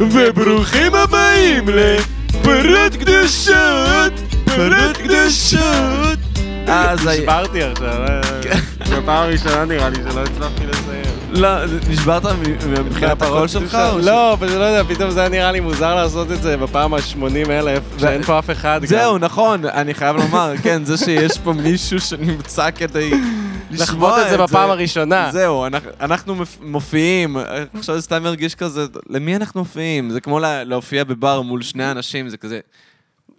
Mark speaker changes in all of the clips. Speaker 1: וברוכים הבאים לפרות קדושות, פרות קדושות. אז כן. היה-
Speaker 2: נשברתי עכשיו, אה, בפעם הראשונה נראה לי שלא הצלחתי לסיים.
Speaker 1: לא, זה- נשברת מ- מבחינת הרול שלך? או ש-
Speaker 2: לא, פשוט לא יודע, פתאום זה היה נראה לי מוזר לעשות את זה בפעם ה-80 אלף, שאין פה אף אחד. גם.
Speaker 1: זהו, נכון, אני חייב לומר, כן, זה שיש פה מישהו שנמצא כדי
Speaker 2: לחוות
Speaker 1: לשמוע
Speaker 2: את זה בפעם הראשונה.
Speaker 1: זהו, אנחנו- אנחנו מופ- מופיעים, עכשיו זה סתם מרגיש כזה, למי אנחנו מופיעים? זה כמו לה- להופיע בבר מול שני אנשים, זה כזה...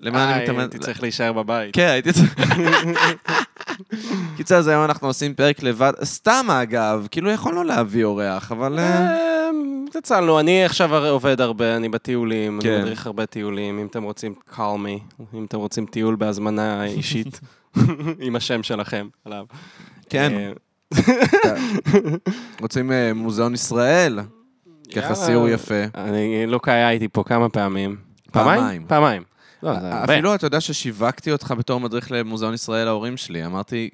Speaker 1: למה אני
Speaker 2: איי,
Speaker 1: מתאמן?
Speaker 2: אה, הייתי צריך להישאר בבית.
Speaker 1: כן, הייתי צריך... קיצר, אז היום אנחנו עושים פרק לבד, סתם אגב, כאילו יכולנו להביא אורח, אבל... אה,
Speaker 2: אה, התעצלנו, אני עכשיו הרי עובד הרבה, אני בטיולים,
Speaker 1: כן.
Speaker 2: אני מדריך הרבה טיולים, אם אתם רוצים, call me, אם אתם רוצים טיול בהזמנה אישית, עם השם שלכם עליו.
Speaker 1: כן,
Speaker 2: אה,
Speaker 1: רוצים אה, מוזיאון ישראל, ככה
Speaker 2: יאללה.
Speaker 1: סיור יפה.
Speaker 2: אני, לוקה היה איתי פה כמה פעמים. פעמיים?
Speaker 1: פעמיים.
Speaker 2: פעמיים. לא, זה הרבה.
Speaker 1: אפילו אתה יודע ששיווקתי אותך בתור מדריך למוזיאון ישראל להורים שלי, אמרתי,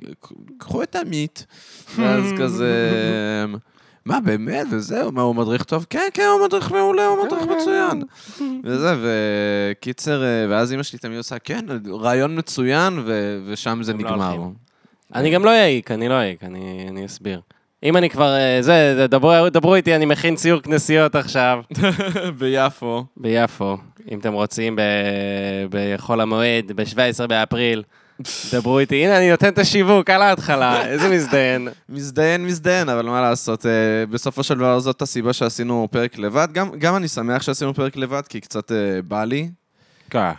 Speaker 1: קחו את עמית. ואז כזה... מה, באמת? וזהו, מה, הוא מדריך טוב? כן, כן, הוא מדריך מעולה, הוא מדריך מצוין. וזה, וקיצר, אה, ואז אימא שלי תמיד עושה, כן, רעיון מצוין, ו- ושם זה
Speaker 2: הם לא
Speaker 1: נגמר.
Speaker 2: הולכים. אני גם לא אעיק, אני לא אעיק, אני, אני אסביר. אם אני כבר... אה, זה, זה, דברו, דברו איתי, אני מכין סיור כנסיות עכשיו
Speaker 1: ביפו.
Speaker 2: ביפו. אם אתם רוצים, ב, בחול המועד, ב-17 באפריל. דברו איתי, הנה, אני נותן את השיווק על ההתחלה, איזה מזדיין.
Speaker 1: מזדיין, מזדיין, אבל מה לעשות, אה, בסופו של דבר זאת הסיבה שעשינו פרק לבד. גם, גם אני שמח שעשינו פרק לבד, כי קצת אה, בא לי, כן.
Speaker 2: אה,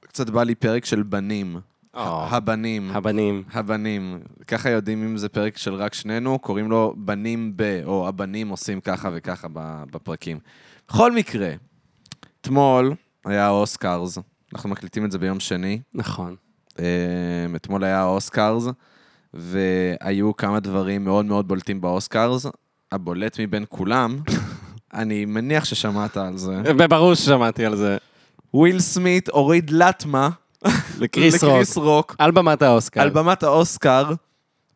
Speaker 1: קצת בא לי פרק של בנים.
Speaker 2: או,
Speaker 1: אה. הבנים.
Speaker 2: הבנים.
Speaker 1: הבנים. ככה יודעים אם זה פרק של רק שנינו, קוראים לו בנים ב, או הבנים עושים ככה וככה ב- בפרקים. בכל מקרה, אתמול היה האוסקרס, אנחנו מקליטים את זה ביום שני.
Speaker 2: נכון.
Speaker 1: אמ, אתמול היה האוסקרס, והיו כמה דברים מאוד מאוד בולטים באוסקרס. הבולט מבין כולם, אני מניח ששמעת על זה.
Speaker 2: ברור ששמעתי על זה.
Speaker 1: וויל סמית הוריד לטמה
Speaker 2: לקריס רוק.
Speaker 1: לקריס רוק
Speaker 2: על במת האוסקר.
Speaker 1: על במת האוסקר,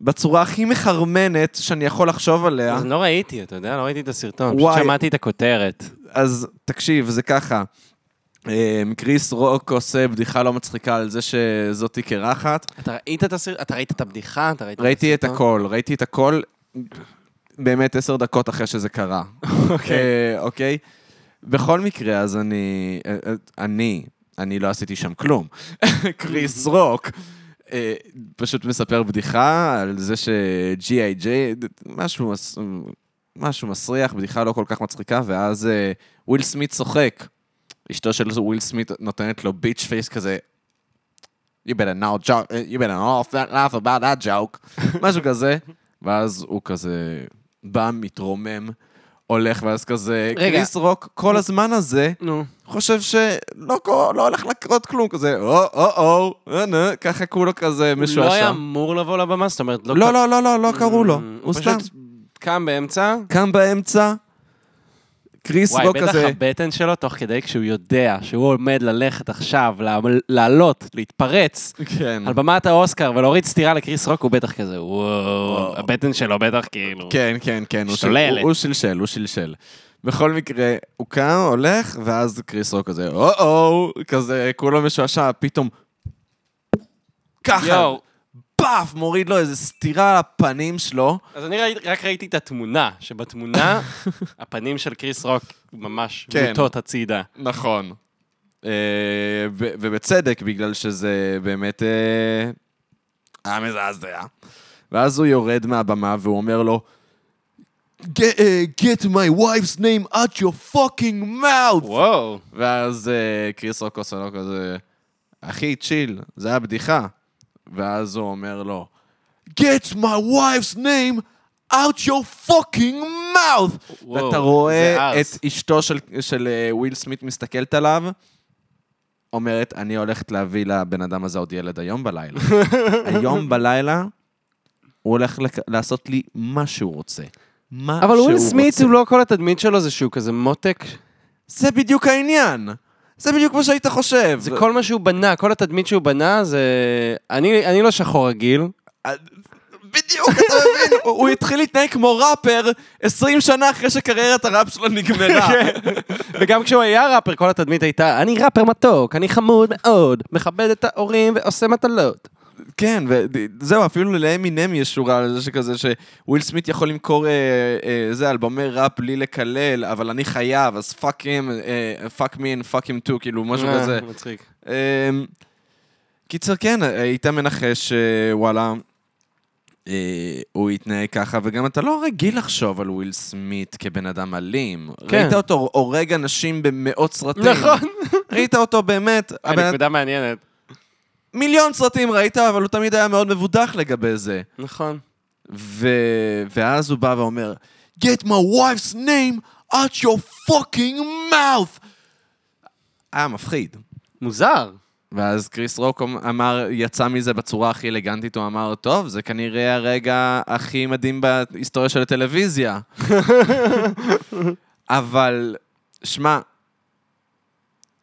Speaker 1: בצורה הכי מחרמנת שאני יכול לחשוב עליה.
Speaker 2: אז לא ראיתי, אתה יודע, לא ראיתי את הסרטון,
Speaker 1: אה? וואי.
Speaker 2: פשוט שמעתי את הכותרת.
Speaker 1: אז תקשיב, זה ככה. אמ, קריס רוק עושה בדיחה לא מצחיקה על זה שזאתי קרחת.
Speaker 2: אתה ראית את הסרט? אתה ראית את הבדיחה? אתה ראית
Speaker 1: ראיתי את
Speaker 2: הסרטון?
Speaker 1: הכל, ראיתי את הכל באמת עשר דקות אחרי שזה קרה. אה, אוקיי? בכל מקרה, אז אני... אה, אה, אני, אני לא עשיתי שם כלום. קריס רוק. אה, פשוט מספר בדיחה על זה ש-G.I.J, משהו, מס- משהו מסריח, בדיחה לא כל כך מצחיקה, ואז אה, וויל סמית צוחק. אשתו של וויל סמית נותנת לו ביץ' פייס כזה, you better not joke, you better not laugh about that joke, משהו כזה, ואז הוא כזה בא, מתרומם, הולך, ואז כזה,
Speaker 2: רגע.
Speaker 1: קריס רוק, כל הזמן הזה,
Speaker 2: נו.
Speaker 1: חושב שלא קו- לא הולך לקרות כלום, כזה, או, או, או, אה, נה, ככה כולו כזה
Speaker 2: הוא לא היה
Speaker 1: משועשע.
Speaker 2: אמור לבוא לבמה? זאת אומרת, לא... Mm,
Speaker 1: לא, לא, לא, לא, לא קראו לו, הוא סתם
Speaker 2: פשוט קם באמצע.
Speaker 1: קם באמצע, קריס
Speaker 2: וואי,
Speaker 1: רוק
Speaker 2: בטח
Speaker 1: כזה,
Speaker 2: הבטן שלו, תוך כדי כשהוא יודע שהוא עומד ללכת עכשיו, לעמ- לעלות, להתפרץ.
Speaker 1: כן,
Speaker 2: על במת האוסקר ולהוריד סטירה לקריס רוק, הוא בטח כזה, וואו, הבטן שלו בטח כאילו.
Speaker 1: כן, כן, כן, הוא של-
Speaker 2: משתוללת.
Speaker 1: הוא- הוא שלשל, הוא שלשל. בכל מקרה, הוא קם, הולך, ואז קריס רוק כזה, או, או, כזה, כולו משועשע, פתאום, ככה,
Speaker 2: יואו,
Speaker 1: פאף, מוריד לו איזה סטירה על הפנים שלו.
Speaker 2: אז אני ראי- רק ראיתי את התמונה, שבתמונה הפנים של קריס רוק ממש
Speaker 1: כן.
Speaker 2: מוטות הצידה.
Speaker 1: נכון. אה, ו- ובצדק, בגלל שזה באמת אה, היה מזעזע. ואז הוא יורד מהבמה והוא אומר לו, "Get- אה, Get my wife's name out your fucking mouth!
Speaker 2: וואו.
Speaker 1: ואז אה, קריס רוק עושה לו כזה, אחי, צ'יל, זה היה בדיחה. ואז הוא אומר לו, Get my wife's name out your fucking mouth!
Speaker 2: וואו,
Speaker 1: ואתה רואה
Speaker 2: זה ארס.
Speaker 1: את אשתו של, של אה, וויל סמית מסתכלת עליו, אומרת, אני הולכת להביא לבן אדם הזה עוד ילד היום בלילה. היום בלילה, הוא הולך לק- לעשות לי מה שהוא רוצה. מה
Speaker 2: אבל
Speaker 1: שהוא
Speaker 2: וויל
Speaker 1: רוצה.
Speaker 2: סמית, הוא לא כל התדמית שלו זה שהוא כזה מותק.
Speaker 1: זה בדיוק העניין. זה בדיוק מה שהיית חושב.
Speaker 2: זה כל מה שהוא בנה, כל התדמית שהוא בנה זה... אני אני לא שחור רגיל,
Speaker 1: בדיוק, אתה מבין? הוא- הוא התחיל להתנהג כמו ראפר 20 שנה אחרי שקריירת הראפ שלו נגמרה.
Speaker 2: כן. וגם כשהוא היה ראפר, כל התדמית הייתה, אני ראפר מתוק, אני חמוד מאוד, מכבד את ההורים ועושה מטלות.
Speaker 1: כן, וזהו, אפילו לאמינם יש שורה על זה שכזה שוויל סמית יכול למכור אה, אה, זה, אלבומי ראפ בלי לקלל, אבל אני חייב, אז אה, פאק הם, פאק מי פאק הם טו, כאילו, משהו
Speaker 2: אה,
Speaker 1: כזה.
Speaker 2: מצחיק.
Speaker 1: אמ, קיצר, כן, היית מנחש שוואלה, אה, הוא התנהג ככה, וגם אתה לא רגיל לחשוב על וויל סמית כבן אדם אלים.
Speaker 2: כן. נכון.
Speaker 1: ראית אותו הורג אנשים במאות סרטים. ראית אותו באמת, הבן אדם-
Speaker 2: אה, נקודה מעניינת.
Speaker 1: מיליון סרטים ראית, אבל הוא תמיד היה מאוד מבודח לגבי זה.
Speaker 2: נכון.
Speaker 1: ו... ואז הוא בא ואומר, get my wife's name out your fucking mouth! היה מפחיד.
Speaker 2: מוזר.
Speaker 1: ואז קריס רוק אמ- אמר, יצא מזה בצורה הכי אלגנטית, הוא אמר, טוב, זה כנראה הרגע הכי מדהים בהיסטוריה של הטלוויזיה. אבל, שמע,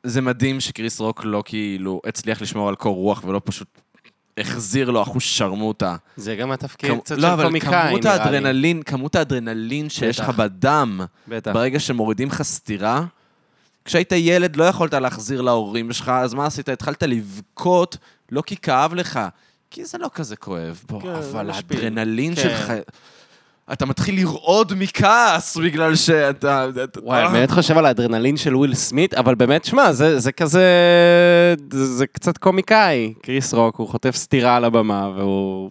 Speaker 1: זה מדהים שקריס רוק לא כאילו הצליח לשמור על קור רוח ולא פשוט החזיר לו אחוז שרמוטה.
Speaker 2: זה גם התפקיד
Speaker 1: כמו-
Speaker 2: כן, קצת
Speaker 1: לא,
Speaker 2: של
Speaker 1: אבל
Speaker 2: קומיקאי,
Speaker 1: כמות
Speaker 2: נראה לי.
Speaker 1: האדרנלין, כמות האדרנלין שיש
Speaker 2: בטח.
Speaker 1: לך בדם,
Speaker 2: בטח.
Speaker 1: ברגע שמורידים לך סטירה, כשהיית ילד לא יכולת להחזיר להורים שלך, אז מה עשית? התחלת לבכות, לא כי כאב לך, כי זה לא כזה כואב בו,
Speaker 2: כן,
Speaker 1: כן,
Speaker 2: זה
Speaker 1: אבל
Speaker 2: משפיל.
Speaker 1: האדרנלין
Speaker 2: כן.
Speaker 1: שלך... אתה מתחיל לרעוד מכעס בגלל שאתה...
Speaker 2: וואי, אני
Speaker 1: אה.
Speaker 2: באמת חושב על האדרנלין של וויל סמית, אבל באמת, שמע, זה, זה כזה... זה, זה קצת קומיקאי. קריס רוק, הוא חוטף סטירה על הבמה, והוא...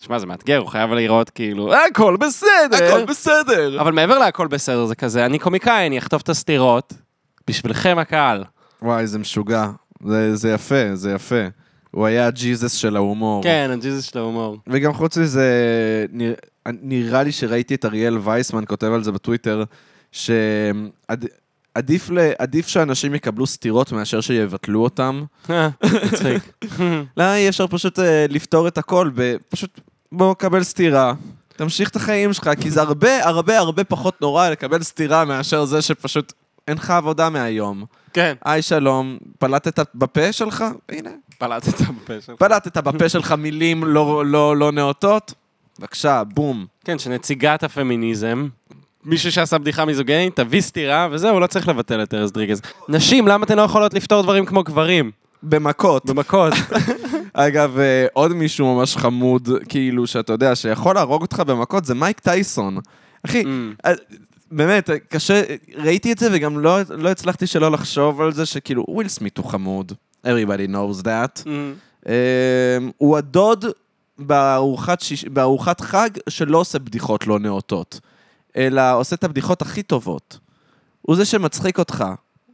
Speaker 2: שמע, זה מאתגר, הוא חייב לראות כאילו, הכל בסדר.
Speaker 1: הכל בסדר.
Speaker 2: אה, אבל מעבר להכל בסדר, זה כזה, אני קומיקאי, אני אחטוף את הסטירות, בשבילכם הקהל.
Speaker 1: וואי, זה משוגע. זה, זה יפה, זה יפה. הוא היה הג'יזס של ההומור.
Speaker 2: כן, הג'יזוס של ההומור.
Speaker 1: וגם חוץ מזה, נרא, נראה לי שראיתי את אריאל וייסמן כותב על זה בטוויטר, שעדיף ל... עדיף שאנשים יקבלו סטירות מאשר שיבטלו אותם.
Speaker 2: אה, מצחיק.
Speaker 1: לא, אי אפשר פשוט אה, לפתור את הכל, ב... פשוט בוא, קבל סטירה. תמשיך את החיים שלך, כי זה הרבה, הרבה, הרבה פחות נורא לקבל סטירה מאשר זה שפשוט אין לך עבודה מהיום.
Speaker 2: כן.
Speaker 1: היי, שלום, פלטת בפה שלך? הנה,
Speaker 2: פלטת בפה שלך.
Speaker 1: פלטת בפה שלך מילים לא, לא, לא נאותות? בבקשה, בום.
Speaker 2: כן, שנציגת הפמיניזם, מישהו שעשה בדיחה מיזוגנית, תביא סטירה, וזהו, לא צריך לבטל את ארז דריגז. נשים, למה אתן לא יכולות לפתור דברים כמו גברים?
Speaker 1: במכות.
Speaker 2: במכות.
Speaker 1: אגב, אה, עוד מישהו ממש חמוד, כאילו, שאתה יודע, שיכול להרוג אותך במכות, זה מייק טייסון.
Speaker 2: Mm.
Speaker 1: אחי, אה, באמת, אה, קשה, אה, ראיתי את זה וגם לא, לא הצלחתי שלא לחשוב על זה, שכאילו, וויל סמית הוא חמוד. Everybody knows that.
Speaker 2: Mm.
Speaker 1: אה, הוא הדוד בארוחת, שיש, בארוחת חג שלא עושה בדיחות לא נאותות, אלא עושה את הבדיחות הכי טובות. הוא זה שמצחיק אותך.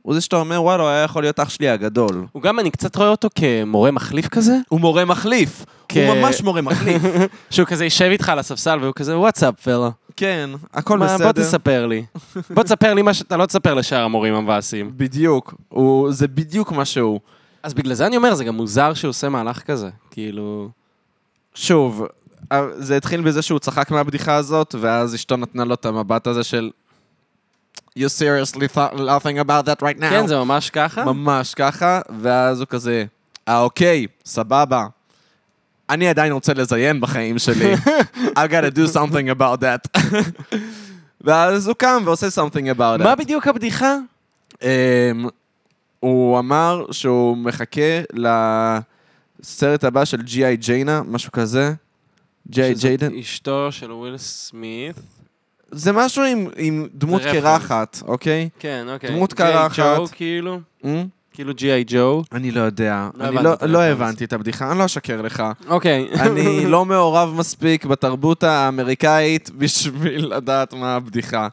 Speaker 1: הוא זה שאתה אומר, וואלה, הוא היה יכול להיות אח שלי הגדול.
Speaker 2: הוא גם, אני קצת רואה אותו כמורה מחליף כזה,
Speaker 1: הוא מורה מחליף.
Speaker 2: כ-
Speaker 1: הוא ממש מורה מחליף.
Speaker 2: שהוא כזה יישב איתך על הספסל והוא כזה, וואטסאפ פלה.
Speaker 1: כן, הכל
Speaker 2: מה,
Speaker 1: בסדר.
Speaker 2: בוא תספר לי. בוא תספר לי מה שאתה לא תספר לשאר המורים המבאסים.
Speaker 1: בדיוק, הוא, זה בדיוק מה שהוא.
Speaker 2: אז בגלל זה אני אומר, זה גם מוזר שהוא עושה מהלך כזה. כאילו...
Speaker 1: שוב, אה, זה התחיל בזה שהוא צחק מהבדיחה הזאת, ואז אשתו נתנה לו את המבט הזה של... You seriously thought- laughing about that right now.
Speaker 2: כן, זה ממש ככה?
Speaker 1: ממש ככה, ואז הוא כזה, אה אוקיי, סבבה. אני עדיין רוצה לזיין בחיים שלי. I gotta do something about that. ואז הוא קם ועושה something about it.
Speaker 2: מה בדיוק הבדיחה?
Speaker 1: אמ, הוא אמר שהוא מחכה לסרט הבא של ג'י.איי ג'יינה, משהו כזה. ג'י.איי
Speaker 2: שזאת
Speaker 1: ג'יידן.
Speaker 2: אשתו של וויל סמית.
Speaker 1: זה משהו עם- עם דמות
Speaker 2: זה
Speaker 1: קרחת, אוקיי?
Speaker 2: כן, אוקיי.
Speaker 1: דמות
Speaker 2: G.I.
Speaker 1: קרחת.
Speaker 2: Joe, כאילו,
Speaker 1: אמ?
Speaker 2: כאילו ג'י.איי ג'ו.
Speaker 1: אני לא יודע.
Speaker 2: לא
Speaker 1: אני
Speaker 2: הבנתי
Speaker 1: לא-
Speaker 2: את
Speaker 1: לא
Speaker 2: הרפרנס.
Speaker 1: הבנתי את הבדיחה, אני לא אשקר לך.
Speaker 2: אוקיי.
Speaker 1: אני לא מעורב מספיק בתרבות האמריקאית בשביל לדעת מה הבדיחה.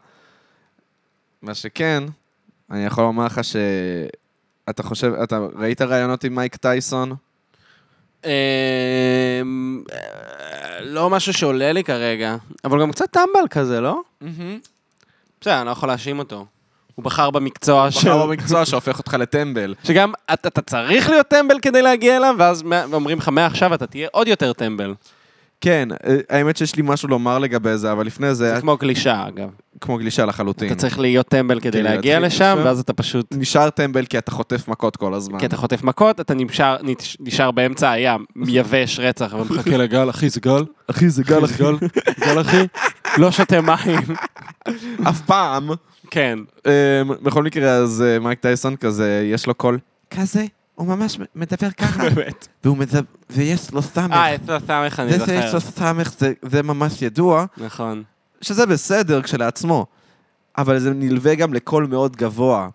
Speaker 1: מה שכן, אני יכול לומר לך ש... אתה חושב, אתה ראית ראיונות עם מייק טייסון?
Speaker 2: אמ, אה, לא משהו שעולה לי כרגע, אבל גם קצת טמבל כזה, לא? בסדר, אני לא יכול להאשים אותו. הוא בחר במקצוע של...
Speaker 1: בחר במקצוע שהופך אותך לטמבל.
Speaker 2: שגם אתה אתה צריך להיות טמבל כדי להגיע אליו, ואז מה- אומרים לך, מעכשיו אתה תהיה עוד יותר טמבל.
Speaker 1: כן, אה, האמת שיש לי משהו לומר לגבי זה, אבל לפני זה
Speaker 2: זה
Speaker 1: היה
Speaker 2: כמו גלישה, אגב.
Speaker 1: כמו גלישה לחלוטין.
Speaker 2: אתה צריך להיות טמבל כן. כדי
Speaker 1: כדי
Speaker 2: להגיע
Speaker 1: להתחיל
Speaker 2: לשם,
Speaker 1: לשם.
Speaker 2: ואז אתה פשוט...
Speaker 1: נשאר טמבל כי אתה חוטף מכות כל הזמן.
Speaker 2: כי אתה חוטף מכות, אתה נשאר, נשאר באמצע הים, מייבש רצח ומחכה לגל, אחי זה גל,
Speaker 1: אחי, זה
Speaker 2: גל אחי, גל אחי, לא שותה מים.
Speaker 1: אף פעם.
Speaker 2: כן,
Speaker 1: אה, בכל מקרה, אז אה, מייק טייסון כזה, יש לו קול כזה, הוא ממש מ- מדבר ככה.
Speaker 2: באמת.
Speaker 1: והוא מדבר, ויש לו
Speaker 2: אה,
Speaker 1: סמך.
Speaker 2: איפה סמך אני
Speaker 1: זה כאילו שיש
Speaker 2: זוכר.
Speaker 1: לו סמך זה- זה ממש ידוע,
Speaker 2: נכון.
Speaker 1: שזה בסדר כשלעצמו, אבל זה נלווה גם לקול מאוד גבוה.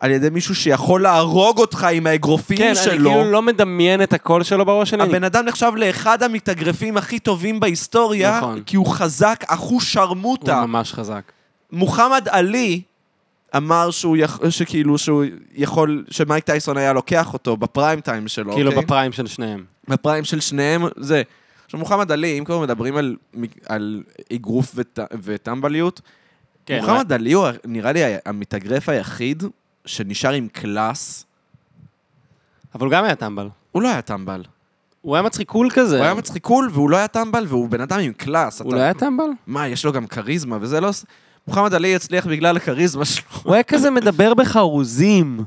Speaker 1: על ידי מישהו שיכול להרוג אותך עם
Speaker 2: כן,
Speaker 1: האגרופים
Speaker 2: אני
Speaker 1: שלו.
Speaker 2: כאילו לא מדמיין את הקול שלו בראש שלי. אני-
Speaker 1: הבן אדם נחשב לאחד המתאגרפים הכי טובים בהיסטוריה,
Speaker 2: נכון.
Speaker 1: כי הוא חזק, אך הוא שרמוטה.
Speaker 2: הוא ממש חזק.
Speaker 1: מוחמד עלי אמר שהוא יכול, שכאילו שהוא יכול, שמייק טייסון היה לוקח אותו בפריים טיים שלו,
Speaker 2: כאילו
Speaker 1: אוקיי?
Speaker 2: בפריים של שניהם.
Speaker 1: בפריים של שניהם, זה. עכשיו, מוחמד עלי, אם כבר מדברים על, מ- על אגרוף וט, וטמבליות,
Speaker 2: כן,
Speaker 1: מוחמד עלי הוא נראה לי ה- המתאגרף היחיד שנשאר עם קלאס.
Speaker 2: אבל הוא גם היה טמבל.
Speaker 1: הוא לא היה טמבל.
Speaker 2: הוא היה מצחיקול כזה.
Speaker 1: הוא היה מצחיקול והוא לא היה טמבל, והוא בן אדם עם קלאס.
Speaker 2: הוא
Speaker 1: אתה-
Speaker 2: לא היה טמבל?
Speaker 1: מה, יש לו גם כריזמה, וזה לא... ס- מוחמד עלי הצליח בגלל הכריזמה שלו,
Speaker 2: הוא היה כזה מדבר בחרוזים.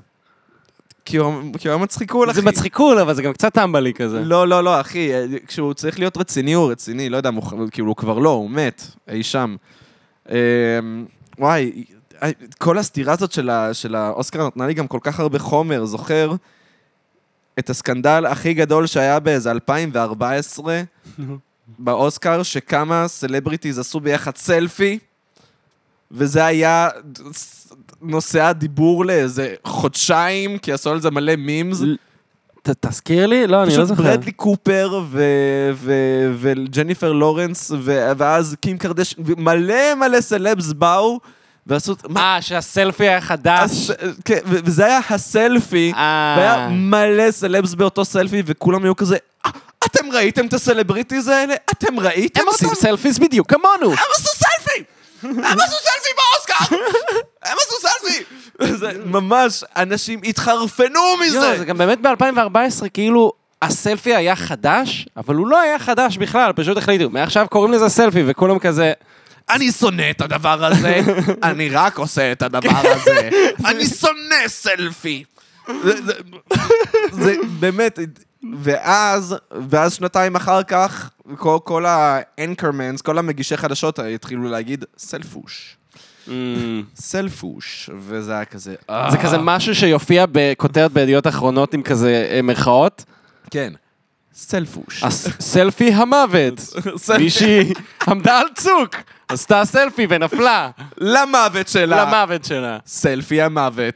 Speaker 1: כי הוא כי הוא היה מצחיקול, אחי.
Speaker 2: זה מצחיקול, אבל זה גם קצת טמבלי כזה.
Speaker 1: לא, לא, לא, אחי, אה, כשהוא צריך להיות רציני, הוא רציני, לא יודע, מוכ... כאילו, הוא כבר לא, הוא מת, אי שם. אה, וואי, אה, כל הסתירה הזאת של, ה... של האוסקר נתנה לי גם כל כך הרבה חומר, זוכר? את הסקנדל הכי גדול שהיה באיזה 2014 באוסקר, שכמה סלבריטיז עשו ביחד סלפי, וזה היה נושא הדיבור לאיזה חודשיים, כי עשו על זה מלא מימס.
Speaker 2: ת- תזכיר לי? לא, אני לא
Speaker 1: פשוט
Speaker 2: זוכר.
Speaker 1: ברדלי קופר ו- ו- וג'ניפר לורנס, ו- ואז קים קרדש, מלא מלא סלבס באו, ועשו... מה?
Speaker 2: אה, שהסלפי היה חדש.
Speaker 1: הס- כן, ו- וזה היה הסלפי,
Speaker 2: אה.
Speaker 1: והיה מלא סלבס באותו סלפי, וכולם היו כזה, "אה, אתם ראיתם את הסלבריטיז האלה? אתם ראיתם
Speaker 2: הם עושים
Speaker 1: אותם?
Speaker 2: סלפיס בדיוק
Speaker 1: הם
Speaker 2: כמונו.
Speaker 1: עשו סלפי! הם עשו סלפי באוסקר! הם עשו סלפי! זה ממש, אנשים התחרפנו
Speaker 2: יואו,
Speaker 1: מזה!
Speaker 2: לא, זה גם באמת ב-2014, כאילו, הסלפי היה חדש, אבל הוא לא היה חדש בכלל, פשוט החליטו, מעכשיו קוראים לזה סלפי, וכולם כזה,
Speaker 1: אני שונא את הדבר הזה, אני רק עושה את הדבר הזה. אני שונא סלפי. זה- זה- זה באמת, ואז, ואז שנתיים אחר כך, כל, כל האנקרמנס, כל המגישי חדשות התחילו להגיד סלפוש,
Speaker 2: Mm.
Speaker 1: סלפוש, וזה היה כזה, "אה."
Speaker 2: זה כזה משהו שיופיע בכותרת בידיעות אחרונות עם כזה אה, מירכאות,
Speaker 1: כן, אה. סלפוש.
Speaker 2: הס- סלפי המוות.
Speaker 1: סלפי.
Speaker 2: מישהי עמדה על צוק, עשתה סלפי ונפלה
Speaker 1: למוות שלה.
Speaker 2: למוות שלה.
Speaker 1: סלפי המוות.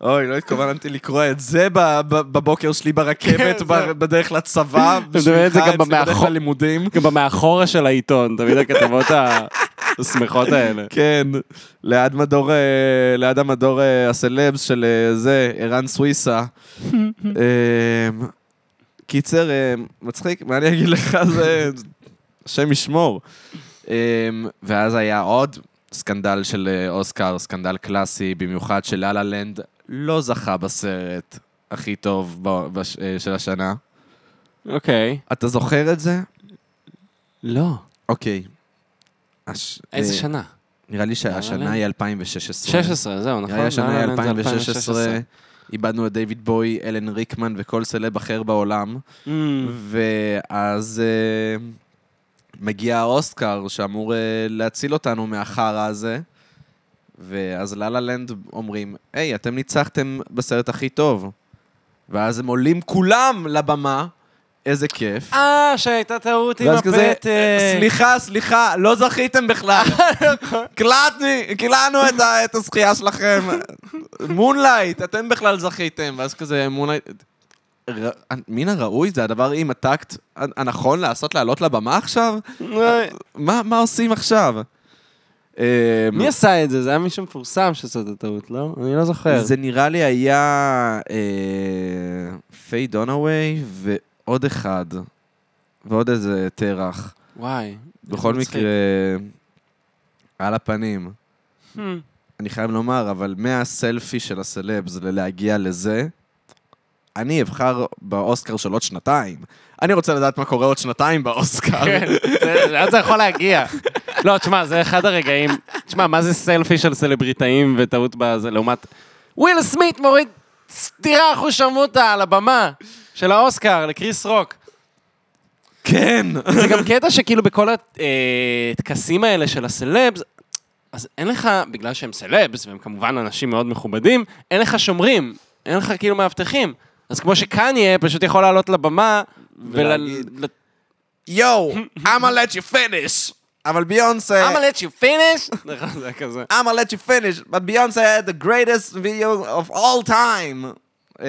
Speaker 1: אוי, לא התכווננתי לקרוא את זה ב- ב- בבוקר שלי
Speaker 2: כן,
Speaker 1: ברכבת,
Speaker 2: זה-
Speaker 1: ב- בדרך לצבא,
Speaker 2: מדמיין את זה גם
Speaker 1: אצלי בדרך
Speaker 2: במאחור-
Speaker 1: ללימודים.
Speaker 2: גם במאחורה של העיתון, תמיד הכתבות השמחות האלה.
Speaker 1: כן, ליד מדור, אה, ליד המדור אה, הסלבס של אה, זה, ערן סוויסה. אה, קיצר, אה, מצחיק, מה אני אגיד לך, זה... השם ישמור. אה, ואז היה עוד סקנדל של אה, אוסקר, סקנדל קלאסי, במיוחד שלה לה לנד לא זכה בסרט הכי טוב ב- בש- אה, של השנה.
Speaker 2: אוקיי.
Speaker 1: אתה זוכר את זה?
Speaker 2: לא.
Speaker 1: אוקיי. הש-
Speaker 2: איזה
Speaker 1: אה,
Speaker 2: שנה?
Speaker 1: נראה לי שהשנה
Speaker 2: לנד?
Speaker 1: היא 2016.
Speaker 2: 16, זהו, נכון?
Speaker 1: היה השנה
Speaker 2: לא,
Speaker 1: היא
Speaker 2: לא, לא, זה
Speaker 1: 2016, איבדנו את דיוויד בוי, אלן ריקמן וכל סלב אחר בעולם,
Speaker 2: Mm.
Speaker 1: ואז אה, מגיע האוסקר שאמור אה, להציל אותנו מהחרא הזה, ואז ללה לנד אומרים, היי, אתם ניצחתם בסרט הכי טוב, ואז הם עולים כולם לבמה, איזה כיף.
Speaker 2: אה, שהייתה טעות עם
Speaker 1: ואז כזה,
Speaker 2: הפתק.
Speaker 1: סליחה, סליחה, לא זכיתם בכלל. קלטני, קילענו את ה- את הזכייה שלכם. מונלייט, אתם בכלל זכיתם. ואז כזה, מונלייט... ר- מן הראוי, זה הדבר עם הטקט הנכון לעשות לעלות לבמה עכשיו? אה, מה מה עושים עכשיו? אה,
Speaker 2: מי עשה את זה? זה היה מישהו מפורסם שעשה את הטעות, לא? אני לא זוכר.
Speaker 1: זה נראה לי היה אה, פיי דונאווי ועוד אחד, ועוד איזה תרח.
Speaker 2: וואי.
Speaker 1: בכל
Speaker 2: מצחיק.
Speaker 1: מקרה, על הפנים.
Speaker 2: Hmm.
Speaker 1: אני חייב לומר, אבל מהסלפי של הסלבס ללהגיע לזה, אני אבחר באוסקר של עוד שנתיים. אני רוצה לדעת מה קורה עוד שנתיים באוסקר.
Speaker 2: כן, זה- לאן זה יכול להגיע? לא, תשמע, זה אחד הרגעים... תשמע, מה זה סלפי של סלבריטאים וטעות בזה, לעומת... וויל סמית מוריד סטירה אחושרמוטה על הבמה של האוסקר לקריס רוק.
Speaker 1: כן.
Speaker 2: זה גם קטע שכאילו בכל אה, הטקסים האלה של הסלבס, אז אין לך, בגלל שהם סלבס, והם כמובן אנשים מאוד מכובדים, אין לך שומרים, אין לך כאילו מאבטחים. אז כמו שקניה פשוט יכול לעלות לבמה
Speaker 1: ולהגיד,
Speaker 2: ול...
Speaker 1: יואו, I'ma let you finish. אבל ביונסה...
Speaker 2: I'm gonna let you finish. "אה, נכון, זה היה כזה.
Speaker 1: I'm gonna let you finish, but Beyonce had the greatest video of all time. Um,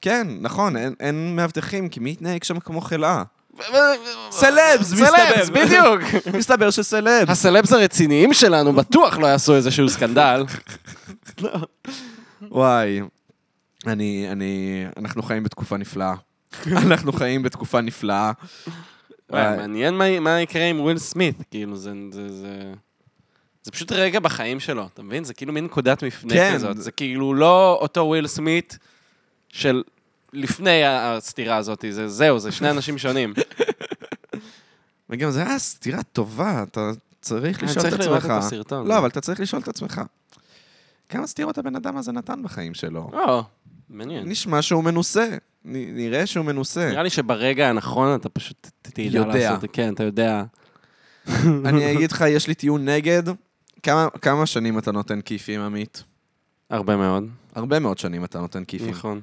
Speaker 1: כן, נכון, אין, אין מאבטחים, כי מי יתנהג שם כמו חלאה? סלבס, מסתבר.
Speaker 2: סלבס, בדיוק.
Speaker 1: מסתבר שסלבס.
Speaker 2: הסלבס הרציניים שלנו בטוח לא יעשו איזשהו סקנדל.
Speaker 1: וואי, אני, אני, אנחנו חיים בתקופה נפלאה. אנחנו חיים בתקופה נפלאה.
Speaker 2: וואי,
Speaker 1: וואי.
Speaker 2: מעניין מה- מה יקרה עם וויל סמית, כאילו, זה... זה- זה- זה פשוט רגע בחיים שלו, אתה מבין? זה כאילו מין נקודת מפנה
Speaker 1: כן.
Speaker 2: כזאת. זה כאילו לא אותו וויל סמית של לפני ה- הסתירה הזאת, זה זהו, זה שני אנשים שונים.
Speaker 1: וגם זה היה סתירה טובה, אתה צריך
Speaker 2: אני
Speaker 1: לשאול את
Speaker 2: אה, צריך לראות
Speaker 1: עצמך.
Speaker 2: את הסרטון.
Speaker 1: לא, אבל אתה צריך לשאול את עצמך. כמה סתירות הבן אדם הזה נתן בחיים שלו?
Speaker 2: או, מעניין.
Speaker 1: נשמע שהוא מנוסה. נ- נראה שהוא מנוסה.
Speaker 2: נראה לי שברגע הנכון אתה פשוט ת- תדע
Speaker 1: יודע.
Speaker 2: לעשות את זה. כן, אתה יודע.
Speaker 1: אני אגיד לך, יש לי טיעון נגד. כמה, כמה שנים אתה נותן כיפים, עמית?
Speaker 2: הרבה מאוד.
Speaker 1: הרבה מאוד שנים אתה נותן כיפים.
Speaker 2: נכון.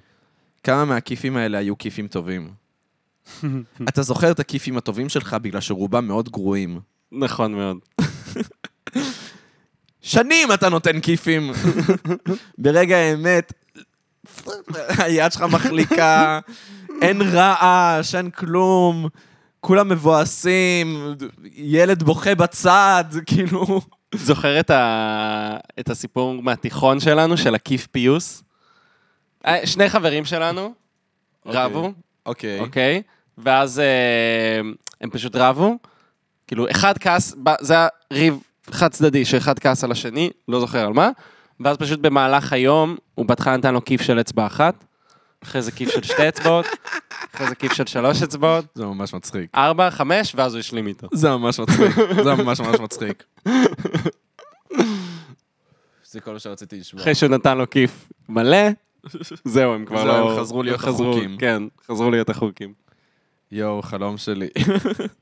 Speaker 1: כמה מהכיפים האלה היו כיפים טובים? אתה זוכר את הכיפים הטובים שלך בגלל שרובם מאוד גרועים.
Speaker 2: נכון מאוד.
Speaker 1: שנים אתה נותן כיפים. ברגע האמת, היד שלך מחליקה, אין רעש, אין כלום, כולם מבואסים, ילד בוכה בצד, כאילו...
Speaker 2: זוכר את, ה... את הסיפור מהתיכון שלנו, של עקיף פיוס? אה, שני חברים שלנו רבו,
Speaker 1: אוקיי.
Speaker 2: אוקיי? ואז אה, הם פשוט רבו. כאילו, אחד כעס, ב- זה היה ריב חד צדדי, שאחד כעס על השני, לא זוכר על מה. ואז פשוט במהלך היום, הוא בהתחלה נתן לו כיף של אצבע אחת, אחרי זה כיף של שתי אצבעות, אחרי זה כיף של שלוש אצבעות,
Speaker 1: זה ממש מצחיק.
Speaker 2: ארבע, חמש, ואז הוא השלים איתו.
Speaker 1: זה ממש מצחיק, זה ממש ממש מצחיק. זה כל מה שרציתי לשמוע.
Speaker 2: אחרי שהוא נתן לו כיף מלא, זהו, הם כבר
Speaker 1: זהו,
Speaker 2: לא...
Speaker 1: הם חזרו להיות
Speaker 2: חזרו,
Speaker 1: החוקים.
Speaker 2: כן, חזרו להיות החוקים.
Speaker 1: יואו, חלום שלי.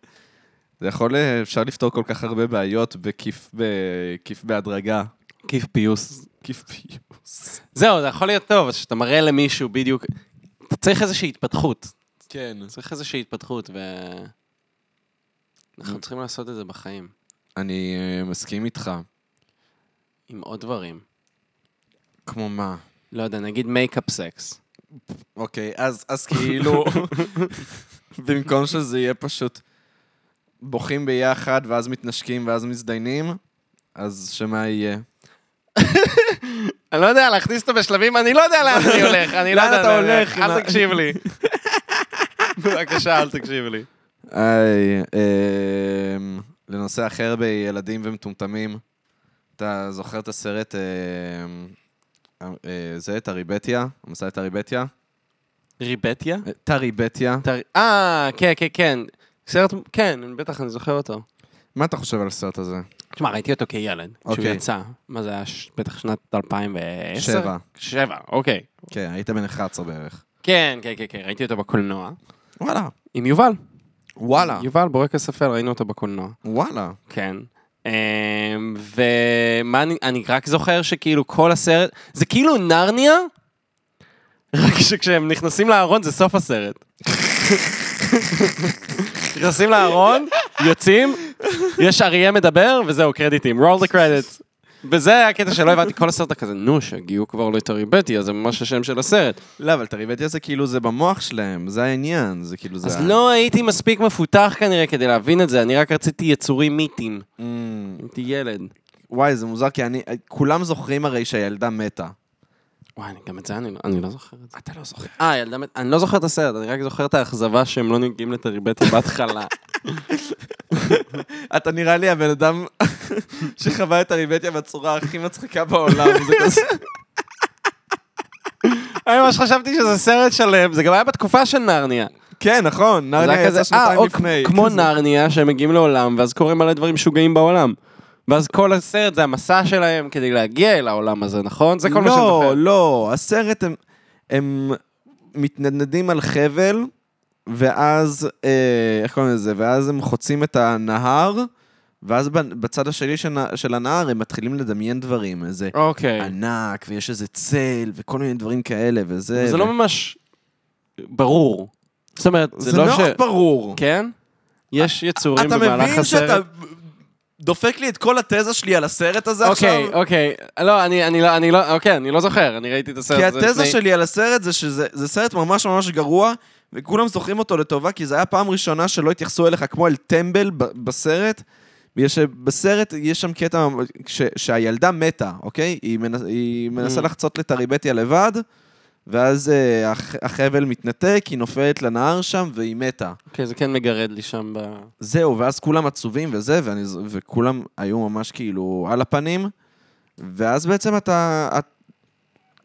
Speaker 1: זה יכול, אה, אפשר לפתור כל כך הרבה בעיות בכיף ב- כיף בהדרגה.
Speaker 2: כיף פיוס.
Speaker 1: כיף פיוס.
Speaker 2: זהו, זה יכול להיות טוב, אז שאתה מראה למישהו בדיוק... אתה צריך איזושהי התפתחות.
Speaker 1: כן.
Speaker 2: צריך איזושהי התפתחות, ו... אנחנו צריכים לעשות את זה בחיים,
Speaker 1: אני אה, מסכים איתך.
Speaker 2: עם עוד דברים.
Speaker 1: כמו מה?
Speaker 2: לא יודע, נגיד מייקאפ סקס.
Speaker 1: אוקיי, אז אז כאילו, במקום שזה יהיה פשוט בוכים ביחד, ואז מתנשקים, ואז מזדיינים, אז שמה יהיה?
Speaker 2: אני לא יודע, להכניס אותו בשלבים, אני לא יודע לאן אני הולך, אני לא
Speaker 1: לאן
Speaker 2: יודע
Speaker 1: אתה
Speaker 2: לאן אני
Speaker 1: הולך?
Speaker 2: אל
Speaker 1: מה-
Speaker 2: תקשיב לי. בבקשה, אל תקשיב לי.
Speaker 1: היי, אמ, לנושא אחר בילדים ומטומטמים, אתה זוכר את הסרט, אמ, אה, זה, טריבטיה? המסע לטריבטיה?
Speaker 2: ריבטיה?
Speaker 1: אה, טריבטיה.
Speaker 2: אתה- אה, כן, כן, כן. סרט, כן, אני בטח, אני זוכר אותו.
Speaker 1: מה אתה חושב על הסרט הזה?
Speaker 2: תשמע, ראיתי אותו כילד, כשהוא
Speaker 1: אוקיי.
Speaker 2: יצא. מה זה היה? ש- בטח שנת 2010?
Speaker 1: שבע.
Speaker 2: שבע, אוקיי.
Speaker 1: כן, היית בן 11 בערך.
Speaker 2: כן, כן, כן, כן, ראיתי אותו בקולנוע.
Speaker 1: וואלה.
Speaker 2: עם יובל.
Speaker 1: וואלה.
Speaker 2: יובל, בורק הספר, ראינו אותו בקולנוע.
Speaker 1: וואלה.
Speaker 2: כן. אמ, ומה אני, אני רק זוכר שכאילו כל הסרט, זה כאילו נרניה, רק שכשהם נכנסים לארון זה סוף הסרט. נכנסים לארון, יוצאים, יש אריה מדבר, וזהו, קרדיטים, roll the credits. וזה הקטע שלא הבנתי, כל הסרט היה כזה, נו, שהגיעו כבר לטריבטי, אז זה ממש השם של הסרט.
Speaker 1: לא, אבל טריבטיה זה כאילו, זה במוח שלהם, זה העניין, זה כאילו, זה...
Speaker 2: אז
Speaker 1: ה-
Speaker 2: לא הייתי מספיק מפותח כנראה כדי להבין את זה, אני רק רציתי יצורים מיתיים.
Speaker 1: אמ,
Speaker 2: הייתי ילד.
Speaker 1: וואי, זה מוזר, כי אני... כולם זוכרים הרי שהילדה מתה.
Speaker 2: וואי, אני- גם את זה אני לא- אני לא זוכר את זה.
Speaker 1: אתה לא זוכר.
Speaker 2: אה, ילדה מת... אני לא זוכר את הסרט, אני רק זוכר את האכזבה שהם לא מגיעים לטריבטי בהתחלה.
Speaker 1: אתה נראה לי הבן אדם שחווה את הריבטיה בצורה הכי מצחיקה בעולם, זה כזה...
Speaker 2: אני ממש חשבתי שזה סרט שלם, זה גם היה בתקופה של נרניה. אוקיי,
Speaker 1: כן, נכון,
Speaker 2: זה
Speaker 1: נרניה
Speaker 2: היה כזה,
Speaker 1: יצא שנתיים
Speaker 2: או
Speaker 1: לפני.
Speaker 2: כ- כמו
Speaker 1: כזה.
Speaker 2: נרניה, שהם מגיעים לעולם, ואז קורים מלא דברים משוגעים בעולם. ואז כל הסרט זה המסע שלהם כדי להגיע אל העולם הזה, נכון? זה כל מה שאני
Speaker 1: לא,
Speaker 2: זוכר.
Speaker 1: לא, הסרט הם, הם מתנדנדים על חבל, ואז, אה, איך קוראים לזה? ואז הם חוצים את הנהר, ואז בנ- בצד השני של, ה- של הנהר הם מתחילים לדמיין דברים, איזה
Speaker 2: אוקיי.
Speaker 1: ענק, ויש איזה צל, וכל מיני דברים כאלה, וזה...
Speaker 2: זה
Speaker 1: ו...
Speaker 2: לא ממש ברור. זאת אומרת,
Speaker 1: זה
Speaker 2: זה
Speaker 1: מאוד
Speaker 2: לא ש...
Speaker 1: ברור.
Speaker 2: כן? יש יצורים
Speaker 1: אתה
Speaker 2: במהלך
Speaker 1: מבין שאתה
Speaker 2: הסרט.
Speaker 1: דופק לי את כל התזה שלי על הסרט הזה
Speaker 2: אוקיי,
Speaker 1: עכשיו?
Speaker 2: אוקיי. לא, אני אני לא, אני לא, אוקיי, אני לא זוכר, אני ראיתי את הסרט
Speaker 1: כי
Speaker 2: הזה
Speaker 1: התזה
Speaker 2: לפני-
Speaker 1: שלי על הסרט זה שזה זה סרט ממש ממש גרוע, וכולם זוכרים אותו לטובה, כי זו הייתה פעם ראשונה שלא התייחסו אליך כמו אל טמבל ב- בסרט. בגלל שבסרט יש שם קטע ש, שהילדה מתה, אוקיי? היא, מנס, היא מנסה
Speaker 2: Mm.
Speaker 1: לחצות לטריבטיה לבד, ואז אה, הח, החבל מתנתק, היא נופלת לנהר שם והיא מתה.
Speaker 2: אוקיי, זה כן מגרד לי שם ב...
Speaker 1: זהו, ואז כולם עצובים וזה, ואני, ז- וכולם היו ממש כאילו על הפנים, ואז בעצם אתה... את,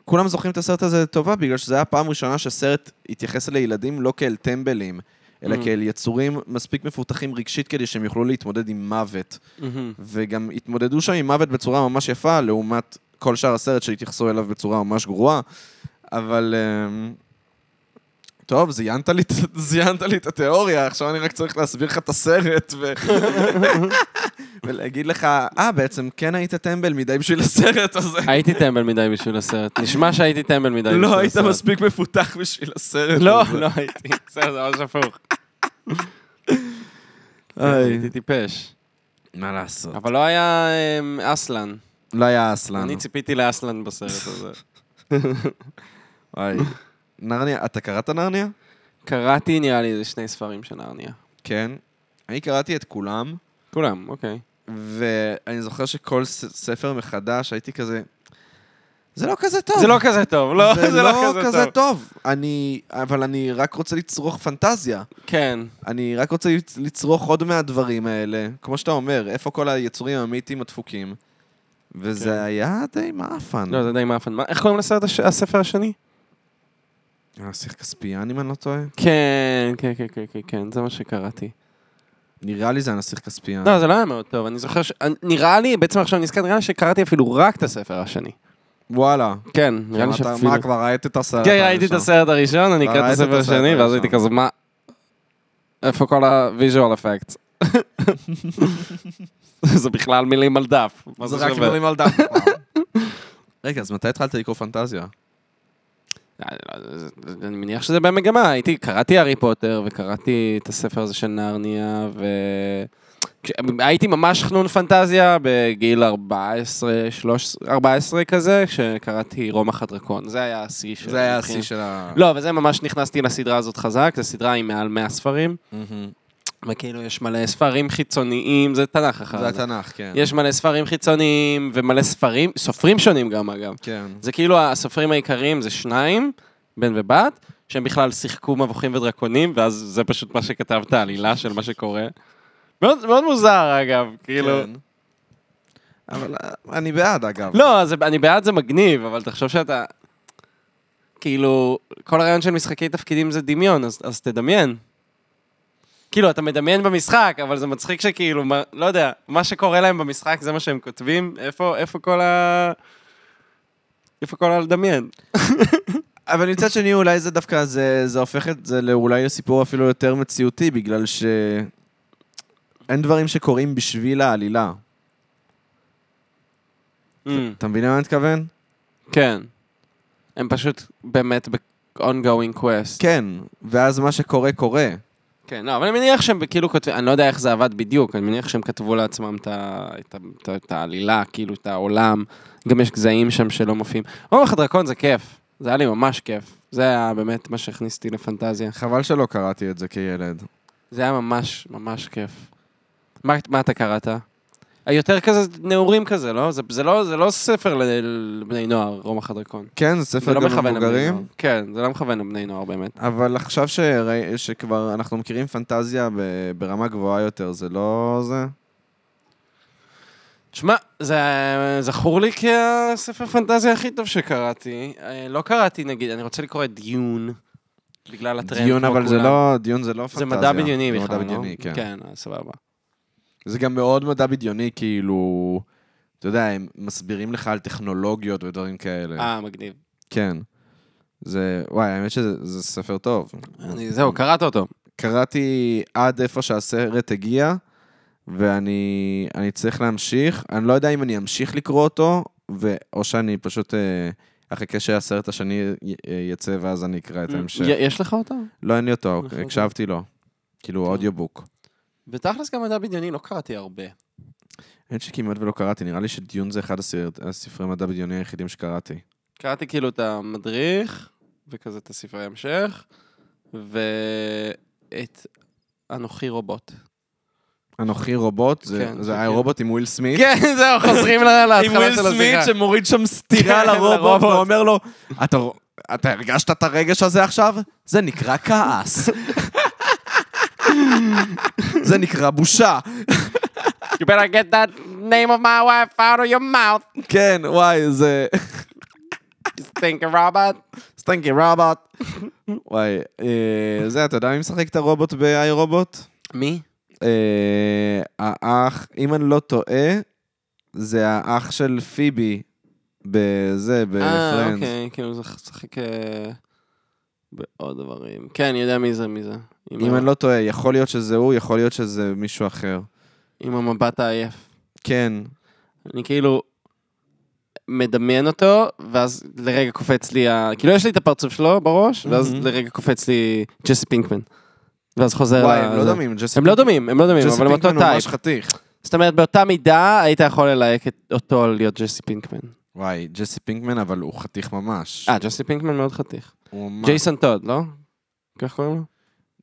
Speaker 1: כולם זוכרים את הסרט הזה לטובה, בגלל שזו הייתה הפעם הראשונה שסרט התייחס לילדים לא כאל טמבלים, אלא
Speaker 2: Mm.
Speaker 1: כאל יצורים מספיק מפותחים רגשית כדי שהם יוכלו להתמודד עם מוות.
Speaker 2: מהמם.
Speaker 1: וגם התמודדו שם עם מוות בצורה ממש יפה, לעומת כל שאר הסרט שהתייחסו אליו בצורה ממש גרועה, אבל... אמ, טוב, זיינת לי, את- זיינת לי את התיאוריה, עכשיו אני רק צריך להסביר לך את הסרט ו... ולהגיד לך, אה, בעצם כן היית טמבל מדי בשביל הסרט הזה.
Speaker 2: הייתי טמבל מדי בשביל הסרט. נשמע שהייתי טמבל מדי בשביל הסרט.
Speaker 1: לא היית מספיק מפותח בשביל הסרט
Speaker 2: לא,
Speaker 1: הזה.
Speaker 2: לא הייתי. בסדר, זה ממש הפוך.
Speaker 1: איי.
Speaker 2: הייתי טיפש.
Speaker 1: מה לעשות?
Speaker 2: אבל לא היה אמ, אסלן.
Speaker 1: לא היה אסלן.
Speaker 2: אני ציפיתי לאסלן בסרט הזה.
Speaker 1: אוי. נרניה, אתה קראת נרניה?
Speaker 2: קראתי, נראה לי, איזה שני ספרים של נרניה.
Speaker 1: כן. אני קראתי את כולם.
Speaker 2: כולם, אוקיי.
Speaker 1: ואני זוכר שכל ס- ספר מחדש הייתי כזה, זה לא כזה טוב.
Speaker 2: זה לא כזה טוב, לא, זה לא
Speaker 1: כזה
Speaker 2: כזה טוב.
Speaker 1: טוב. אני, אבל אני רק רוצה לצרוך פנטזיה.
Speaker 2: כן.
Speaker 1: אני רק רוצה לצ- לצרוך עוד מהדברים האלה. כמו שאתה אומר, איפה כל היצורים המיתיים הדפוקים? וזה
Speaker 2: כן.
Speaker 1: היה די מעפן.
Speaker 2: לא, זה די מאפן. מה- איך קוראים לסרט הש- הספר השני?
Speaker 1: הנסיך כספיאן, אם אני לא טועה.
Speaker 2: כן, כן, כן, כן, כן, כן, זה מה שקראתי.
Speaker 1: נראה לי זה הנסיך כספיאן.
Speaker 2: לא, זה לא היה מאוד טוב, אני זוכר ש... אני- נראה לי, בעצם עכשיו נזכר, נראה לי שקראתי אפילו רק את הספר השני.
Speaker 1: וואלה.
Speaker 2: כן, נראה לי
Speaker 1: שמעת-
Speaker 2: שאפילו...
Speaker 1: מה, כבר ראית את הסרט?
Speaker 2: כן, ראיתי את
Speaker 1: הראשון? לא,
Speaker 2: הסרט הראשון, אני אקרא
Speaker 1: ראית
Speaker 2: את
Speaker 1: את
Speaker 2: הספר
Speaker 1: הסרט
Speaker 2: השני, ואז
Speaker 1: הראשון.
Speaker 2: הייתי כזה, מה... איפה כל ה-visual effects? זה בכלל מילים על דף. מה
Speaker 1: זה
Speaker 2: זה
Speaker 1: רק
Speaker 2: שווה?
Speaker 1: דברים על דף. רגע, אז מתי התחלת לקרוא פנטזיה?
Speaker 2: אני לא- זה- זה- אני מניח שזה במגמה, הייתי, קראתי הארי פוטר וקראתי את הספר הזה של נרניה ו... כש- הייתי ממש חנון פנטזיה בגיל 14, 13, 14 כזה, כשקראתי רומח הדרקון, זה היה השיא של...
Speaker 1: זה היה השיא של ה...
Speaker 2: לא, אבל זה ממש נכנסתי לסדרה הזאת חזק, זו סדרה עם מעל 100 ספרים,
Speaker 1: מהמם.
Speaker 2: וכאילו יש מלא ספרים חיצוניים, זה תנ"ך אחר
Speaker 1: זה
Speaker 2: זה.
Speaker 1: התנ"ך, כן.
Speaker 2: יש מלא ספרים חיצוניים ומלא ספרים, סופרים שונים גם אגב.
Speaker 1: כן.
Speaker 2: זה כאילו הסופרים העיקריים זה שניים, בן ובת, שהם בכלל שיחקו מבוכים ודרקונים, ואז זה פשוט מה שכתבת, העלילה של מה שקורה. מאוד, מאוד מוזר אגב, כאילו.
Speaker 1: כן. אבל אה, אני בעד, אגב.
Speaker 2: לא, זה, אני בעד זה מגניב, אבל תחשוב שאתה... כאילו, כל הרעיון של משחקי תפקידים זה דמיון, אז, אז תדמיין. כאילו, אתה מדמיין במשחק, אבל זה מצחיק שכאילו, מה, לא יודע, מה שקורה להם במשחק זה מה שהם כותבים, איפה, איפה כל ה... איפה כל הלדמיין?
Speaker 1: אבל מצד שני, אולי זה דווקא, זה זה הופך את זה לאולי לסיפור אפילו יותר מציאותי, בגלל ש... אין דברים שקורים בשביל העלילה.
Speaker 2: Mm.
Speaker 1: אתה מבין למה אני מתכוון?
Speaker 2: כן. הם פשוט באמת ב-ongoing quest.
Speaker 1: כן. ואז מה שקורה, קורה.
Speaker 2: כן, לא, אבל אני מניח שהם כאילו כותבים, אני לא יודע איך זה עבד בדיוק, אני מניח שהם כתבו לעצמם את ה- את ה- את ה- את העלילה, כאילו, את העולם. גם יש גזעים שם שלא מופיעים. רומח הדרקון זה כיף, זה היה לי ממש כיף. זה היה באמת מה שהכניס אותי לפנטזיה.
Speaker 1: חבל שלא קראתי את זה כילד.
Speaker 2: זה היה ממש ממש כיף. מה, מה אתה קראת? יותר כזה נעורים כזה, לא? זה, זה לא? זה לא ספר ל- לבני נוער, רומח הדרקון.
Speaker 1: כן, זה
Speaker 2: זה
Speaker 1: ספר
Speaker 2: לא
Speaker 1: גם
Speaker 2: מכוון לבני
Speaker 1: למבוגרים.
Speaker 2: נוער. כן, זה לא מכוון לבני נוער באמת.
Speaker 1: אבל עכשיו שראי, שכבר אנחנו מכירים פנטזיה ב, ברמה גבוהה יותר, זה לא זה?
Speaker 2: תשמע, זה זכור לי כהספר פנטזיה הכי טוב שקראתי. אה, לא קראתי, נגיד, אני רוצה לקרוא את דיון, בגלל הטרנד.
Speaker 1: דיון,
Speaker 2: כמו
Speaker 1: אבל זה
Speaker 2: כולם.
Speaker 1: לא, דיון זה לא
Speaker 2: זה
Speaker 1: פנטזיה.
Speaker 2: מדע בדיוני
Speaker 1: זה מדע
Speaker 2: בכלל, לא?
Speaker 1: בדיוני, כן.
Speaker 2: כן, אה, סבבה.
Speaker 1: זה גם מאוד מדע בדיוני, כאילו, אתה יודע, הם מסבירים לך על טכנולוגיות ודברים כאלה.
Speaker 2: אה, מגניב.
Speaker 1: כן. זה, וואי, האמת שזה זה ספר טוב.
Speaker 2: אני-
Speaker 1: כן.
Speaker 2: זהו, קראת אותו.
Speaker 1: קראתי עד איפה שהסרט הגיע, ואני אני צריך להמשיך. אני לא יודע אם אני אמשיך לקרוא אותו, ו... או שאני פשוט אה, אחכה שהסרט השני י- אה, יצא, ואז אני אקרא את ההמשך.
Speaker 2: י- יש לך אותו?
Speaker 1: לא, אין לי אותו,
Speaker 2: Mm, נכון. כן.
Speaker 1: הקשבתי לו. כאילו,
Speaker 2: טוב.
Speaker 1: אודיובוק.
Speaker 2: בתכלס גם מדע בדיוני לא קראתי הרבה.
Speaker 1: האמת שכמעט ולא קראתי, נראה לי שדיון זה אחד הסרט- הספרי מדע בדיוני היחידים שקראתי.
Speaker 2: קראתי כאילו את המדריך, וכזה את הספרי המשך, ואת אנוכי רובוט.
Speaker 1: אנוכי רובוט, זה-
Speaker 2: כן,
Speaker 1: זה
Speaker 2: זה
Speaker 1: היה
Speaker 2: כאילו-
Speaker 1: רובוט עם וויל סמית.
Speaker 2: כן, זהו, חוזרים ל-
Speaker 1: עם
Speaker 2: להתחלה
Speaker 1: וויל
Speaker 2: של
Speaker 1: סמית
Speaker 2: הזירה.
Speaker 1: שמוריד שם סטירה
Speaker 2: כן,
Speaker 1: לרובוט
Speaker 2: לרובוט.
Speaker 1: ואומר לו, "אתה ר- אתה הרגשת את הרגש הזה עכשיו? זה נקרא כעס. זה נקרא בושה.
Speaker 2: You better get that name of my wife out of your mouth,
Speaker 1: כן, וואי, זה...
Speaker 2: you stinking robot.
Speaker 1: סטנקי רובוט. וואי, אה, זה, אתה יודע מי משחק את הרובוט ב-i רובוט?
Speaker 2: מי?
Speaker 1: אה, האח, אם אני לא טועה, זה האח של פיבי בזה,
Speaker 2: אה,
Speaker 1: בפרנדס.
Speaker 2: אוקיי, כאילו זה משחק אה, בעוד דברים. כן, אני יודע מי זה, מי זה. עם
Speaker 1: אם
Speaker 2: ה-
Speaker 1: אני לא טועה, יכול להיות שזה הוא, יכול להיות שזה מישהו אחר.
Speaker 2: עם המבט העייף.
Speaker 1: כן,
Speaker 2: אני כאילו מדמיין אותו, ואז לרגע קופץ לי, ה... כאילו יש לי את הפרצוף שלו בראש, ואז
Speaker 1: מהמם.
Speaker 2: לרגע קופץ לי ג'סי פינקמן. ואז חוזר
Speaker 1: וואי,
Speaker 2: ל-
Speaker 1: הם לא
Speaker 2: זה.
Speaker 1: דומים, ג'סי
Speaker 2: הם לא דומים, הם לא דומים,
Speaker 1: ג'סי
Speaker 2: אבל הם אותו
Speaker 1: פינקמן הוא ממש
Speaker 2: טייפ.
Speaker 1: חתיך.
Speaker 2: זאת אומרת, באותה מידה היית יכול ללהק את- אותו על להיות ג'סי פינקמן.
Speaker 1: וואי, ג'סי פינקמן, אבל הוא חתיך ממש.
Speaker 2: אה, ג'סי פינקמן מאוד חתיך.
Speaker 1: הוא ממש...
Speaker 2: ג'ייסון טוד, לא? איך קוראים לו? אה,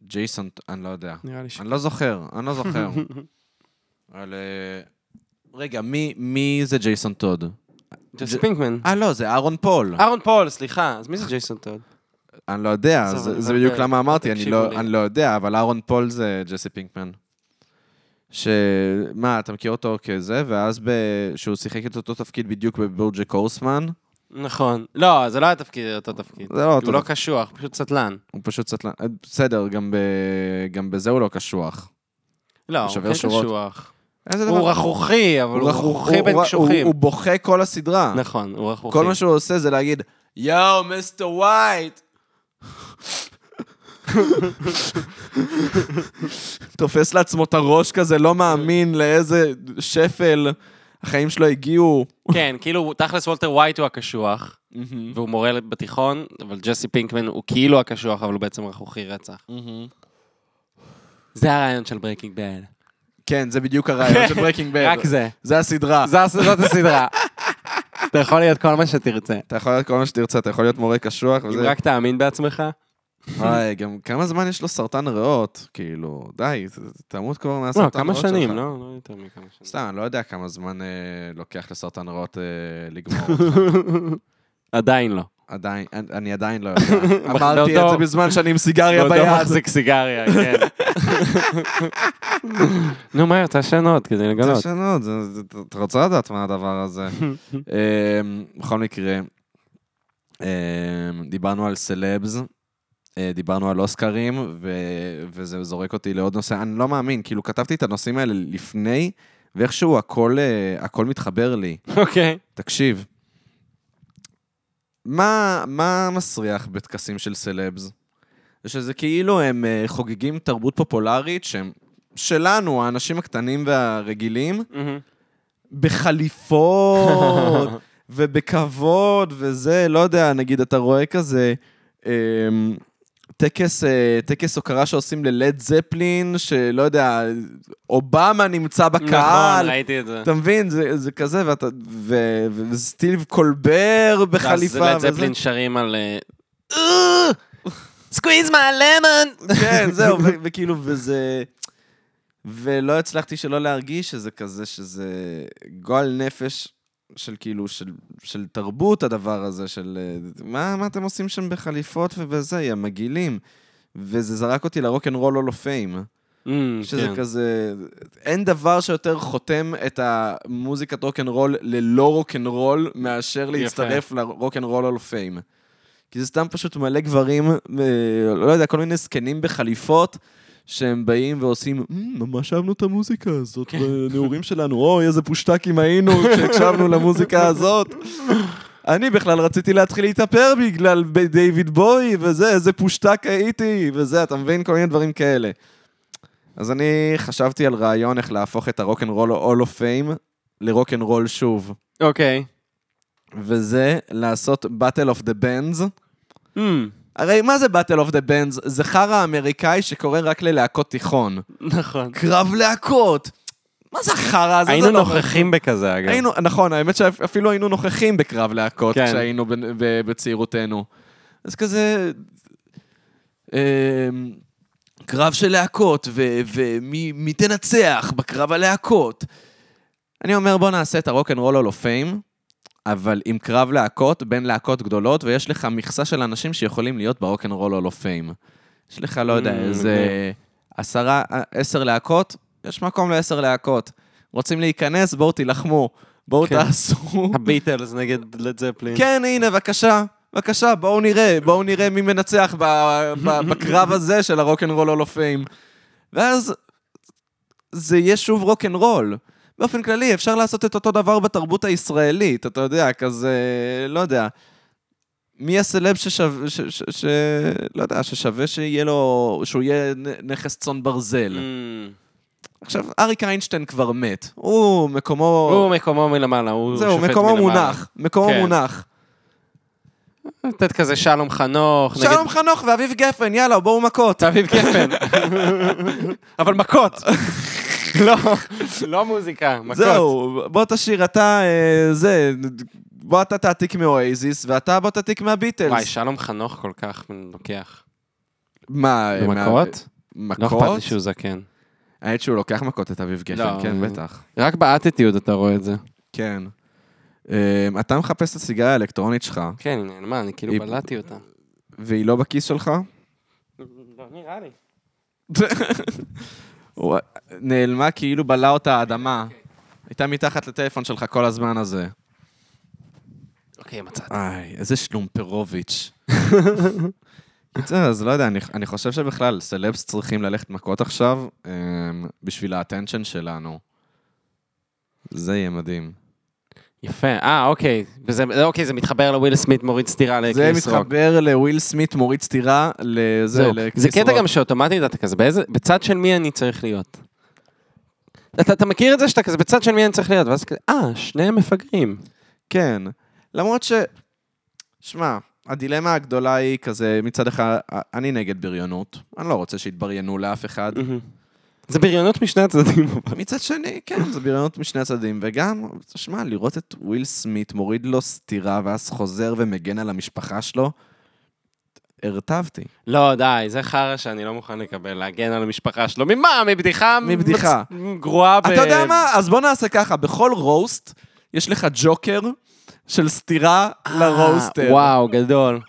Speaker 1: ג'ייסון, אני לא יודע.
Speaker 2: נראה לי ש...
Speaker 1: אני לא זוכר, אני לא זוכר. אבל... אה, רגע, מי- מי זה ג'ייסון טוד?
Speaker 2: ג'סי פינקמן.
Speaker 1: אה, לא, זה אהרון פול.
Speaker 2: אהרון פול, סליחה, אז מי זה ג'ייסון טוד?
Speaker 1: אני לא יודע,
Speaker 2: עזוב,
Speaker 1: זה
Speaker 2: אני
Speaker 1: זה בדיוק
Speaker 2: מבלבל.
Speaker 1: למה אמרתי, אני
Speaker 2: תקשיבו
Speaker 1: לא-
Speaker 2: לי.
Speaker 1: אני לא יודע, אבל אהרון פול זה ג'סי פינקמן. ש... מה, אתה מכיר אותו כזה, ואז ב... שהוא שיחק את אותו תפקיד בדיוק בבורג'ק הורסמן,
Speaker 2: נכון. לא, זה לא היה תפקיד, אותו תפקיד.
Speaker 1: זה לא אותו
Speaker 2: הוא לא
Speaker 1: תפקיד.
Speaker 2: קשוח, פשוט סטלן.
Speaker 1: הוא פשוט סטלן... בסדר, גם, ב... גם בזה הוא לא קשוח.
Speaker 2: לא,
Speaker 1: הוא
Speaker 2: הוא
Speaker 1: שובר
Speaker 2: כן
Speaker 1: שורות.
Speaker 2: קשוח.
Speaker 1: איזה
Speaker 2: הוא רכרוכי, אבל נכון. הוא רכרוכי בין
Speaker 1: הוא-
Speaker 2: קשוחים.
Speaker 1: הוא, הוא בוכה כל הסדרה.
Speaker 2: נכון, הוא רכרוכי.
Speaker 1: כל מה שהוא עושה זה להגיד, יואו, מיסטר ווייט! תופס לעצמו את הראש כזה, לא מאמין לאיזה שפל החיים שלו הגיעו.
Speaker 2: כן, כאילו, תכלס וולטר ווייט הוא הקשוח, והוא מורה בתיכון, אבל ג'סי פינקמן הוא כאילו הקשוח, אבל הוא בעצם רכרוכי רצח. mm-hmm. זה הרעיון של ברייקינג בד.
Speaker 1: כן, זה בדיוק הרעיון של ברקינג בד.
Speaker 2: רק זה.
Speaker 1: זה הסדרה.
Speaker 2: זה הס- זאת הסדרה. אתה יכול להיות כל מה שתרצה.
Speaker 1: אתה יכול להיות כל מה שתרצה, אתה יכול להיות מורה קשוח.
Speaker 2: אם
Speaker 1: וזה-
Speaker 2: רק תאמין בעצמך.
Speaker 1: וואי, גם כמה זמן יש לו סרטן ריאות? כאילו, די, ת- תמות כבר מהסרטן
Speaker 2: לא,
Speaker 1: ריאות שלך.
Speaker 2: כמה שנים, לא לא יותר מכמה שנים.
Speaker 1: סתם, אני לא יודע כמה זמן אה, לוקח לסרטן ריאות אה, לגמור אותך.
Speaker 2: עדיין לא.
Speaker 1: עדיין, אני- אני עדיין לא יודע. אמרתי את
Speaker 2: באותו-
Speaker 1: זה בזמן שאני עם סיגריה
Speaker 2: בעודו
Speaker 1: ביד.
Speaker 2: מחזיק לא, סיגריה, כן. נו, מהר, תעשן עוד כדי לגלות.
Speaker 1: תשנות, זה- זה- אתה רוצה לדעת מה הדבר הזה. אמ, בכל מקרה, אמ, דיברנו על סלבס, אה, דיברנו על אוסקרים, ו- וזה זורק אותי לעוד נושא. אני לא מאמין, כאילו כתבתי את הנושאים האלה לפני, ואיכשהו הכל אה, הכל מתחבר לי.
Speaker 2: אוקיי.
Speaker 1: תקשיב, מה, מה מסריח בטקסים של סלבס? זה שזה כאילו הם אה, חוגגים תרבות פופולרית שהם שלנו, האנשים הקטנים והרגילים, בחליפות ובכבוד וזה, לא יודע, נגיד אתה רואה כזה אמ, טקס, אה, טקס הוקרה שעושים ללד זפלין, שלא יודע, אובמה נמצא בקהל.
Speaker 2: נכון, ראיתי את זה.
Speaker 1: אתה מבין, זה, זה כזה, ואתה, ו, ו, וסטיב קולבר בחליפה.
Speaker 2: ואז
Speaker 1: וזה.
Speaker 2: לד זפלין שרים על... אה, סקוויז מה למון!
Speaker 1: כן, זהו, ו, וכאילו, וזה... ולא הצלחתי שלא להרגיש שזה כזה, שזה גועל נפש של כאילו, של, של תרבות הדבר הזה, של אה, מה, מה אתם עושים שם בחליפות ובזה, יא מגעילים. וזה זרק אותי לרוקנרול הולו פיים.
Speaker 2: Mm, כן.
Speaker 1: שזה כזה... אין דבר שיותר חותם את המוזיקת רוקנרול ללא רוקנרול, מאשר להצטרף לרוקנרול אול פיים. כי זה סתם פשוט מלא גברים, אה, לא יודע, כל מיני זקנים בחליפות, שהם באים ועושים, "מ, ממש אהבנו את המוזיקה הזאת בנעורים שלנו, אוי, איזה פושטקים היינו כשהקשבנו למוזיקה הזאת. אני בכלל רציתי להתחיל להתאפר בגלל ב- דיוויד בוי וזה, איזה פושטק הייתי וזה, אתה מבין? כל מיני דברים כאלה. אז אני חשבתי על רעיון איך להפוך את הרוקנרול אול אוף פיים לרוקנרול שוב.
Speaker 2: אוקיי.
Speaker 1: וזה לעשות Battle of the Bands.
Speaker 2: Mm,
Speaker 1: הרי מה זה Battle of the Bands? זה חרא אמריקאי שקורה רק ללהקות תיכון.
Speaker 2: נכון.
Speaker 1: קרב להקות! מה זה החרא הזה?
Speaker 2: היינו
Speaker 1: זה לא-
Speaker 2: נוכחים בכזה, אגב.
Speaker 1: היינו, נכון, האמת שאפילו היינו נוכחים בקרב להקות
Speaker 2: כן.
Speaker 1: כשהיינו ב, ב, בצעירותנו. אז כזה... אמ, קרב של להקות, ו- ומי מי תנצח בקרב הלהקות. אני אומר, בוא נעשה את הרוקנרול הולו פיים, אבל עם קרב להקות בין להקות גדולות, ויש לך מכסה של אנשים שיכולים להיות ברוקנרול הולו פיים. יש לך, לא יודע,
Speaker 2: Mm,
Speaker 1: איזה
Speaker 2: מגניב.
Speaker 1: עשרה, עשר להקות, יש מקום לעשר להקות. רוצים להיכנס, בואו תילחמו, בואו
Speaker 2: כן.
Speaker 1: תעשו.
Speaker 2: הביטלס נגד לד זפלין.
Speaker 1: כן, הנה, בבקשה, בבקשה, בואו נראה, בואו נראה מי מנצח ב- ב- בקרב הזה של הרוקנרול הולו פיים. ואז זה יהיה שוב רוקנרול. באופן כללי, אפשר לעשות את אותו דבר בתרבות הישראלית, אתה יודע, כזה, לא יודע. מי הסלב ששווה, ש, ש, ש, לא יודע, ששווה שיהיה לו, שהוא יהיה נ- נכס צאן ברזל.
Speaker 2: Mm.
Speaker 1: עכשיו, אריק איינשטיין כבר מת. הוא, מקומו...
Speaker 2: הוא מקומו מלמעלה, הוא שופט
Speaker 1: זהו,
Speaker 2: מלמעלה.
Speaker 1: מקומו מונח. מקומו
Speaker 2: כן.
Speaker 1: מונח.
Speaker 2: לתת כזה שלום חנוך. נגד-
Speaker 1: שלום חנוך ואביב גפן, יאללה, בואו מכות.
Speaker 2: תאביב גפן. אבל מכות. לא, לא מוזיקה, מכות.
Speaker 1: זהו, בוא תשאיר, אתה, אה, זה, בוא אתה תעתיק מאוייזיס, ואתה בוא תעתיק
Speaker 2: וואי,
Speaker 1: מהביטלס.
Speaker 2: שלום חנוך כל כך לוקח.
Speaker 1: מה, אה, מה-
Speaker 2: מכות? לא אכפת לי
Speaker 1: מכות?
Speaker 2: שהוא זקן.
Speaker 1: האמת שהוא לוקח מכות את אביב גפן,
Speaker 2: לא.
Speaker 1: כן, בטח.
Speaker 2: רק באטיטיוד אתה רואה את זה.
Speaker 1: כן. אה, אתה מחפש את הסיגריה האלקטרונית שלך,
Speaker 2: כן, הנה, מה, אני כאילו
Speaker 1: היא-
Speaker 2: בלעתי אותה.
Speaker 1: והיא לא בכיס שלך?
Speaker 2: לא נראה לי.
Speaker 1: וואי, אה, נעלמה כאילו בלעה אותה האדמה. הייתה מתחת לטלפון שלך כל הזמן הזה.
Speaker 2: אוקיי, מצאתי.
Speaker 1: איי, איזה שלומפרוביץ'. קיצר, אז לא יודע, אני, אני חושב שבכלל, סלבס צריכים ללכת מכות עכשיו אמ, בשביל האטנשן שלנו. זה יהיה מדהים.
Speaker 2: יפה, אה, אוקיי. וזה, אוקיי, זה מתחבר לוויל סמית מוריד סטירה
Speaker 1: זה
Speaker 2: לקריס רוק.
Speaker 1: מתחבר לוויל סמית, מוריד סטירה, לזה,
Speaker 2: זהו.
Speaker 1: לקריס
Speaker 2: זה קטע
Speaker 1: רוק.
Speaker 2: גם שאוטומטית אתה כזה, באיזה, בצד של מי אני צריך להיות? אתה, אתה מכיר את זה שאתה כזה, בצד של מי אני צריך להיות? ואז כזה, אה, שניהם מפגרים.
Speaker 1: כן. למרות ש... שמע, הדילמה הגדולה היא כזה, מצד אחד, אני נגד בריונות, אני לא רוצה שיתבריינו לאף אחד.
Speaker 2: זה בריונות משני הצדדים. אבל.
Speaker 1: מצד שני, כן, זה בריונות משני הצדדים, וגם, תשמע, לראות את וויל סמית מוריד לו סטירה, ואז חוזר ומגן על המשפחה שלו, הרטבתי.
Speaker 2: לא, די, זה חרא שאני לא מוכן לקבל, להגן על המשפחה שלו. ממה? מבדיחה?
Speaker 1: מבדיחה.
Speaker 2: מצ- גרועה ב...
Speaker 1: אתה יודע מה? אז בוא נעשה ככה, בכל רוסט יש לך ג'וקר של סטירה
Speaker 2: אה,
Speaker 1: לרוסטר.
Speaker 2: וואו, גדול.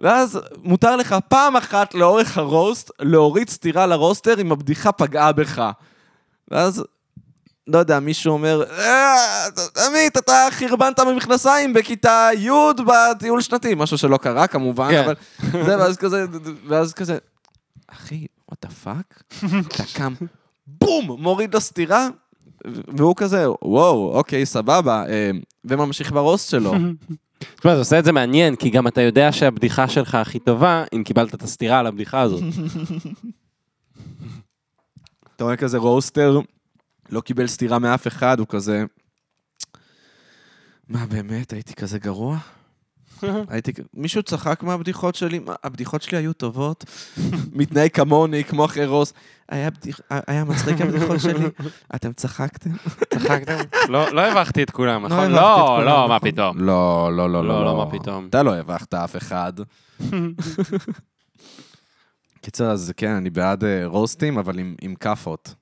Speaker 1: ואז מותר לך פעם אחת לאורך הרוסט להוריד סטירה לרוסטר אם הבדיחה פגעה בך. ואז, לא יודע, מישהו אומר, "אה, עמית, אתה חרבנת במכנסיים בכיתה י' בטיול שנתי, משהו שלא קרה כמובן,
Speaker 2: כן.
Speaker 1: אבל זה, ואז כזה, ואז כזה, אחי, what the fuck? אתה קם, בום, מוריד לו סטירה, והוא כזה, וואו, אוקיי, סבבה, אה, וממשיך ברוסט שלו.
Speaker 2: תשמע, זה עושה את זה מעניין, כי גם אתה יודע שהבדיחה שלך הכי טובה, אם קיבלת את הסתירה על הבדיחה הזאת.
Speaker 1: אתה רואה כזה רוסטר, לא קיבל סטירה מאף אחד, הוא כזה... מה, באמת? הייתי כזה גרוע? הייתי... כ- מישהו צחק מהבדיחות שלי? מה, הבדיחות שלי היו טובות? מתנהג כמוני, כמו אחרי רוס. היה, בדיח... אה, היה מצחיק הבדיחות שלי? אתם צחקתם?
Speaker 2: צחקתם? לא לא הבכתי את כולם,
Speaker 1: לא
Speaker 2: נכון?
Speaker 1: הבכתי את
Speaker 2: לא,
Speaker 1: כולם,
Speaker 2: לא, מה
Speaker 1: נכון?
Speaker 2: פתאום.
Speaker 1: לא, לא, לא,
Speaker 2: לא, לא, מה פתאום.
Speaker 1: אתה לא הבכת אף אחד. קיצר, אז כן, אני בעד אה, רוסטים, אבל עם, עם כאפות.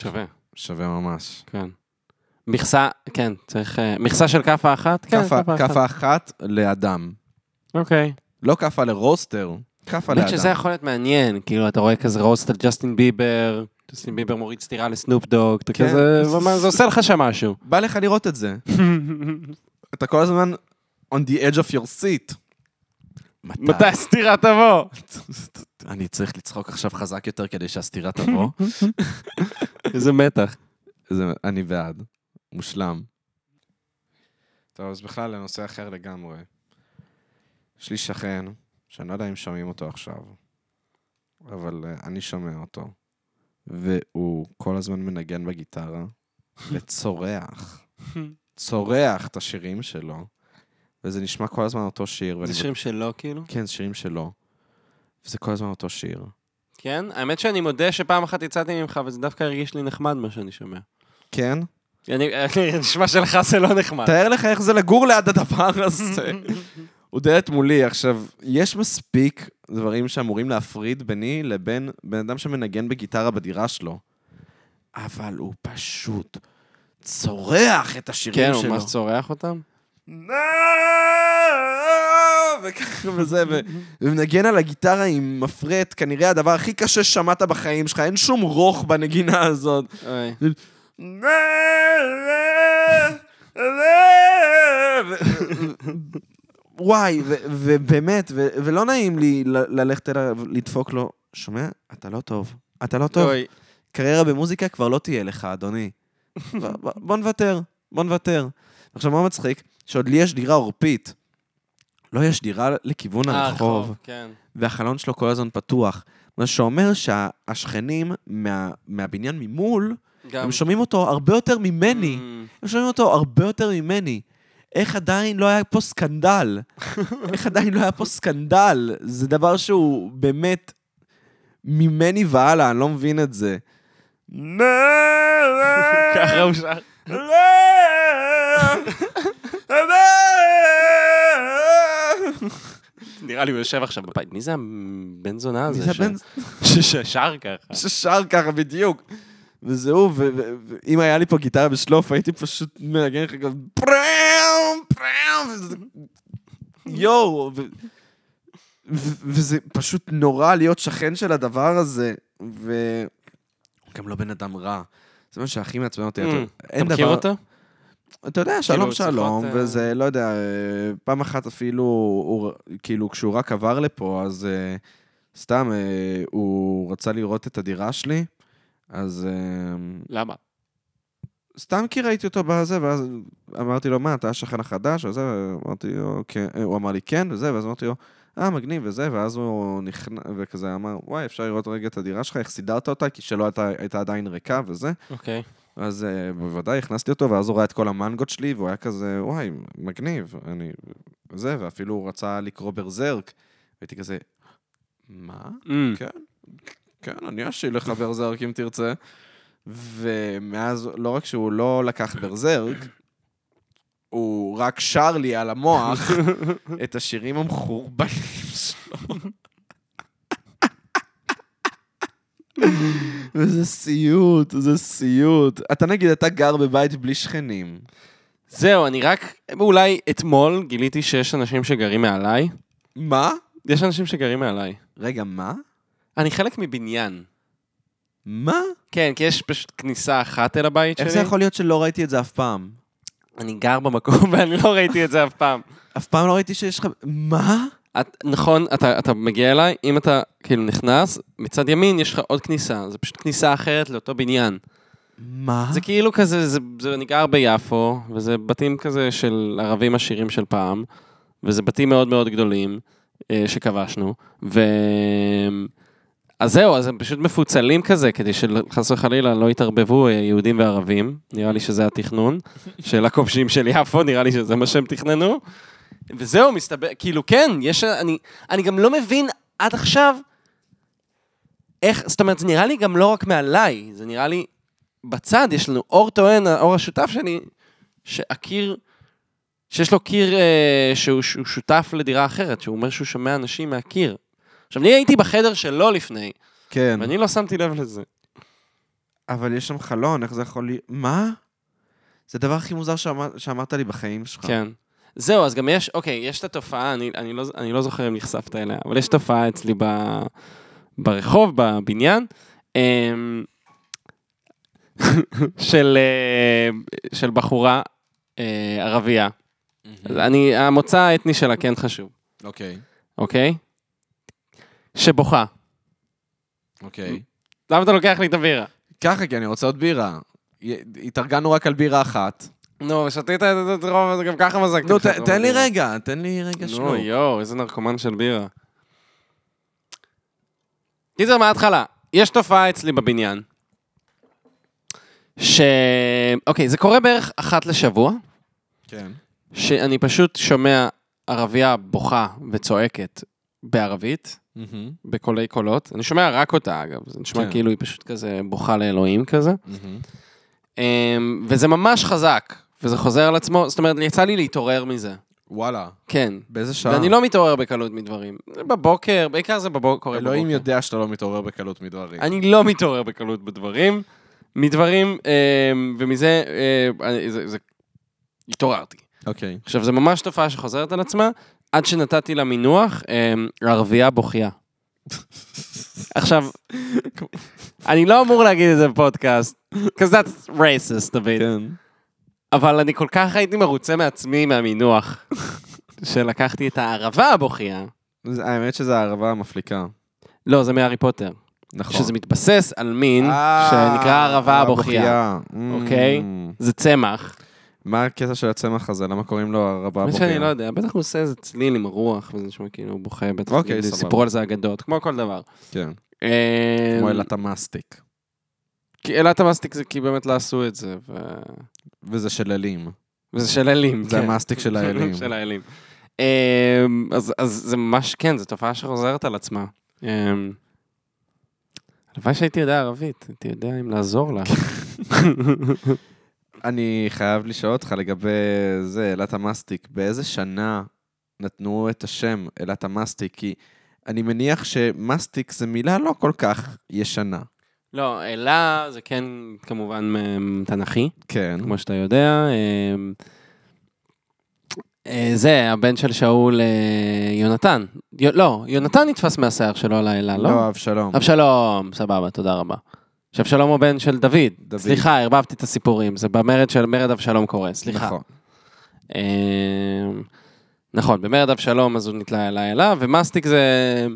Speaker 2: שווה,
Speaker 1: שווה ממש.
Speaker 2: כן. מכסה, כן, צריך... אה, מכסה של כאפה אחת? כן,
Speaker 1: כאפה
Speaker 2: אחת.
Speaker 1: כאפה אחת לאדם.
Speaker 2: אוקיי.
Speaker 1: לא כאפה לרוסטר. כאפה
Speaker 2: האמת
Speaker 1: לאדם.
Speaker 2: שזה יכול להיות מעניין, כאילו, אתה רואה כזה רוסט על ג'סטין ביבר, ג'סטין ביבר מוריד סטירה לסנופ דוג, אתה
Speaker 1: כן.
Speaker 2: כזה, ממש, זה עושה לך שם משהו.
Speaker 1: בא לך לראות את זה. אתה כל הזמן on the edge of your seat.
Speaker 2: מתי הסטירה תבוא?
Speaker 1: אני צריך לצחוק עכשיו חזק יותר כדי שהסתירה תבוא.
Speaker 2: איזה מתח.
Speaker 1: זה- אני בעד. מושלם. טוב, אז בכלל לנושא אחר לגמרי. יש לי שכן, שאני לא יודע אם שומעים אותו עכשיו, אבל אה, אני שומע אותו, והוא כל הזמן מנגן בגיטרה וצורח. צורח את השירים שלו, וזה נשמע כל הזמן אותו שיר. ואני-
Speaker 2: זה שירים שלו, כאילו?
Speaker 1: כן, זה שירים שלו. וזה כל הזמן אותו שיר.
Speaker 2: כן, האמת שאני מודה שפעם אחת יצאתי ממך, וזה דווקא הרגיש לי נחמד מה שאני שומע.
Speaker 1: כן?
Speaker 2: אני, נשמע שלך זה לא נחמד.
Speaker 1: תאר לך איך זה לגור ליד הדבר הזה. הוא דלת מולי. עכשיו, יש מספיק דברים שאמורים להפריד ביני לבין בן אדם שמנגן בגיטרה בדירה שלו, אבל הוא פשוט צורח את
Speaker 2: כן,
Speaker 1: השירים
Speaker 2: הוא
Speaker 1: שלו.
Speaker 2: ממש צורח אותם?
Speaker 1: וככה וזה, ו- ומנגן על הגיטרה עם מפרט, כנראה הדבר הכי קשה ששמעת בחיים שלך, אין שום רוך בנגינה הזאת.
Speaker 2: אוי.
Speaker 1: וואי, ו- ובאמת, ו- ולא נעים לי ל- ללכת אליו, לדפוק לו, שומע? אתה לא טוב. אתה לא טוב.
Speaker 2: אוי.
Speaker 1: קריירה במוזיקה כבר לא תהיה לך, אדוני. ב- ב- בוא נוותר, בוא נוותר. עכשיו, מה מצחיק? שעוד לי יש דירה עורפית. לא, יש דירה לכיוון
Speaker 2: אה,
Speaker 1: הרחוב.
Speaker 2: כן.
Speaker 1: והחלון שלו כל הזמן פתוח. מה שאומר שהשכנים מה, מהבניין ממול,
Speaker 2: גם... Mm.
Speaker 1: הם שומעים אותו הרבה יותר ממני. הם שומעים אותו הרבה יותר ממני. איך עדיין לא היה פה סקנדל? איך עדיין לא היה פה סקנדל? זה דבר שהוא באמת ממני והלאה, אני לא מבין את זה.
Speaker 2: ככה הוא שר. נראה לי הוא יושב עכשיו בבית. מי זה הבן זונה הזה?
Speaker 1: מי זה
Speaker 2: ש-
Speaker 1: הבן-
Speaker 2: ש- ששר ככה.
Speaker 1: ששר ככה בדיוק. וזה הוא, ו- ו- ואם היה לי פה גיטרה בשלוף, הייתי פשוט מנגן לך כזה פראם, פראם, וזה- יואו, ו- ו- וזה פשוט נורא להיות שכן של הדבר הזה, ו- הוא גם לא בן אדם רע. זה מה שהכי מעצבן אותי. אתה-
Speaker 2: Mm.
Speaker 1: אין
Speaker 2: אתה מכיר
Speaker 1: דבר-
Speaker 2: אותו?
Speaker 1: אתה יודע, שלום
Speaker 2: כאילו,
Speaker 1: שלום,
Speaker 2: שיחות, אה,
Speaker 1: וזה, לא יודע, אה, פעם אחת אפילו, הוא- כאילו, כשהוא רק עבר לפה, אז אה, סתם, אה, הוא רצה לראות את הדירה שלי, אז אה,
Speaker 2: למה?
Speaker 1: סתם כי ראיתי אותו בזה, ואז אמרתי לו, מה, אתה השכן החדש, וזה, אמרתי לו, כן, אה, הוא אמר לי כן, וזה, ואז אמרתי לו, אה, מגניב, וזה, ואז הוא נכנס, וכזה אמר, וואי, אפשר לראות רגע את הדירה שלך, איך סידרת אותה, כי שלא הייתה, הייתה עדיין ריקה, וזה.
Speaker 2: אוקיי.
Speaker 1: אז אה, בוודאי הכנסתי אותו, ואז הוא ראה את כל המנגות שלי, והוא היה כזה, וואי, מגניב, אני... זה, ואפילו הוא רצה לקרוא ברזרק. הייתי כזה, מה?
Speaker 2: Mm.
Speaker 1: כן, אני אשאיר לך ברזרק אם תרצה. ומאז, לא רק שהוא לא לקח ברזרק, הוא רק שר לי על המוח את השירים המחורבנים שלו. וזה סיוט, זה סיוט. אתה נגיד, אתה גר בבית בלי שכנים.
Speaker 2: זהו, אני רק, אולי אתמול גיליתי שיש אנשים שגרים מעליי.
Speaker 1: מה?
Speaker 2: יש אנשים שגרים מעליי.
Speaker 1: רגע, מה?
Speaker 2: אני חלק מבניין.
Speaker 1: מה?
Speaker 2: כן, כי יש פשוט כניסה אחת אל הבית שלי.
Speaker 1: איך זה יכול להיות שלא ראיתי את זה אף פעם?
Speaker 2: אני גר במקום ואני לא ראיתי את זה אף פעם.
Speaker 1: אף פעם לא ראיתי שיש לך... מה?
Speaker 2: את, נכון, אתה, אתה מגיע אליי, אם אתה כאילו נכנס, מצד ימין יש לך עוד כניסה, זה פשוט כניסה אחרת לאותו בניין.
Speaker 1: מה?
Speaker 2: זה כאילו כזה, זה, זה, אני גר ביפו, וזה בתים כזה של ערבים עשירים של פעם, וזה בתים מאוד מאוד גדולים אה, שכבשנו, ו... אז זהו, אז הם פשוט מפוצלים כזה, כדי שחס וחלילה לא יתערבבו אה, יהודים וערבים, נראה לי שזה התכנון, של הכובשים של יפו, נראה לי שזה מה שהם תכננו. וזהו, מסתבר, כאילו, כן, יש, אני, אני גם לא מבין עד עכשיו איך, זאת אומרת, זה נראה לי גם לא רק מעליי, זה נראה לי בצד, יש לנו אור טוען, האור השותף שלי, שהקיר, שיש לו קיר אה, שהוא, שהוא שותף לדירה אחרת, שהוא אומר שהוא שומע אנשים מהקיר. עכשיו, אני הייתי בחדר שלו לפני,
Speaker 1: כן.
Speaker 2: ואני לא שמתי לב לזה.
Speaker 1: אבל יש שם חלון, איך זה יכול להיות? מה? זה הדבר הכי מוזר שאמר, שאמרת לי בחיים שלך.
Speaker 2: כן. זהו, אז גם יש, אוקיי, יש את התופעה, אני, אני, לא, אני לא זוכר אם נחשפת אליה, אבל יש תופעה אצלי ב, ברחוב, בבניין, אמ, של, אה, של בחורה אה, ערבייה. אז אני, המוצא האתני שלה כן חשוב,
Speaker 1: אוקיי,
Speaker 2: אוקיי? שבוכה.
Speaker 1: אוקיי.
Speaker 2: למה אתה לוקח לי את הבירה?
Speaker 1: ככה, כי אני רוצה עוד בירה. י- התארגנו רק על בירה אחת.
Speaker 2: נו, שתית את זה רוב, גם ככה מזגתי כאילו.
Speaker 1: נו, ת- תן לי רגע, תן לי רגע
Speaker 2: נו,
Speaker 1: שלו.
Speaker 2: יואו, איזה נרקומן של בירה. קיצר, מההתחלה, יש תופעה אצלי בבניין, ש... אוקיי, זה קורה בערך אחת לשבוע,
Speaker 1: כן.
Speaker 2: שאני פשוט שומע ערבייה בוכה וצועקת בערבית,
Speaker 1: מהמם,
Speaker 2: בקולי קולות. אני שומע רק אותה, אגב, זה נשמע
Speaker 1: כן.
Speaker 2: כאילו היא פשוט כזה בוכה לאלוהים כזה.
Speaker 1: מהמם.
Speaker 2: אמ, וזה ממש חזק, וזה חוזר על עצמו, זאת אומרת, יצא לי להתעורר מזה.
Speaker 1: וואלה,
Speaker 2: כן.
Speaker 1: באיזה שעה?
Speaker 2: ואני לא מתעורר בקלות מדברים. בבוקר, בעיקר זה בבוקר. קורה
Speaker 1: אלוהים
Speaker 2: בבוקר.
Speaker 1: יודע שאתה לא מתעורר בקלות מדברים.
Speaker 2: אני לא מתעורר בקלות בדברים. מדברים, אמ, ומזה, אמ, אני- זה, זה... התעוררתי.
Speaker 1: אוקיי.
Speaker 2: עכשיו, זו ממש תופעה שחוזרת על עצמה, עד שנתתי לה מינוח, אמ, ערבייה בוכייה. כן. עכשיו, אני לא אמור להגיד את זה בפודקאסט, because that's racist, תבין.
Speaker 1: כן.
Speaker 2: אבל אני כל כך הייתי מרוצה מעצמי מהמינוח, שלקחתי את הערבה הבוכייה.
Speaker 1: זה- האמת שזו הערבה המפליקה.
Speaker 2: לא, זה מהארי פוטר.
Speaker 1: נכון.
Speaker 2: שזה מתבסס על מין
Speaker 1: אה,
Speaker 2: שנקרא ערבה הבוכייה.
Speaker 1: הבוכייה. Mm.
Speaker 2: אוקיי. זה צמח.
Speaker 1: מה הקטע של הצמח הזה? למה קוראים לו ערבה
Speaker 2: מה שאני לא
Speaker 1: הבוכייה?
Speaker 2: יודע, בטח הוא עושה איזה צליל עם הרוח, וזה נשמע כאילו הוא בוכה, בטח
Speaker 1: אוקיי,
Speaker 2: כאילו
Speaker 1: סבבה.
Speaker 2: סיפרו על זה אגדות, כמו כל דבר.
Speaker 1: כן.
Speaker 2: אה,
Speaker 1: כמו אלת המאסטיק.
Speaker 2: כי אלת המאסטיק זה כי באמת לא עשו את זה, ו-
Speaker 1: וזה של אלים.
Speaker 2: וזה של אלים.
Speaker 1: זה
Speaker 2: כן.
Speaker 1: המאסטיק של האלים.
Speaker 2: של האלים. אה, אז אז זה ממש, כן, זו תופעה שחוזרת על עצמה. אה, הלוואי שהייתי יודע ערבית, הייתי יודע אם לעזור לה.
Speaker 1: כן. אני חייב לשאול אותך לגבי זה, אלת המאסטיק. באיזה שנה נתנו את השם אלת המאסטיק? כי אני מניח שמאסטיק זה מילה לא כל כך ישנה.
Speaker 2: לא, אלה זה כן כמובן מ- תנכי.
Speaker 1: כן.
Speaker 2: כמו שאתה יודע. אמ, אה, זה, הבן של שאול, אה, יונתן. יו- לא, יונתן נתפס מהשיער שלו על האלה, לא?
Speaker 1: לא, אבשלום.
Speaker 2: אבשלום, סבבה, תודה רבה. שאבשלום הוא בן של דוד.
Speaker 1: דוד.
Speaker 2: סליחה, ערבבתי את הסיפורים, זה במרד של מרד אבשלום קורה, סליחה.
Speaker 1: נכון.
Speaker 2: אמ, נכון, במרד אבשלום אז הוא נתלה אליי אליו, ומאסטיק זה...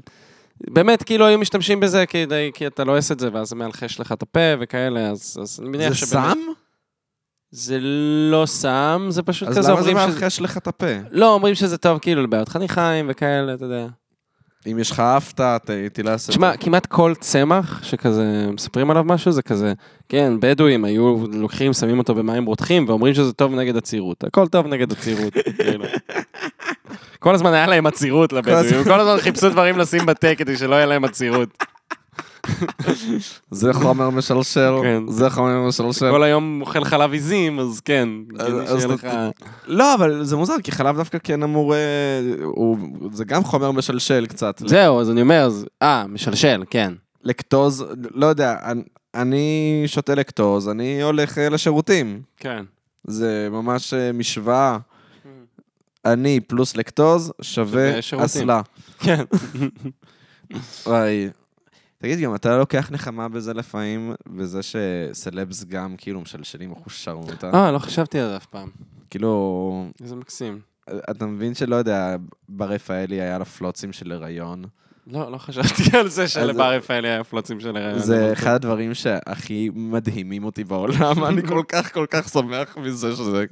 Speaker 2: באמת, כאילו היו משתמשים בזה כדי, כי אתה לועס את זה, ואז זה מאלחש לך את הפה וכאלה, אז, אז אני מניח
Speaker 1: זה סם?
Speaker 2: זה לא סם, זה פשוט
Speaker 1: אז
Speaker 2: כזה
Speaker 1: למה זה
Speaker 2: אומרים שזה...
Speaker 1: מאלחש לך את הפה?
Speaker 2: לא, אומרים שזה טוב כאילו לבעיות חניכיים וכאלה, אתה יודע.
Speaker 1: אם יש לך הפתעה, ת- תלעס את
Speaker 2: תשמע, כמעט כל צמח שכזה מספרים עליו משהו, זה כזה, כן, בדואים היו לוקחים, שמים אותו במים רותחים, ואומרים שזה טוב נגד עצירות. הכל טוב נגד עצירות, כאילו. כל הזמן היה להם עצירות לבדואים,
Speaker 1: הזמן-
Speaker 2: כל הזמן חיפשו דברים לשים בתה כדי שלא יהיה להם עצירות.
Speaker 1: זה חומר משלשל,
Speaker 2: כן.
Speaker 1: זה חומר משלשל.
Speaker 2: כל היום אוכל חלב עיזים, אז כן,
Speaker 1: אז-
Speaker 2: כדי
Speaker 1: אז
Speaker 2: שיהיה
Speaker 1: אתה-
Speaker 2: לך...
Speaker 1: לא, אבל זה מוזר, כי חלב דווקא כן אמור... אה, הוא- זה גם חומר משלשל קצת.
Speaker 2: זהו, אז אני אומר, אז- אה, משלשל, כן.
Speaker 1: לקטוז, לא יודע, אני- אני שותה לקטוז, אני הולך אה, לשירותים.
Speaker 2: כן.
Speaker 1: זה ממש אה, משוואה. אני פלוס לקטוז שווה
Speaker 2: שווה שירותים.
Speaker 1: אסלה.
Speaker 2: כן.
Speaker 1: וואי. תגיד, גם אתה לוקח נחמה בזה לפעמים, בזה שסלבס גם כאילו משלשלים אחושרמוטה?
Speaker 2: אה, לא חשבתי על זה אף פעם.
Speaker 1: כאילו,
Speaker 2: איזה מקסים.
Speaker 1: אתה מבין שלא יודע, ברפאלי היה לה פלוצים של הריון.
Speaker 2: לא, לא חשבתי על זה שלבר
Speaker 1: אז-
Speaker 2: רפאלי היה פלוצים של הריון.
Speaker 1: זה אחד הדברים שהכי מדהימים אותי בעולם, אני כל כך כל כך שמח מזה שזה...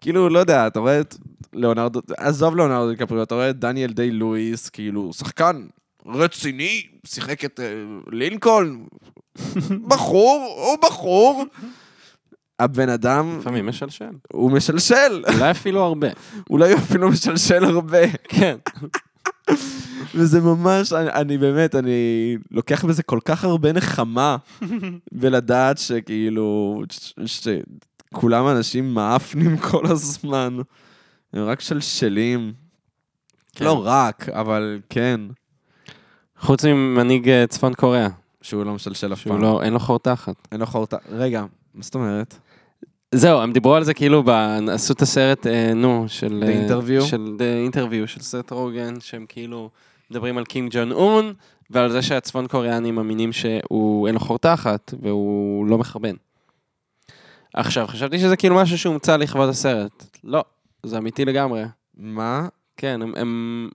Speaker 1: כאילו, לא יודע, אתה רואה את ליאונרדו, עזוב ליאונרדו דיקפריו, אתה רואה את דניאל דיי לואיס, כאילו, שחקן רציני, שיחק את אה, לינקולן, בחור, הוא בחור. הבן אדם,
Speaker 2: לפעמים משלשל.
Speaker 1: הוא משלשל,
Speaker 2: אולי אפילו הרבה.
Speaker 1: אולי הוא אפילו משלשל הרבה.
Speaker 2: כן.
Speaker 1: וזה ממש, אני, אני באמת, אני לוקח בזה כל כך הרבה נחמה בלדעת שכאילו, ש- שכולם אנשים מאפנים כל הזמן. הם רק שלשלים.
Speaker 2: כן.
Speaker 1: לא רק, אבל כן.
Speaker 2: חוץ ממנהיג אה, צפון קוריאה,
Speaker 1: שהוא לא משלשל אף
Speaker 2: שהוא
Speaker 1: פעם.
Speaker 2: לא, אין לו חור תחת.
Speaker 1: אין לו חור... ת- רגע, מה זאת אומרת?
Speaker 2: זהו, הם דיברו על זה כאילו, ב... עשו את הסרט, אה, נו, של...
Speaker 1: The
Speaker 2: אה,
Speaker 1: Interview?
Speaker 2: של The Interview של סט רוגן, שהם כאילו מדברים על קינג ג'ון און, ועל זה שהצפון קוריאנים מאמינים שהוא, אין לו חור תחת, והוא לא מחרבן. עכשיו, חשבתי שזה כאילו משהו שהומצא לכבוד הסרט. לא, זה אמיתי לגמרי.
Speaker 1: מה?
Speaker 2: כן, הם... הם...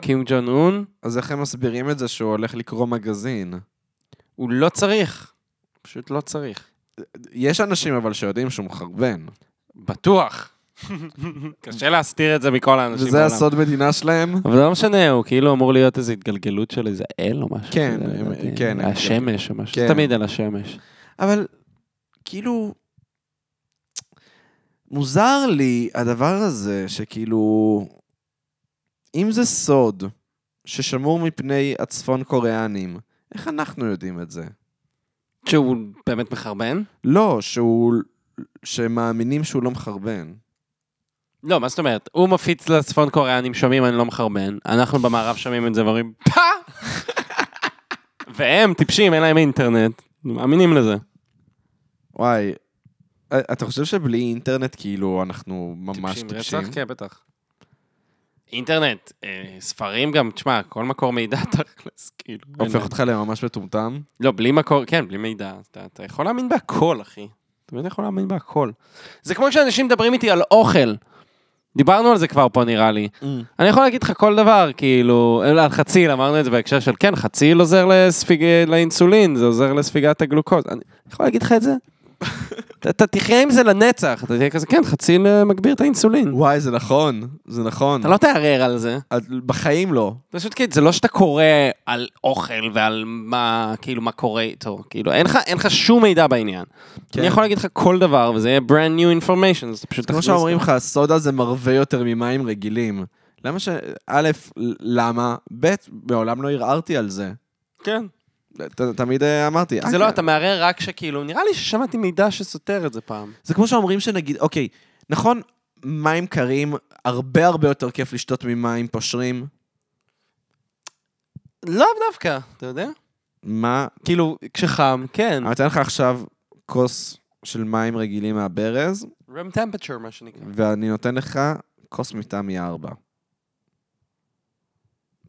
Speaker 2: קינג ג'ון און,
Speaker 1: אז איך הם מסבירים את זה שהוא הולך לקרוא מגזין?
Speaker 2: הוא לא צריך. פשוט לא צריך.
Speaker 1: יש אנשים אבל שיודעים שהוא מחרבן.
Speaker 2: בטוח. קשה להסתיר את זה מכל האנשים
Speaker 1: וזה הסוד מדינה שלהם?
Speaker 2: אבל לא משנה, הוא כאילו אמור להיות איזו התגלגלות של איזה אל או משהו.
Speaker 1: כן,
Speaker 2: כזה,
Speaker 1: הם-
Speaker 2: לדעתי.
Speaker 1: כן, הם-
Speaker 2: השמש או משהו,
Speaker 1: כן.
Speaker 2: זה תמיד על השמש.
Speaker 1: אבל כאילו, מוזר לי הדבר הזה שכאילו, אם זה סוד ששמור מפני הצפון קוריאנים, איך אנחנו יודעים את זה?
Speaker 2: שהוא באמת מחרבן?
Speaker 1: לא, שהוא... שמאמינים שהוא לא מחרבן.
Speaker 2: לא, מה זאת אומרת? הוא מפיץ לצפון קוריאנים, שומעים אני לא מחרבן, אנחנו במערב שומעים את זה ואומרים פה! והם טיפשים, אין להם אינטרנט, מאמינים לזה.
Speaker 1: וואי, א- אתה חושב שבלי אינטרנט כאילו אנחנו ממש טיפשים?
Speaker 2: כן, בטח. אינטרנט, אה, ספרים גם, תשמע, כל מקור מידע תכלס, כאילו. אין
Speaker 1: הופך
Speaker 2: להם.
Speaker 1: אותך לממש מטומטם?
Speaker 2: לא, בלי מקור, כן, בלי מידע. אתה, אתה יכול להאמין בהכל, אחי. אתה באמת יכול להאמין בהכל. זה כמו כשאנשים מדברים איתי על אוכל. דיברנו על זה כבר פה, נראה לי. אני יכול להגיד לך כל דבר, כאילו, אלא על חציל, אמרנו את זה בהקשר של כן, חציל עוזר לספיג... לאינסולין, זה עוזר לספיגת הגלוקוז. אני יכול להגיד לך את זה? אתה- אתה תחיה עם זה לנצח, אתה תהיה כזה, כן, חציל אה, מגביר את האינסולין.
Speaker 1: וואי, זה נכון, זה נכון.
Speaker 2: אתה לא תערער על זה.
Speaker 1: את- בחיים לא.
Speaker 2: פשוט כי זה לא שאתה קורא על אוכל ועל מה, כאילו, מה קורה איתו, כאילו, אין לך, אין לך שום מידע בעניין.
Speaker 1: כן.
Speaker 2: אני יכול להגיד לך כל דבר, וזה יהיה brand new information, אז אתה פשוט
Speaker 1: כמו
Speaker 2: תכניס
Speaker 1: שאומרים
Speaker 2: את
Speaker 1: לך, סודה זה מרווה יותר ממים רגילים. למה ש... א', למה? ב', מעולם לא ערערתי על זה.
Speaker 2: זה. כן.
Speaker 1: אוקיי. ת- תמיד אה, אמרתי. אה,
Speaker 2: זה לא,
Speaker 1: כן.
Speaker 2: אתה מערער רק שכאילו, נראה לי ששמעתי מידע שסותר את זה פעם.
Speaker 1: זה כמו שאומרים שנגיד, אוקיי, נכון, מים קרים, הרבה הרבה יותר כיף לשתות ממים פושרים.
Speaker 2: לאו דווקא, אתה יודע?
Speaker 1: מה?
Speaker 2: כאילו, כשחם, כן.
Speaker 1: אני אתן לך עכשיו כוס של מים רגילים מהברז,
Speaker 2: room temperature, מה שנקרא.
Speaker 1: ואני נותן לך כוס מטעמי ארבע.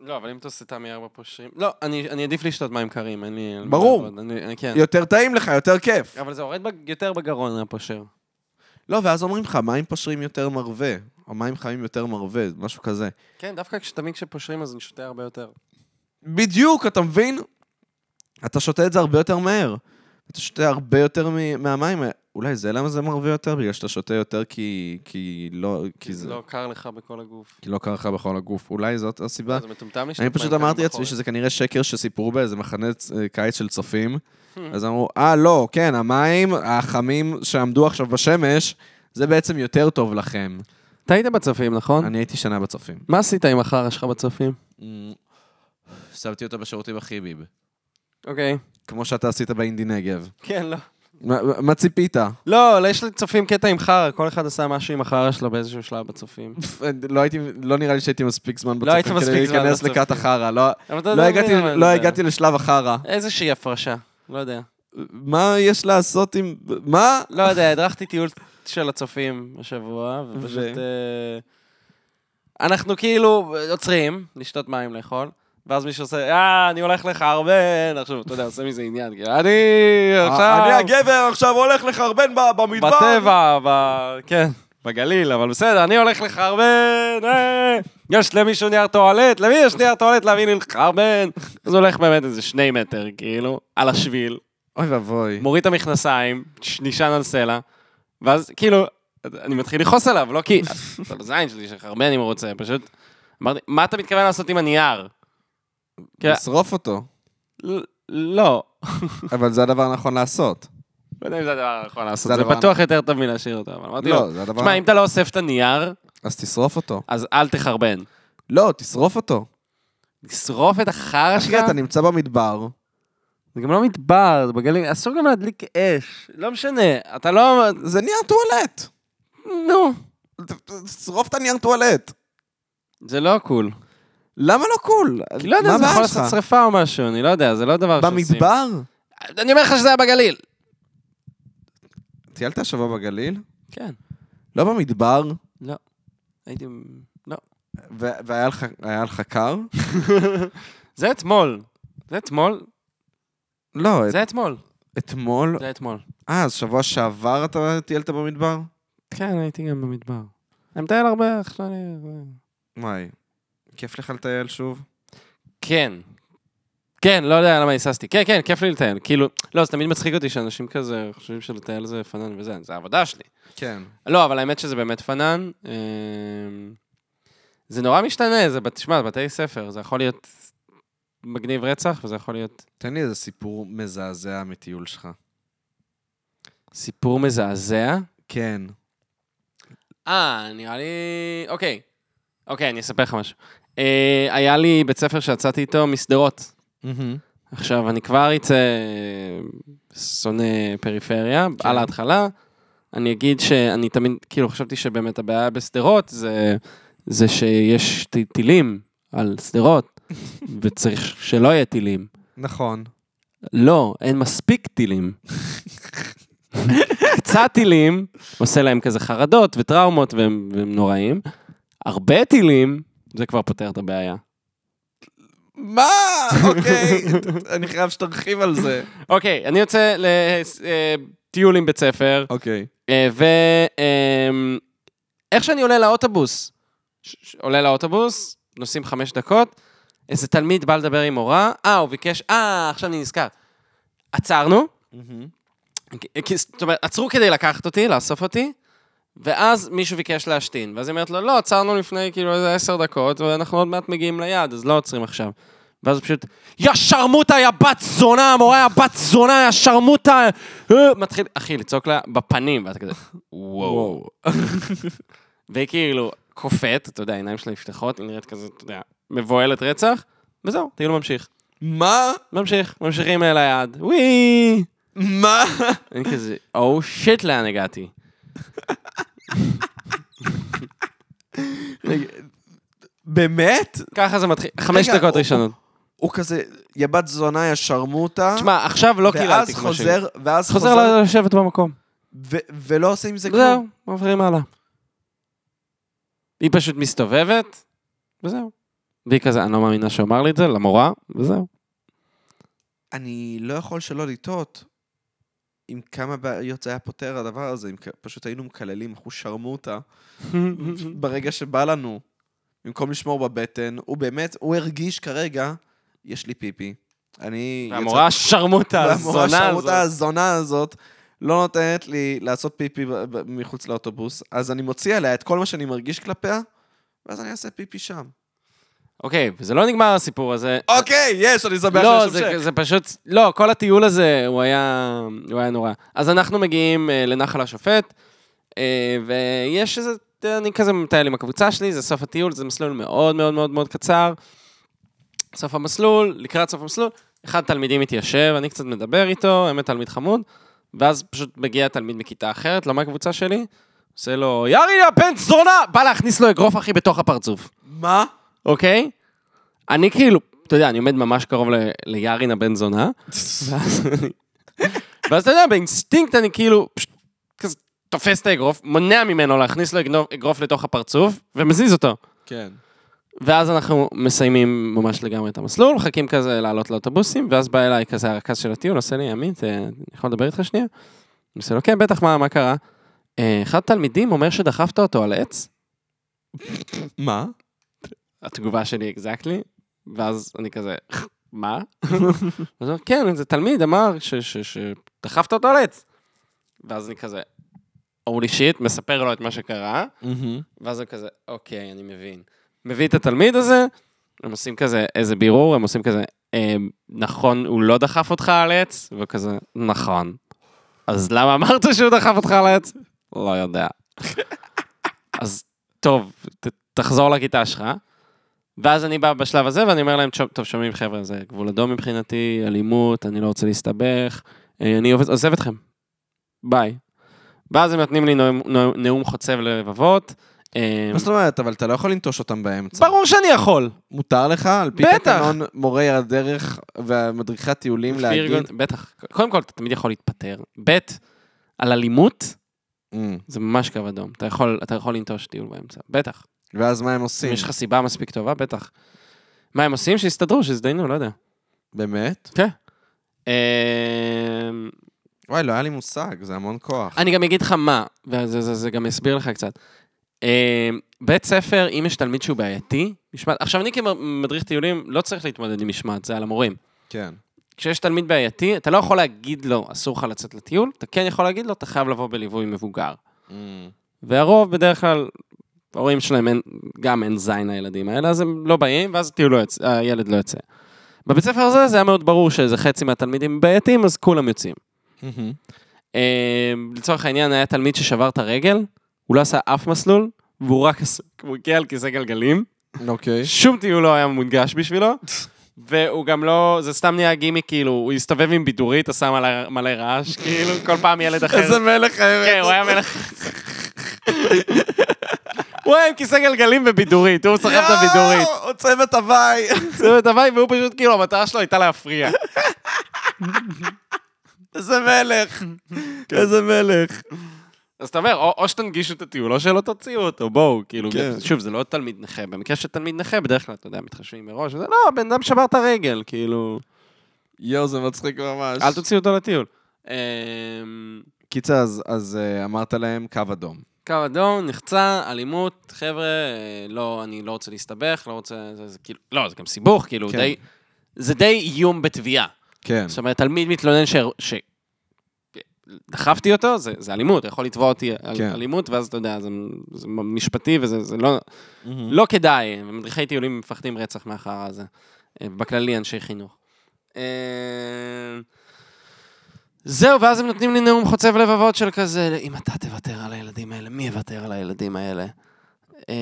Speaker 2: לא, אבל אם אתה עושה טעמי ארבע פושרים... לא, אני אני עדיף לשתות מים קרים, אין לי...
Speaker 1: ברור.
Speaker 2: אני- אני- כן.
Speaker 1: יותר טעים לך, יותר כיף.
Speaker 2: אבל זה יורד בג- יותר בגרון, הפושר.
Speaker 1: לא, ואז אומרים לך, מים פושרים יותר מרווה, או מים חמים יותר מרווה, משהו כזה.
Speaker 2: כן, דווקא כש- תמיד כשפושרים אז אני שותה הרבה יותר.
Speaker 1: בדיוק, אתה מבין? אתה שותה את זה הרבה יותר מהר. אתה שותה הרבה יותר מ- מהמים. אולי זה למה זה מרווה יותר? בגלל שאתה שותה יותר כי, כי לא... כי
Speaker 2: כי זה
Speaker 1: זה...
Speaker 2: לא קר לך בכל הגוף.
Speaker 1: כי לא קר לך בכל הגוף. אולי זאת הסיבה?
Speaker 2: זה מטומטם לשתות
Speaker 1: אני
Speaker 2: מים
Speaker 1: פשוט
Speaker 2: קרים
Speaker 1: אמרתי לעצמי
Speaker 2: בחורף.
Speaker 1: שזה כנראה שקר שסיפרו באיזה מחנה צ- אה, קיץ של צופים. אז אמרו, אה, לא, כן, המים החמים שעמדו עכשיו בשמש, זה בעצם יותר טוב לכם.
Speaker 2: אתה היית בצופים, נכון?
Speaker 1: אני הייתי שנה בצופים.
Speaker 2: מה עשית עם החרא שלך בצופים?
Speaker 1: שמתי אותה בשירותים הכי ביב.
Speaker 2: אוקיי.
Speaker 1: כמו שאתה עשית באינדי נגב.
Speaker 2: כן, לא.
Speaker 1: מה- מה ציפית?
Speaker 2: לא, יש לצופים קטע עם חרא, כל אחד עשה משהו עם החרא שלו באיזשהו שלב בצופים.
Speaker 1: לא הייתי, לא נראה לי שהייתי מספיק זמן בצופים
Speaker 2: היית לא מספיק
Speaker 1: כדי
Speaker 2: זמן
Speaker 1: להיכנס
Speaker 2: בצופים.
Speaker 1: לקראת החרא. לא-
Speaker 2: אבל אתה
Speaker 1: לא
Speaker 2: יודע,
Speaker 1: הגעתי-
Speaker 2: אבל
Speaker 1: לא
Speaker 2: זה-
Speaker 1: הגעתי לשלב החרא.
Speaker 2: איזושהי הפרשה, לא יודע.
Speaker 1: מה יש לעשות עם... מה?
Speaker 2: לא יודע, הדרכתי טיול של הצופים השבוע, ופשוט...
Speaker 1: ו?
Speaker 2: אה, אנחנו כאילו עוצרים, לשתות מים, לאכול. ואז מישהו עושה, אה, אני הולך לחרבן, עכשיו, אתה יודע, עושה מזה עניין, כאילו, אני עכשיו...
Speaker 1: אה, אני הגבר עכשיו הולך לחרבן ב- במדבר.
Speaker 2: בטבע, ב... כן, בגליל, אבל בסדר, אני הולך לחרבן, אה, יש למישהו נייר טואלט? למי יש נייר טואלט להביא לי לחרבן? אז הוא הולך באמת איזה שני מטר, כאילו, על השביל,
Speaker 1: אוי ואבוי.
Speaker 2: מוריד את המכנסיים, ש- נשען על סלע, ואז כאילו, אני מתחיל לכעוס עליו, לא כי... אתה בזין שלי, שחרבן אם הוא רוצה, פשוט... אמרתי, מה אתה מתכוון לעשות עם הנייר? כן.
Speaker 1: לשרוף אותו.
Speaker 2: "ל- לא.
Speaker 1: אבל זה הדבר הנכון לעשות.
Speaker 2: לא יודע אם זה הדבר הנכון לעשות,
Speaker 1: זה
Speaker 2: זה
Speaker 1: הדבר
Speaker 2: בטוח יותר טוב מלהשאיר אותו, אבל אמרתי לו,
Speaker 1: לא, זה הדבר...
Speaker 2: תשמע, אם אתה לא אוסף את הנייר,
Speaker 1: אז תשרוף אותו.
Speaker 2: אז אל תחרבן.
Speaker 1: לא, תשרוף אותו.
Speaker 2: לשרוף את החרא שלך?
Speaker 1: אחי, אתה נמצא במדבר.
Speaker 2: זה גם לא מדבר, זה בגליל, אסור גם להדליק אש. לא משנה, אתה לא...
Speaker 1: זה נייר טואלט.
Speaker 2: נו.
Speaker 1: ת- תשרוף את הנייר טואלט.
Speaker 2: זה לא קול.
Speaker 1: למה לא קול?
Speaker 2: כי לא יודע,
Speaker 1: מה
Speaker 2: זה
Speaker 1: הבעיה
Speaker 2: יכול
Speaker 1: שלך?
Speaker 2: לעשות שריפה או משהו, אני לא יודע, זה לא דבר שעושים.
Speaker 1: במדבר?
Speaker 2: אני אומר לך שזה היה בגליל.
Speaker 1: טיילת השבוע בגליל?
Speaker 2: כן,
Speaker 1: לא במדבר,
Speaker 2: לא. הייתי... לא.
Speaker 1: ו- והיה לך- היה לך קר?
Speaker 2: זה אתמול. זה אתמול.
Speaker 1: לא, את-
Speaker 2: זה אתמול.
Speaker 1: אתמול...
Speaker 2: זה אתמול.
Speaker 1: אה, אז שבוע שעבר אתה טיילת במדבר?
Speaker 2: כן, הייתי גם במדבר. אני מטייל הרבה, עכשיו אני...
Speaker 1: וואי, כיף לך לטייל שוב?
Speaker 2: כן. כן, לא יודע למה היססתי. כן, כן, כיף לי לטייל. כאילו, לא, זה תמיד מצחיק אותי שאנשים כזה חושבים שלטייל זה פנן וזה, זה העבודה שלי.
Speaker 1: כן.
Speaker 2: לא, אבל האמת שזה באמת פנן. אמ, זה נורא משתנה, זה, בת- תשמע, זה בתי ספר, זה יכול להיות מגניב רצח, וזה יכול להיות
Speaker 1: תן לי איזה סיפור מזעזע מטיול שלך.
Speaker 2: סיפור מזעזע.
Speaker 1: כן.
Speaker 2: אה, נראה לי... אוקיי. אוקיי, אני אספר לך משהו. אה, היה לי בית ספר שיצאתי איתו משדרות. עכשיו, אני כבר אצא אה, שונא פריפריה, על ההתחלה. אני אגיד שאני תמיד, כאילו, חשבתי שבאמת הבעיה בשדרות זה, זה שיש ט- טילים על שדרות, וצריך שלא יהיה טילים.
Speaker 1: נכון.
Speaker 2: לא, אין מספיק טילים. קצת טילים, עושה להם כזה חרדות וטראומות והם, והם נוראים. הרבה טילים, זה כבר פותר את הבעיה.
Speaker 1: מה? אוקיי, אני חייב שתרחיב על זה.
Speaker 2: אוקיי, אני יוצא לטיול עם בית ספר, אה,
Speaker 1: אוקיי.
Speaker 2: ואיך שאני עולה לאוטובוס, ש- ש- עולה לאוטובוס, נוסעים חמש דקות, איזה תלמיד בא לדבר עם מורה, אה, הוא ביקש, אה, עכשיו אני נזכר. עצרנו, כי- זאת אומרת, עצרו כדי לקחת אותי, לאסוף אותי, ואז מישהו ביקש להשתין. ואז היא אומרת לו, לא, עצרנו לפני כאילו איזה עשר דקות, ואנחנו עוד מעט מגיעים ליעד, אז לא עוצרים עכשיו. ואז הוא פשוט, יא שרמוטה, יא בת זונה, המורה, יא בת זונה, יא שרמוטה! אה, מתחיל, אחי, לצעוק לה בפנים, ואתה כזה, וואו. והיא כאילו קופאת, אתה יודע, העיניים שלה נפתחות, היא נראית כזה, אתה יודע, מבוהלת רצח, וזהו, טיול ממשיך.
Speaker 1: מה?
Speaker 2: ממשיך, ממשיכים אל היעד, וואי!
Speaker 1: מה?
Speaker 2: אני כזה, או שיט, לאן הגעתי?
Speaker 1: באמת?
Speaker 2: ככה זה מתחיל, חמש
Speaker 1: רגע,
Speaker 2: דקות
Speaker 1: הוא-
Speaker 2: ראשונות.
Speaker 1: הוא כזה, יא בת זונה, יא שרמוטה.
Speaker 2: תשמע, עכשיו לא קיללתי
Speaker 1: ואז
Speaker 2: כמו שלי.
Speaker 1: חוזר, ואז
Speaker 2: חוזר
Speaker 1: חוזר,
Speaker 2: ל- לשבת במקום.
Speaker 1: ו- ולא עושה עם זה
Speaker 2: זהו,
Speaker 1: כלום.
Speaker 2: עוברים הלאה. היא פשוט מסתובבת, וזהו. והיא כזה, אני לא מאמינה שהוא אמר לי את זה, למורה, וזהו.
Speaker 1: אני לא יכול שלא לטעות עם כמה בעיות זה היה פותר הדבר הזה, אם כ- פשוט היינו מקללים אחוז שרמוטה ברגע שבא לנו, במקום לשמור בבטן, הוא באמת, הוא הרגיש כרגע, יש לי פיפי. אני...
Speaker 2: המורה השרמוטה,
Speaker 1: והמורה
Speaker 2: הזונה הזאת.
Speaker 1: השרמוטה הזונה הזאת לא נותנת לי לעשות פיפי ב- ב- מחוץ לאוטובוס, אז אני מוציא עליה את כל מה שאני מרגיש כלפיה, ואז אני אעשה פיפי שם.
Speaker 2: אוקיי, וזה לא נגמר הסיפור הזה.
Speaker 1: אוקיי, יש, אני שמח
Speaker 2: לא,
Speaker 1: שיש
Speaker 2: זה,
Speaker 1: המשך.
Speaker 2: זה פשוט, לא, כל הטיול הזה, הוא היה, הוא היה נורא. אז אנחנו מגיעים אה, לנחל השופט, אה, ויש איזה, אני כזה מטייל עם הקבוצה שלי, זה סוף הטיול, זה מסלול מאוד מאוד מאוד מאוד קצר. סוף המסלול, לקראת סוף המסלול, אחד התלמידים מתיישב, אני קצת מדבר איתו, האמת תלמיד חמוד, ואז פשוט מגיע תלמיד מכיתה אחרת, לא מהקבוצה שלי, עושה לו, יארי, יא בן זונה! בא להכניס לו אגרוף, אחי, בתוך הפרצוף.
Speaker 1: מה?
Speaker 2: אוקיי? אני כאילו, אתה יודע, אני עומד ממש קרוב ל- ליארין הבן זונה, ואז אני- ואז אתה יודע, באינסטינקט אני כאילו, פשוט כזה תופס את האגרוף, מונע ממנו להכניס לו אגנוב- אגרוף לתוך הפרצוף, ומזיז אותו.
Speaker 1: כן.
Speaker 2: ואז אנחנו מסיימים ממש לגמרי את המסלול, מחכים כזה לעלות לאוטובוסים, ואז בא אליי כזה הרכז של הטיול, עושה לי, עמית, אה, אני יכול לדבר איתך שנייה? אני עושה לו, כן, בטח, מה, מה קרה? "אה, אחד התלמידים אומר שדחפת אותו על עץ?
Speaker 1: מה?
Speaker 2: התגובה שלי אקזקטלי, ואז אני כזה, מה? אז הוא אומר, כן, איזה תלמיד אמר ש- ש- שדחפת אותו על עץ. ואז אני כזה, אורלי שיט, מספר לו את מה שקרה, ואז הוא כזה, אוקיי, אני מבין. מביא את התלמיד הזה, הם עושים כזה איזה בירור, הם עושים כזה, "אה, נכון, הוא לא דחף אותך על עץ, וכזה, נכון. אז למה אמרת שהוא דחף אותך על עץ? לא יודע. אז טוב, ת, תחזור לכיתה שלך. ואז אני בא בשלב הזה ואני אומר להם, "טוב, טוב, שומעים חבר'ה, זה גבול אדום מבחינתי, אלימות, אני לא רוצה להסתבך, אה, אני עובד- עוזב אתכם, ביי. ואז הם נותנים לי נאום, נאום, נאום חוצב לבבות. אה,
Speaker 1: מה זאת אומרת? אבל אתה לא יכול לנטוש אותם באמצע.
Speaker 2: ברור שאני יכול.
Speaker 1: מותר לך, על פי
Speaker 2: בטח.
Speaker 1: תקנון מורי הדרך ומדריכי הטיולים
Speaker 2: לפי
Speaker 1: להגיד...
Speaker 2: ארגון- בטח. קודם כל, אתה תמיד יכול להתפטר. ב', על אלימות,
Speaker 1: אמ.
Speaker 2: זה ממש קו אדום. אתה יכול, אתה יכול לנטוש טיול באמצע, בטח.
Speaker 1: ואז מה הם
Speaker 2: אם
Speaker 1: עושים?
Speaker 2: יש לך סיבה מספיק טובה, בטח. מה הם עושים? שיסתדרו, שיזדיינו, לא יודע.
Speaker 1: באמת?
Speaker 2: אמ,
Speaker 1: וואי, לא היה לי מושג, זה המון כוח.
Speaker 2: אני גם אגיד לך מה, וזה זה, זה גם יסביר לך קצת. אה, בית ספר, אם יש תלמיד שהוא בעייתי, משמעת... עכשיו, אני כמדריך טיולים לא צריך להתמודד עם משמעת, זה על המורים.
Speaker 1: כן.
Speaker 2: כשיש תלמיד בעייתי, אתה לא יכול להגיד לו, אסור לך לצאת לטיול, אתה כן יכול להגיד לו, אתה חייב לבוא בליווי מבוגר.
Speaker 1: אמ.
Speaker 2: והרוב, בדרך כלל, ההורים שלהם אין, גם אין זין הילדים האלה, אז הם לא באים, ואז הטיול לא יוצא, הילד לא יוצא. בבית ספר הזה זה היה מאוד ברור שאיזה חצי מהתלמידים בעייתיים, אז כולם יוצאים.
Speaker 1: מהמם.
Speaker 2: אה, לצורך העניין, היה תלמיד ששבר את הרגל, הוא לא עשה אף מסלול, והוא רק עס- הוא הגיע על כיסא גלגלים,
Speaker 1: אוקיי.
Speaker 2: שום טיול לא היה מונגש בשבילו, והוא גם לא, זה סתם נהיה גימי, כאילו, הוא הסתובב עם בידורית, עשה מלא, מלא רעש, כאילו, כל פעם ילד אחר.
Speaker 1: איזה מלך
Speaker 2: כן, הוא
Speaker 1: האמת.
Speaker 2: היה מלך... הוא היה עם כיסא גלגלים ובידורית, הוא סחב את הבידורית.
Speaker 1: יואו, הוא צוות הוואי.
Speaker 2: זה באמת הוואי, והוא פשוט, כאילו, המטרה שלו הייתה להפריע.
Speaker 1: איזה מלך.
Speaker 2: כן.
Speaker 1: איזה מלך.
Speaker 2: אז אתה אומר, או, או שתנגישו את הטיול, או שלא תוציאו אותו, בואו, כאילו,
Speaker 1: כן.
Speaker 2: שוב, זה לא תלמיד נכה. במקרה של תלמיד נכה, בדרך כלל, אתה יודע, מתחשבים מראש, וזה, לא, בן אדם שבר את הרגל, כאילו,
Speaker 1: יואו, זה מצחיק ממש.
Speaker 2: אל תוציאו אותו לטיול. אמ,
Speaker 1: קיצר, אז- אז אה, אמרת להם קו אדום.
Speaker 2: קו אדום, נחצה, אלימות, חבר'ה, אה, לא, אני לא רוצה להסתבך, לא רוצה, זה, זה כאילו, לא, זה גם סיבוך, כאילו,
Speaker 1: כן.
Speaker 2: די, זה די איום בתביעה.
Speaker 1: כן.
Speaker 2: זאת אומרת, תלמיד מתלונן ש... ש... דחפתי אותו, זה, זה אלימות, יכול לתבוע אותי על
Speaker 1: כן.
Speaker 2: אלימות, ואז אתה יודע, זה, זה משפטי וזה זה לא,
Speaker 1: Mm-hmm.
Speaker 2: לא כדאי, מדריכי טיולים מפחדים רצח מהחרא הזה. אה, בכללי, אנשי חינוך. אה, זהו, ואז הם נותנים לי נאום חוצב לבבות של כזה, אם אתה תוותר על הילדים האלה, מי יוותר על הילדים האלה? אה,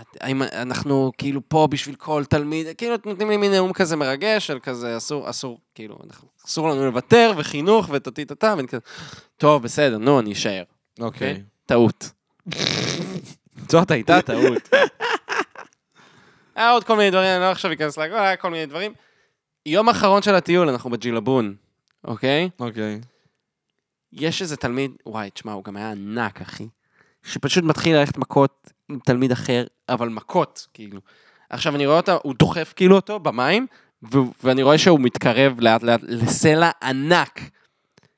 Speaker 2: את- האם אנחנו כאילו פה בשביל כל תלמיד, כאילו נותנים לי מין נאום כזה מרגש, של כזה אסור, אסור, כאילו, אנחנו- אסור לנו לוותר, וחינוך, וטה-טה-טה, ואני כזה, טוב, בסדר, נו, אני אשאר.
Speaker 1: אוקיי.
Speaker 2: טעות. זאת הייתה טעות. היה עוד כל מיני דברים, אני לא עכשיו אכנס לכל, היה כל מיני דברים. יום אחרון של הטיול, אנחנו בג'ילבון, אוקיי?
Speaker 1: אוקיי.
Speaker 2: יש איזה תלמיד, וואי, תשמע, הוא גם היה ענק, אחי, שפשוט מתחיל ללכת מכות עם תלמיד אחר, אבל מכות, כאילו. עכשיו, אני רואה אותו, הוא דוחף כאילו אותו במים, ו- ואני רואה שהוא מתקרב לאט-לאט לסלע ענק.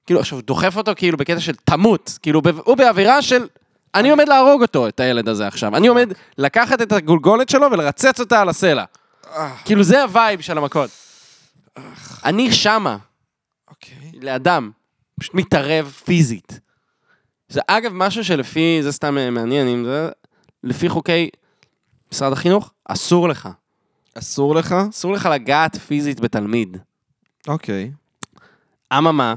Speaker 2: כאילו, עכשיו, הוא דוחף אותו כאילו בקטע של תמות, כאילו, ב- הוא באווירה של... אני עומד להרוג אותו, את הילד הזה עכשיו. אני עומד לקחת את הגולגולת שלו ולרצץ אותה על הסלע.
Speaker 1: אה,
Speaker 2: כאילו, זה הווייב של המכות. אני שמה,
Speaker 1: אוקיי.
Speaker 2: לאדם, פשוט מתערב פיזית. זה אגב משהו שלפי, זה סתם אה, מעניין, אם זה, לפי חוקי משרד החינוך, אסור לך.
Speaker 1: אסור לך?
Speaker 2: אסור לך לגעת פיזית בתלמיד.
Speaker 1: אוקיי.
Speaker 2: אממה,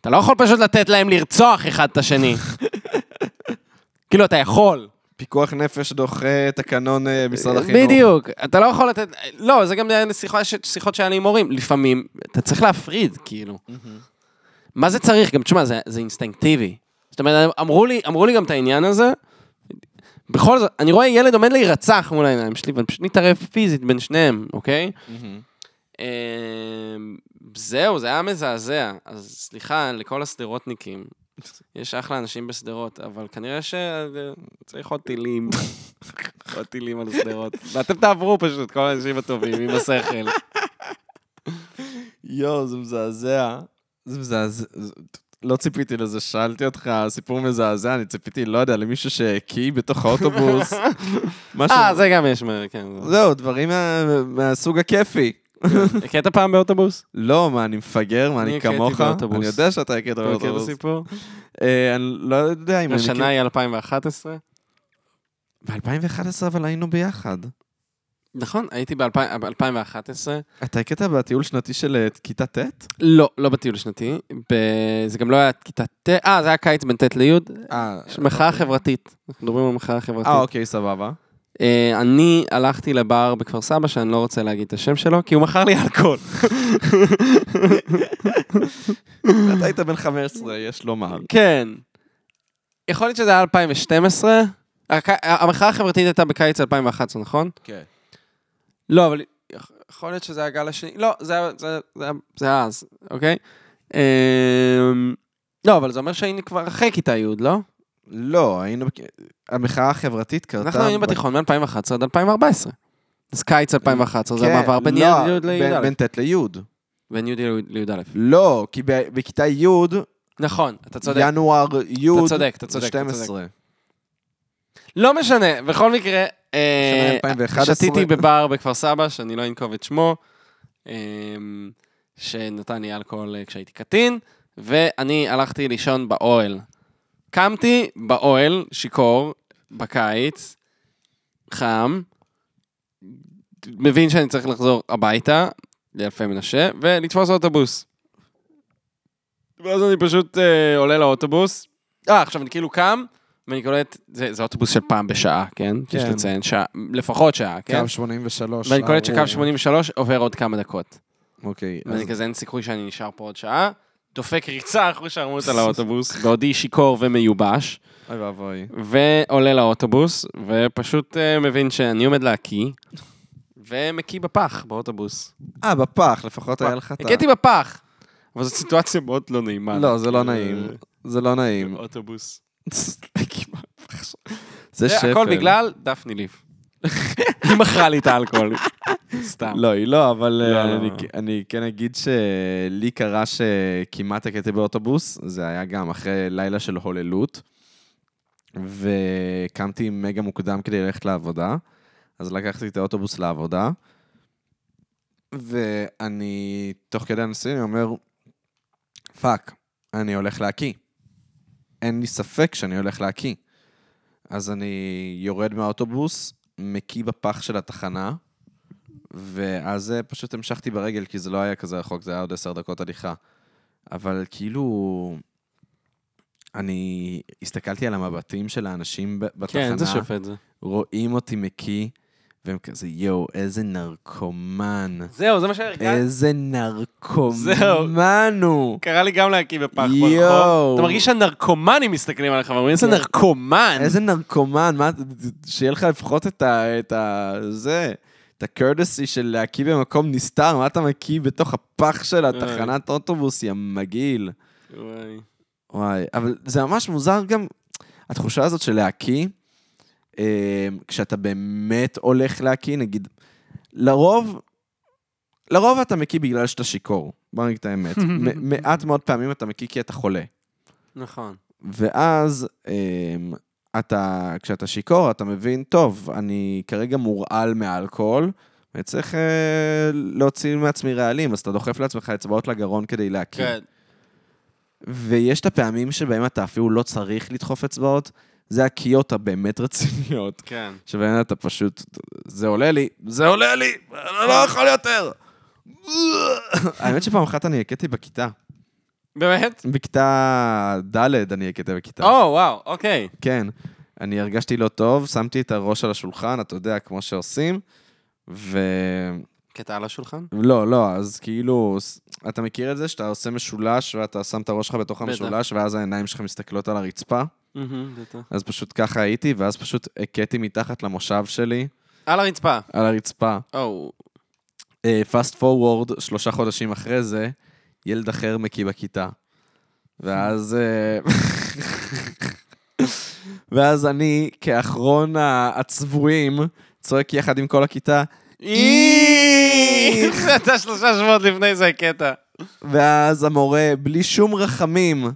Speaker 2: אתה לא יכול פשוט לתת להם לרצוח אחד את השני. כאילו, אתה יכול.
Speaker 1: פיקוח נפש דוחה תקנון אה, משרד החינוך.
Speaker 2: בדיוק. אתה לא יכול לתת... לא, זה גם שיחות ש- שיחות שהיה לי עם הורים. לפעמים, אתה צריך להפריד, כאילו.
Speaker 1: מהמם.
Speaker 2: מה זה צריך? גם תשמע, זה, זה אינסטינקטיבי. זאת אומרת, אמרו לי, אמרו לי גם את העניין הזה. בכל זאת, אני רואה ילד עומד להירצח מול העיניים שלי, ואני פשוט מתערב פיזית בין שניהם, אוקיי?
Speaker 1: מהמם.
Speaker 2: אמ, זהו, זה היה מזעזע. אז סליחה לכל השדרותניקים. יש אחלה אנשים בשדרות, אבל כנראה שצריך עוד טילים. עוד טילים על שדרות. ואתם תעברו פשוט, כל האנשים הטובים, עם השכל.
Speaker 1: יואו, זה מזעזע. זה מזעזע. זה- לא ציפיתי לזה, שאלתי אותך, סיפור מזעזע, אני ציפיתי, לא יודע, למישהו שהקיא בתוך האוטובוס. משהו...
Speaker 2: אה, זה גם יש, מה- כן. זה-
Speaker 1: זהו, דברים מה- מהסוג הכיפי.
Speaker 2: הכית כן. פעם באוטובוס?
Speaker 1: לא, מה, אני מפגר? מה,
Speaker 2: אני
Speaker 1: אני
Speaker 2: הכיתי
Speaker 1: כמוך?
Speaker 2: באוטובוס.
Speaker 1: אני יודע שאתה הכית
Speaker 2: אתה מכיר את
Speaker 1: באוטובוס.
Speaker 2: הסיפור?
Speaker 1: אה, אני לא יודע אם אני...
Speaker 2: השנה היא 2011.
Speaker 1: ב-2011 אבל היינו ביחד.
Speaker 2: נכון, הייתי ב-2011.
Speaker 1: אתה הכית בטיול שנתי של אה, כיתה ט'?
Speaker 2: לא, לא בטיול שנתי. ב- זה גם לא היה כיתה ט', אה, זה היה קיץ בין ט' לי'.
Speaker 1: אה,
Speaker 2: יש מחאה חברתית. אנחנו מדברים על מחאה חברתית.
Speaker 1: אה, אוקיי, סבבה.
Speaker 2: אה, אני הלכתי לבר בכפר סבא, שאני לא רוצה להגיד את השם שלו, כי הוא מכר לי אלכוהול.
Speaker 1: אתה היית בן 15, יש לומר.
Speaker 2: כן. יכול להיות שזה היה 2012. הק- המחאה החברתית הייתה בקיץ 2011, נכון?
Speaker 1: כן.
Speaker 2: לא, אבל יכ- יכול להיות שזה הגל השני, לא, זה היה, זה, היה- זה, היה- זה היה אז, אוקיי? אמ, לא, אבל זה אומר שהיינו כבר אחרי כיתה י', לא?
Speaker 1: לא, היינו... בכ- המחאה החברתית קרתה...
Speaker 2: אנחנו היינו
Speaker 1: ב-
Speaker 2: בתיכון מ-2011 עד 2014. אז קיץ 2011 זה
Speaker 1: כן,
Speaker 2: המעבר בין
Speaker 1: לא,
Speaker 2: י' לי"א.
Speaker 1: בין- בין ט' לי'.
Speaker 2: בין י' לי"א.
Speaker 1: לא, כי ב- בכיתה י',
Speaker 2: נכון, אתה צודק.
Speaker 1: ינואר י',
Speaker 2: אתה צודק, אתה צודק, אתה צודק.
Speaker 1: 12.
Speaker 2: לא משנה, בכל מקרה, אה,
Speaker 1: שנה 2011.
Speaker 2: שתיתי בבר בכפר סבא, שאני לא אנקוב את שמו, אה, שנתן לי אלכוהול אה, כשהייתי קטין, ואני הלכתי לישון באוהל. קמתי באוהל, שיכור, בקיץ, חם, מבין שאני צריך לחזור הביתה, לאלפי מנשה, ולתפוס אוטובוס. ואז אני פשוט אה, עולה לאוטובוס. אה, עכשיו אני כאילו קם, ואני קולט, זה, זה אוטובוס של פעם בשעה, כן? כן. יש
Speaker 1: כן.
Speaker 2: לציין, שעה, לפחות שעה, כן?
Speaker 1: קו 83.
Speaker 2: ואני קולט שקו
Speaker 1: ארור.
Speaker 2: 83 עובר עוד כמה דקות.
Speaker 1: אוקיי, אז
Speaker 2: ואני כזה, אין סיכוי שאני נשאר פה עוד שעה. דופק ריצה אחרי שערמות על האוטובוס, בעודי שיכור ומיובש,
Speaker 1: אוי ואבוי.
Speaker 2: ועולה לאוטובוס, ופשוט אה, מבין שאני עומד להקיא, ומקיא בפח באוטובוס.
Speaker 1: אה, בפח, לפחות היה לך את ה...
Speaker 2: הכיתי בפח! אבל זו סיטואציה מאוד לא נעימה.
Speaker 1: לא, זה לא
Speaker 2: אה,
Speaker 1: נעים. זה לא נעים.
Speaker 2: אוטובוס.
Speaker 1: זה שפל.
Speaker 2: הכל בגלל דפני ליף. היא מכרה לי את האלכוהול. סתם.
Speaker 1: לא, היא לא, אבל
Speaker 2: לא,
Speaker 1: אה,
Speaker 2: לא.
Speaker 1: אני- אני כן אגיד שלי קרה שכמעט הכיתי באוטובוס, זה היה גם אחרי לילה של הוללות, וקמתי מגה מוקדם כדי ללכת לעבודה, אז לקחתי את האוטובוס לעבודה, ואני, תוך כדי הנסיעה, אני אומר, פאק, אני הולך להקיא. אין לי ספק שאני הולך להקיא. אז אני יורד מהאוטובוס, מקיא בפח של התחנה, ואז אה, פשוט המשכתי ברגל, כי זה לא היה כזה רחוק, זה היה עוד עשר דקות הליכה. אבל כאילו, אני הסתכלתי על המבטים של האנשים ב- בתחנה.
Speaker 2: כן, זה שופט זה.
Speaker 1: רואים אותי מקיא, והם כזה, יואו, איזה נרקומן.
Speaker 2: זהו, זה מה שהרגשתי.
Speaker 1: איזה
Speaker 2: כן. זהו.
Speaker 1: נרקומן הוא.
Speaker 2: קרה לי גם להקיא בפח ברחוב.
Speaker 1: יואו.
Speaker 2: אתה מרגיש שהנרקומנים מסתכלים עליך ואומרים, איזה
Speaker 1: כן.
Speaker 2: נרקומן.
Speaker 1: איזה נרקומן, מה, שיהיה לך לפחות את ה... את ה... זה, את הקורדסי של להקיא במקום נסתר, מה אתה מקיא בתוך הפח של התחנת אוטובוס, יא מגעיל.
Speaker 2: וואי.
Speaker 1: וואי, אבל זה ממש מוזר גם, התחושה הזאת של להקיא, אה, כשאתה באמת הולך להקיא, נגיד, לרוב, לרוב אתה מקיא בגלל שאתה שיכור, בוא נגיד את האמת. מ- מעט מאוד פעמים אתה מקיא כי אתה חולה.
Speaker 2: נכון.
Speaker 1: ואז אמ, אתה, כשאתה שיכור, אתה מבין, טוב, אני כרגע מורעל מאלכוהול, ואני צריך אה, להוציא מעצמי רעלים, אז אתה דוחף לעצמך אצבעות לגרון כדי להקיא.
Speaker 2: כן.
Speaker 1: ויש את הפעמים שבהם אתה אפילו לא צריך לדחוף אצבעות, זה הקיות הבאמת רציניות.
Speaker 2: כן.
Speaker 1: שבהן אתה פשוט, זה עולה לי, זה עולה לי, אני לא יכול יותר. האמת שפעם אחת אני הכיתי בכיתה.
Speaker 2: באמת?
Speaker 1: בכיתה ד' אני הכיתי בכיתה.
Speaker 2: או, וואו, אוקיי.
Speaker 1: כן. אני הרגשתי לא טוב, שמתי את הראש על השולחן, אתה יודע, כמו שעושים, ו...
Speaker 2: קטע על השולחן?
Speaker 1: לא, לא, אז כאילו, ס- אתה מכיר את זה שאתה עושה משולש ואתה שם את הראש שלך בתוך
Speaker 2: בטח.
Speaker 1: המשולש, ואז העיניים שלך מסתכלות על הרצפה? אז פשוט ככה הייתי, ואז פשוט הכיתי מתחת למושב שלי,
Speaker 2: על הרצפה.
Speaker 1: על הרצפה.
Speaker 2: או.
Speaker 1: פאסט פורוורד, אה, שלושה חודשים אחרי זה, ילד אחר מקיא בכיתה. ואז... אה, ואז אני, כאחרון ה- הצבועים, צועק יחד עם כל הכיתה,
Speaker 2: איך! זה אתה שלושה שבועות לפני זה הקטע.
Speaker 1: ואז המורה, בלי שום רחמים,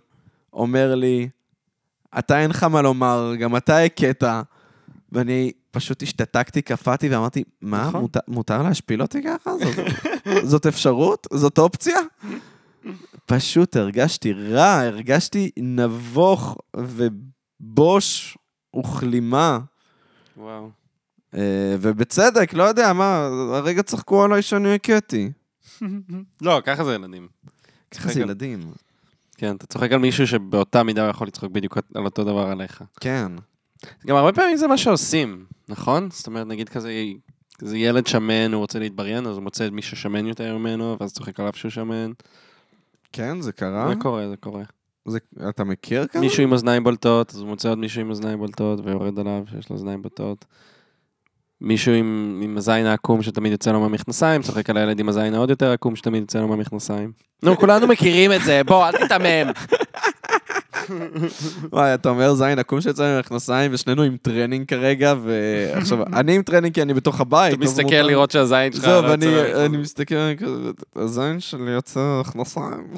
Speaker 1: אומר לי, אתה אין לך מה לומר, גם אתה הכית. ואני פשוט השתתקתי, קפאתי ואמרתי, מה,
Speaker 2: נכון.
Speaker 1: מותר, מותר להשפיל אותי ככה? זאת, זאת אפשרות? זאת אופציה? פשוט הרגשתי רע, הרגשתי נבוך ובוש וכלימה.
Speaker 2: וואו.
Speaker 1: אה, ובצדק, לא יודע מה, הרגע צחקו עליי שאני הכיתי.
Speaker 2: לא, ככה זה ילדים.
Speaker 1: ככה זה
Speaker 2: רגע.
Speaker 1: ילדים.
Speaker 2: כן, אתה צוחק על מישהו שבאותה מידה הוא יכול לצחוק בדיוק על אותו דבר עליך.
Speaker 1: כן.
Speaker 2: גם הרבה פעמים זה מה שעושים, נכון? זאת אומרת, נגיד כזה, כזה ילד שמן, הוא רוצה להתבריין, אז הוא מוצא מישהו שמן יותר ממנו, ואז צוחק עליו שהוא שמן.
Speaker 1: כן, זה קרה.
Speaker 2: זה קורה, זה קורה.
Speaker 1: זה, אתה מכיר כזה?
Speaker 2: מישהו עם אוזניים בולטות, אז הוא מוצא עוד מישהו עם אוזניים בולטות, ויורד עליו שיש לו אוזניים בולטות. מישהו עם, עם הזין העקום שתמיד יוצא לו מהמכנסיים, צוחק על הילד עם הזין העוד יותר עקום שתמיד יוצא לו מהמכנסיים. נו, כולנו מכירים את זה, בוא, אל תיתמם.
Speaker 1: וואי, אתה אומר זין, עקום שיצא מהמכנסיים, ושנינו עם טרנינג כרגע, ועכשיו, אני עם טרנינג כי אני בתוך הבית.
Speaker 2: אתה
Speaker 1: אז
Speaker 2: מסתכל
Speaker 1: מותר-
Speaker 2: לראות שהזין שלך...
Speaker 1: זהו,
Speaker 2: לא
Speaker 1: ואני
Speaker 2: יוצא.
Speaker 1: אני מסתכל, אני כזה, הזין שלי יוצא מהמכנסיים.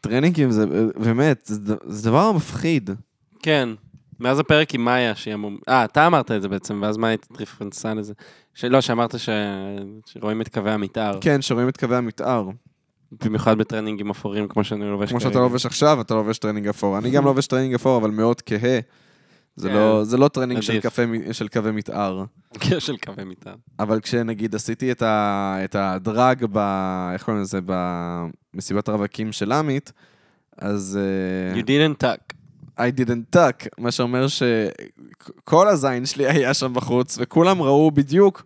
Speaker 1: טרנינגים זה באמת, זה ד- זה דבר מפחיד.
Speaker 2: כן. מאז הפרק עם מאיה, שהיא אמור... אה, אתה אמרת את זה בעצם, ואז מאיה התרפרנסה לזה. שלא, שאמרת ש... שרואים את קווי המתאר.
Speaker 1: כן, שרואים את קווי המתאר.
Speaker 2: במיוחד בטרנינגים אפורים, כמו שאני לובש
Speaker 1: כן. כמו שאתה
Speaker 2: כרגע.
Speaker 1: לובש עכשיו, אתה לובש טרנינג אפור. אני גם לובש טרנינג אפור, אבל מאוד כהה. זה
Speaker 2: כן.
Speaker 1: לא- זה לא טרנינג של
Speaker 2: עדיף.
Speaker 1: קפה מ- של קווי מתאר.
Speaker 2: כן, של קווי מתאר.
Speaker 1: אבל כשנגיד עשיתי את, ה, את הדרג, ב, איך קוראים לזה, במסיבת הרווקים של עמית, אז
Speaker 2: You
Speaker 1: אה,
Speaker 2: didn't tuck.
Speaker 1: I didn't tuck, מה שאומר שכל הזין שלי היה שם בחוץ, וכולם ראו בדיוק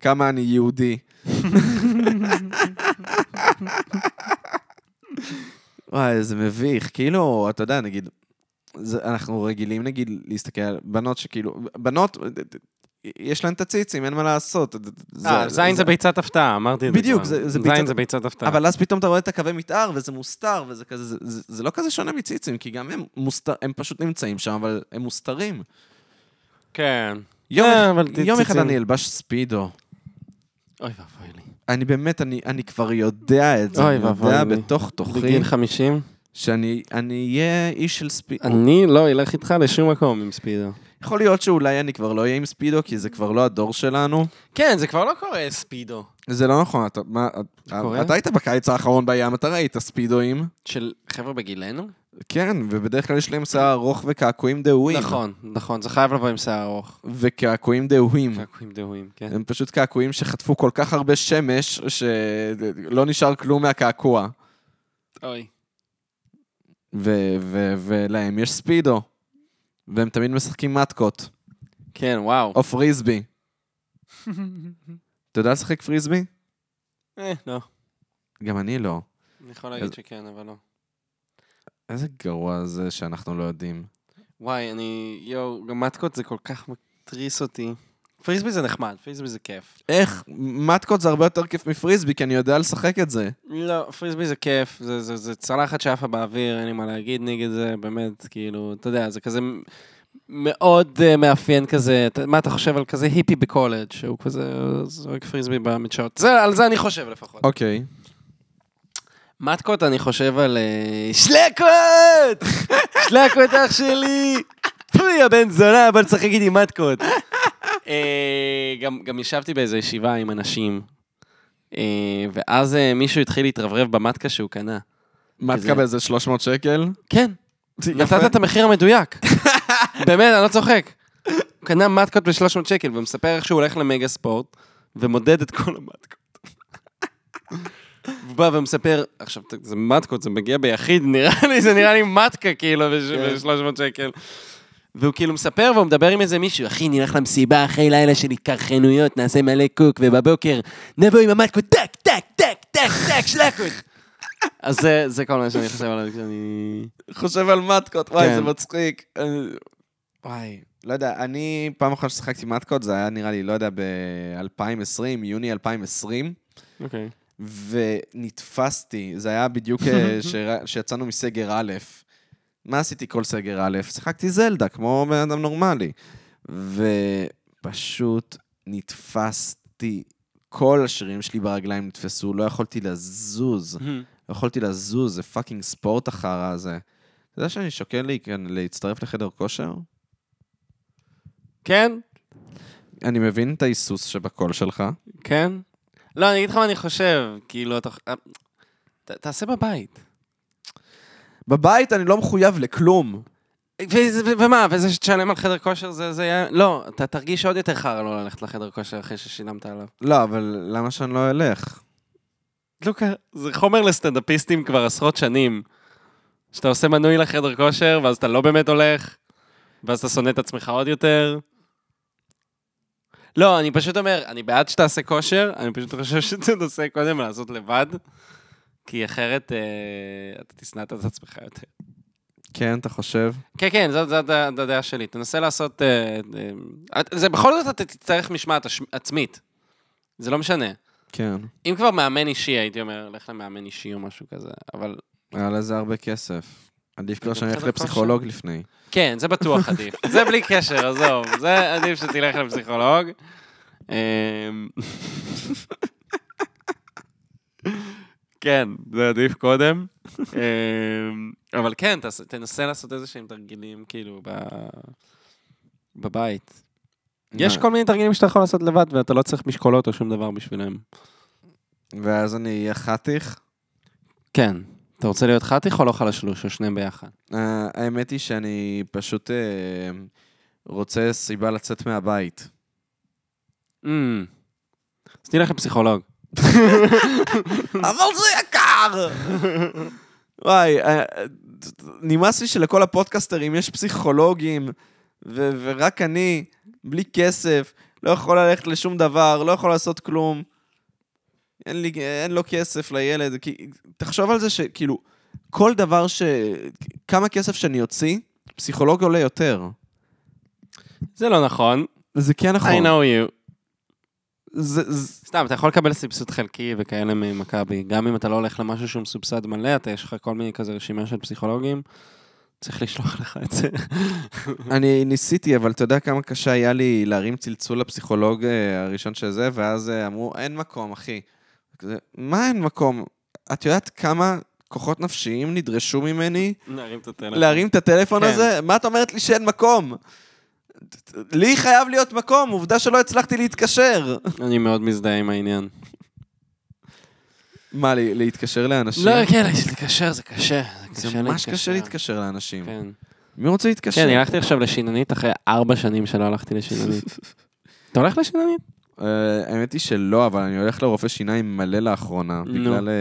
Speaker 1: כמה אני יהודי. וואי, זה מביך. כאילו, אתה יודע, נגיד, זה, אנחנו רגילים, נגיד, להסתכל על בנות שכאילו, בנות, יש להן את הציצים, אין מה לעשות.
Speaker 2: אה, זין זה ביצת הפתעה, אמרתי את זה.
Speaker 1: בדיוק,
Speaker 2: כבר.
Speaker 1: זה- זה ביצת-
Speaker 2: זין זה ביצת הפתעה.
Speaker 1: אבל אז פתאום אתה רואה את הקווי מתאר, וזה מוסתר, וזה כזה, זה, זה, זה לא כזה שונה מציצים, כי גם הם מוסתר, הם פשוט נמצאים שם, אבל הם מוסתרים.
Speaker 2: כן.
Speaker 1: יום,
Speaker 2: אה,
Speaker 1: אח-
Speaker 2: אבל
Speaker 1: יום אחד
Speaker 2: ציצים.
Speaker 1: אני אלבש ספידו.
Speaker 2: אוי ואבוי לי.
Speaker 1: אני באמת, אני, אני כבר יודע את זה,
Speaker 2: אוי
Speaker 1: אני
Speaker 2: ואבוי
Speaker 1: יודע
Speaker 2: לי.
Speaker 1: בתוך תוכי,
Speaker 2: בגיל 50?
Speaker 1: שאני אני אהיה איש של ספידו.
Speaker 2: אני לא אלך איתך לשום מקום עם ספידו.
Speaker 1: יכול להיות שאולי אני כבר לא אהיה עם ספידו, כי זה כבר לא הדור שלנו.
Speaker 2: כן, זה כבר לא קורה ספידו.
Speaker 1: זה לא נכון, אתה, מה,
Speaker 2: קורה?
Speaker 1: אתה, אתה היית בקיץ האחרון בים, אתה ראית ספידואים.
Speaker 2: של חבר'ה בגילנו?
Speaker 1: כן, ובדרך כלל יש להם שיער ארוך וקעקועים דהויים.
Speaker 2: נכון, נכון, זה חייב לבוא עם שיער ארוך.
Speaker 1: וקעקועים דהויים.
Speaker 2: קעקועים דהויים, כן.
Speaker 1: הם פשוט קעקועים שחטפו כל כך הרבה שמש, שלא נשאר כלום מהקעקוע. כן.
Speaker 2: אוי.
Speaker 1: ו- ו- ולהם יש ספידו. והם תמיד משחקים מתקות,
Speaker 2: כן, וואו.
Speaker 1: או פריסבי. אתה יודע לשחק פריסבי?
Speaker 2: אה, לא.
Speaker 1: גם אני לא.
Speaker 2: אני יכול להגיד
Speaker 1: אז-
Speaker 2: שכן, אבל לא.
Speaker 1: איזה גרוע זה שאנחנו לא יודעים.
Speaker 2: וואי, אני... יואו, גם מתקות זה כל כך מתריס אותי. פריסבי זה נחמד, פריסבי זה כיף.
Speaker 1: איך? מתקות זה הרבה יותר כיף מפריסבי, כי אני יודע לשחק את זה.
Speaker 2: לא, פריסבי זה כיף, זה, זה, זה צלחת שעפה באוויר, אין לי מה להגיד נגד זה, באמת, כאילו, אתה יודע, זה כזה מ- מאוד אה, מאפיין כזה, אתה- מה אתה חושב על כזה היפי בקולג', שהוא כזה זורק פריסבי במדשאות, זה, על זה אני חושב לפחות.
Speaker 1: אוקיי.
Speaker 2: מתקות, אני חושב על... אה, שלקות! שלקות אח שלי! פוי, הבן זונה, בוא נשחק איתי מתקות. אה, גם, גם ישבתי באיזו ישיבה עם אנשים, אה, ואז אה, מישהו התחיל להתרברב במטקה שהוא קנה.
Speaker 1: מתקה באיזה 300 שקל?
Speaker 2: כן,
Speaker 1: יפה.
Speaker 2: נתת את המחיר המדויק. באמת, אני לא צוחק. הוא קנה מתקות ב-300 שקל, ומספר איך שהוא הולך למגה ספורט, ומודד את כל המתקות. הוא בא ומספר, עכשיו, ת- זה מתקות, זה מגיע ביחיד, נראה לי, זה נראה לי מתקה, כאילו, ב-300 שקל. והוא כאילו מספר, והוא מדבר עם איזה מישהו, אחי, נלך למסיבה אחרי לילה של התקרחנויות, נעשה מלא קוק, ובבוקר נבוא עם המתקות, טק, טק, טק, טק, טק, שלקות. אז זה- זה כל מה שאני חושב עליו כשאני...
Speaker 1: חושב על מתקות, וואי,
Speaker 2: כן.
Speaker 1: זה מצחיק. אה, וואי, לא יודע, אני פעם אחרונה ששיחקתי מתקות, זה היה נראה לי, לא יודע, ב-2020, יוני 2020,
Speaker 2: אוקיי.
Speaker 1: ונתפסתי, זה היה בדיוק אה, שרא- שיצאנו מסגר א', מה עשיתי כל סגר א'? שיחקתי זלדה, כמו בן אדם נורמלי. ופשוט נתפסתי, כל השרירים שלי ברגליים נתפסו, לא יכולתי לזוז.
Speaker 2: Mm-hmm.
Speaker 1: לא יכולתי לזוז, זה פאקינג ספורט החרא הזה. אתה יודע שאני שוקל לי כאן להצטרף לחדר כושר?
Speaker 2: כן?
Speaker 1: אני מבין את ההיסוס שבקול שלך.
Speaker 2: כן? לא, אני אגיד לך מה אני חושב, כאילו, אתה... ת- תעשה בבית.
Speaker 1: בבית אני לא מחויב לכלום.
Speaker 2: וזה- ו- ומה, וזה שתשלם על חדר כושר זה זה יהיה... לא, אתה תרגיש עוד יותר חרא לא ללכת לחדר כושר אחרי ששילמת עליו.
Speaker 1: לא, אבל למה שאני לא אלך?
Speaker 2: לוקה, לא זה חומר לסטנדאפיסטים כבר עשרות שנים. שאתה עושה מנוי לחדר כושר, ואז אתה לא באמת הולך, ואז אתה שונא את עצמך עוד יותר. לא, אני פשוט אומר, אני בעד שתעשה כושר, אני פשוט חושב שזה נושא קודם לעשות לבד, כי אחרת אה, אתה תשנא את עצמך יותר.
Speaker 1: כן, אתה חושב?
Speaker 2: כן, כן, זאת, זאת הד- הדעה שלי. תנסה לעשות... אה, אה, זה בכל זאת אתה תצטרך משמעת אש- עצמית. זה לא משנה.
Speaker 1: כן.
Speaker 2: אם כבר מאמן אישי, הייתי אומר, לך למאמן אישי או משהו כזה, אבל
Speaker 1: היה לזה הרבה כסף. עדיף כבר
Speaker 2: גם
Speaker 1: שאני אלך
Speaker 2: חדר
Speaker 1: לפסיכולוג לפני.
Speaker 2: כן, זה בטוח עדיף. זה בלי קשר, עזוב. זה עדיף שתלך לפסיכולוג. אמ, כן, זה עדיף קודם. אמ, אבל כן, תעשה- תנסה לעשות איזה שהם תרגילים, כאילו, ב- בבית. יש
Speaker 1: מה?
Speaker 2: כל מיני תרגילים שאתה יכול לעשות לבד, ואתה לא צריך משקולות או שום דבר בשבילם.
Speaker 1: ואז אני אהיה חתיך.
Speaker 2: כן. אתה רוצה להיות חתיך או לא חלשלוש, או שניהם ביחד?
Speaker 1: אה, האמת היא שאני פשוט אה, רוצה סיבה לצאת מהבית.
Speaker 2: Mm. אז תלך לפסיכולוג.
Speaker 1: אבל זה יקר! וואי, אה, אה, נמאס לי שלכל הפודקסטרים יש פסיכולוגים, ו- ורק אני, בלי כסף, לא יכול ללכת לשום דבר, לא יכול לעשות כלום. אין, לי, אין לו כסף לילד. כי, תחשוב על זה שכאילו, כל דבר ש... כמה כסף שאני אוציא, פסיכולוג עולה יותר.
Speaker 2: זה לא נכון.
Speaker 1: זה כן
Speaker 2: I
Speaker 1: נכון.
Speaker 2: know you.
Speaker 1: זה, זה,
Speaker 2: סתם, אתה יכול לקבל סבסוד חלקי וכאלה ממכבי. גם אם אתה לא הולך למשהו שהוא מסובסד מלא, אתה יש לך כל מיני כזה רשימה של פסיכולוגים, צריך לשלוח לך את זה.
Speaker 1: אני ניסיתי, אבל אתה יודע כמה קשה היה לי להרים צלצול לפסיכולוג אה, הראשון של זה, ואז אה, אמרו, אין מקום, אחי. כזה, מה אין מקום? את יודעת כמה כוחות נפשיים נדרשו ממני
Speaker 2: להרים את הטלפון.
Speaker 1: להרים את הטלפון
Speaker 2: כן.
Speaker 1: הזה? מה את אומרת לי שאין מקום? לי חייב להיות מקום, עובדה שלא הצלחתי להתקשר.
Speaker 2: אני מאוד מזדהה עם העניין.
Speaker 1: מה, לי- להתקשר לאנשים?
Speaker 2: לא, כן, להתקשר זה קשה.
Speaker 1: זה ממש קשה להתקשר לאנשים.
Speaker 2: כן.
Speaker 1: מי רוצה להתקשר?
Speaker 2: כן, אני הלכתי עכשיו לשיננית אחרי ארבע שנים שלא הלכתי לשיננית. אתה הולך לשיננית?
Speaker 1: אה, האמת היא שלא, אבל אני הולך לרופא שיניים מלא לאחרונה,
Speaker 2: נו.
Speaker 1: בגלל... אה,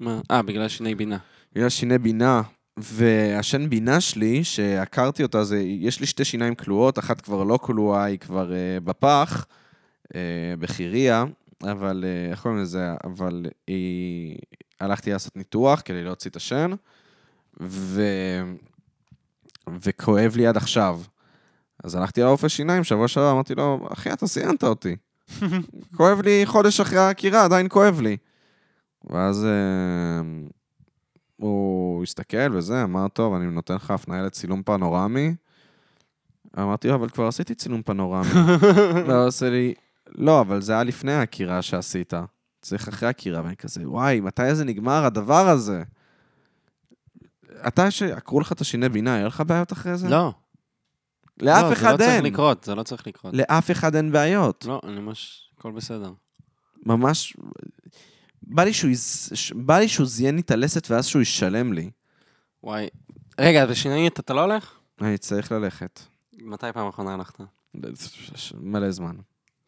Speaker 2: מה? אה, בגלל שיני בינה.
Speaker 1: בגלל שיני בינה, והשן בינה שלי, שעקרתי אותה, זה, יש לי שתי שיניים כלואות, אחת כבר לא כלואה, היא כבר אה, בפח, אה, בחירייה, אבל, אה, איך קוראים לזה, אבל היא... הלכתי לעשות ניתוח כדי להוציא את השן, ו... וכואב לי עד עכשיו. אז הלכתי לרופא שיניים, שבוע שעבר אמרתי לו, אחי, אתה סיימת אותי. כואב לי חודש אחרי העקירה, עדיין כואב לי. ואז אה, הוא הסתכל וזה, אמר, טוב, אני נותן לך הפניה לצילום פנורמי. אמרתי לו, אבל כבר עשיתי צילום פנורמי. והוא עושה לי, לא, אבל זה היה לפני העקירה שעשית. צריך אחרי העקירה, ואני כזה, וואי, מתי זה נגמר הדבר הזה? אתה, שעקרו לך את השיני בינה, היה לך בעיות אחרי זה?
Speaker 2: לא.
Speaker 1: לאף
Speaker 2: לא,
Speaker 1: אחד
Speaker 2: זה לא צריך
Speaker 1: אין.
Speaker 2: לקרות, זה לא צריך לקרות.
Speaker 1: לאף אחד אין בעיות.
Speaker 2: לא, אני ממש... הכל בסדר.
Speaker 1: ממש... בא לי שהוא יז- ש- בא לי שהוא זיין לי את הלסת ואז שהוא ישלם לי.
Speaker 2: וואי. רגע, בשיננית אתה לא הולך?
Speaker 1: אני צריך ללכת.
Speaker 2: מתי פעם אחרונה הלכת?
Speaker 1: מלא זמן.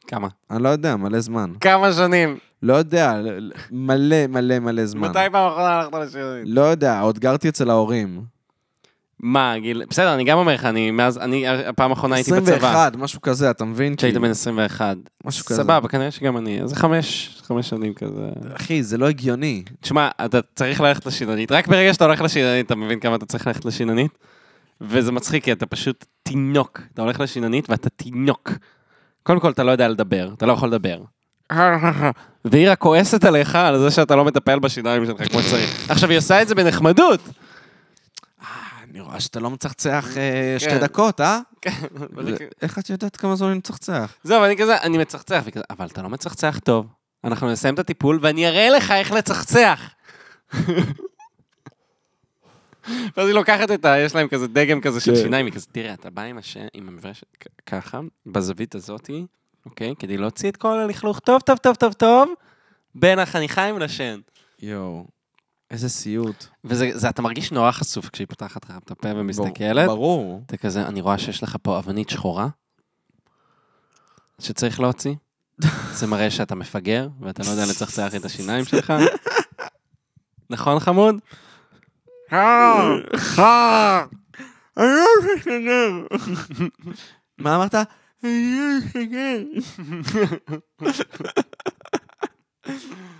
Speaker 2: כמה?
Speaker 1: אני לא יודע, מלא זמן.
Speaker 2: כמה שנים?
Speaker 1: לא יודע, ל- ל- מלא מלא מלא זמן.
Speaker 2: מתי פעם אחרונה הלכת לשירותים?
Speaker 1: לא יודע, עוד גרתי אצל ההורים.
Speaker 2: מה, גיל... בסדר, אני גם אומר לך, אני מאז... אני הפעם האחרונה הייתי בצבא.
Speaker 1: 21, משהו כזה, אתה מבין?
Speaker 2: כשהיית
Speaker 1: כאילו,
Speaker 2: בן 21.
Speaker 1: משהו כזה.
Speaker 2: סבבה, כנראה שגם אני. איזה חמש, חמש שנים כזה.
Speaker 1: אחי, זה לא הגיוני.
Speaker 2: תשמע, אתה צריך ללכת לשיננית. רק ברגע שאתה הולך לשיננית, אתה מבין כמה אתה צריך ללכת לשיננית? וזה מצחיק, כי אתה פשוט תינוק. אתה הולך לשיננית ואתה תינוק. קודם כל, אתה לא יודע לדבר, אתה לא יכול לדבר. והיא רק כועסת עליך על זה שאתה לא מטפל בשיניים שלך כמו שצריך. עכשיו, היא עושה את זה בנחמדות.
Speaker 1: אה, אני רואה שאתה לא מצחצח אה,
Speaker 2: כן.
Speaker 1: שתי דקות, אה?
Speaker 2: אבל
Speaker 1: זה-
Speaker 2: זה-
Speaker 1: איך את יודעת כמה זמן אני מצחצח?
Speaker 2: זהו, ואני כזה, אני מצחצח, וכזה, אבל אתה לא מצחצח טוב. אנחנו נסיים את הטיפול ואני אראה לך איך לצחצח. ואז היא לוקחת את ה... יש להם כזה דגם כזה של
Speaker 1: כן.
Speaker 2: שיניים, היא כזה, תראה, אתה בא עם הש... עם המברשת כ- ככה, בזווית הזאתי, אוקיי? כדי להוציא את כל הלכלוך טוב, טוב, טוב, טוב, טוב, בין החניכיים לשן.
Speaker 1: יואו, איזה סיוט.
Speaker 2: וזה, זה, אתה מרגיש נורא חשוף כשהיא פותחת לך את הפה ומסתכלת.
Speaker 1: ברור.
Speaker 2: אתה כזה, אני רואה שיש לך פה אבנית שחורה שצריך להוציא. זה מראה שאתה מפגר, ואתה לא יודע לצחצח את השיניים שלך. נכון, חמוד?
Speaker 1: מה אמרת?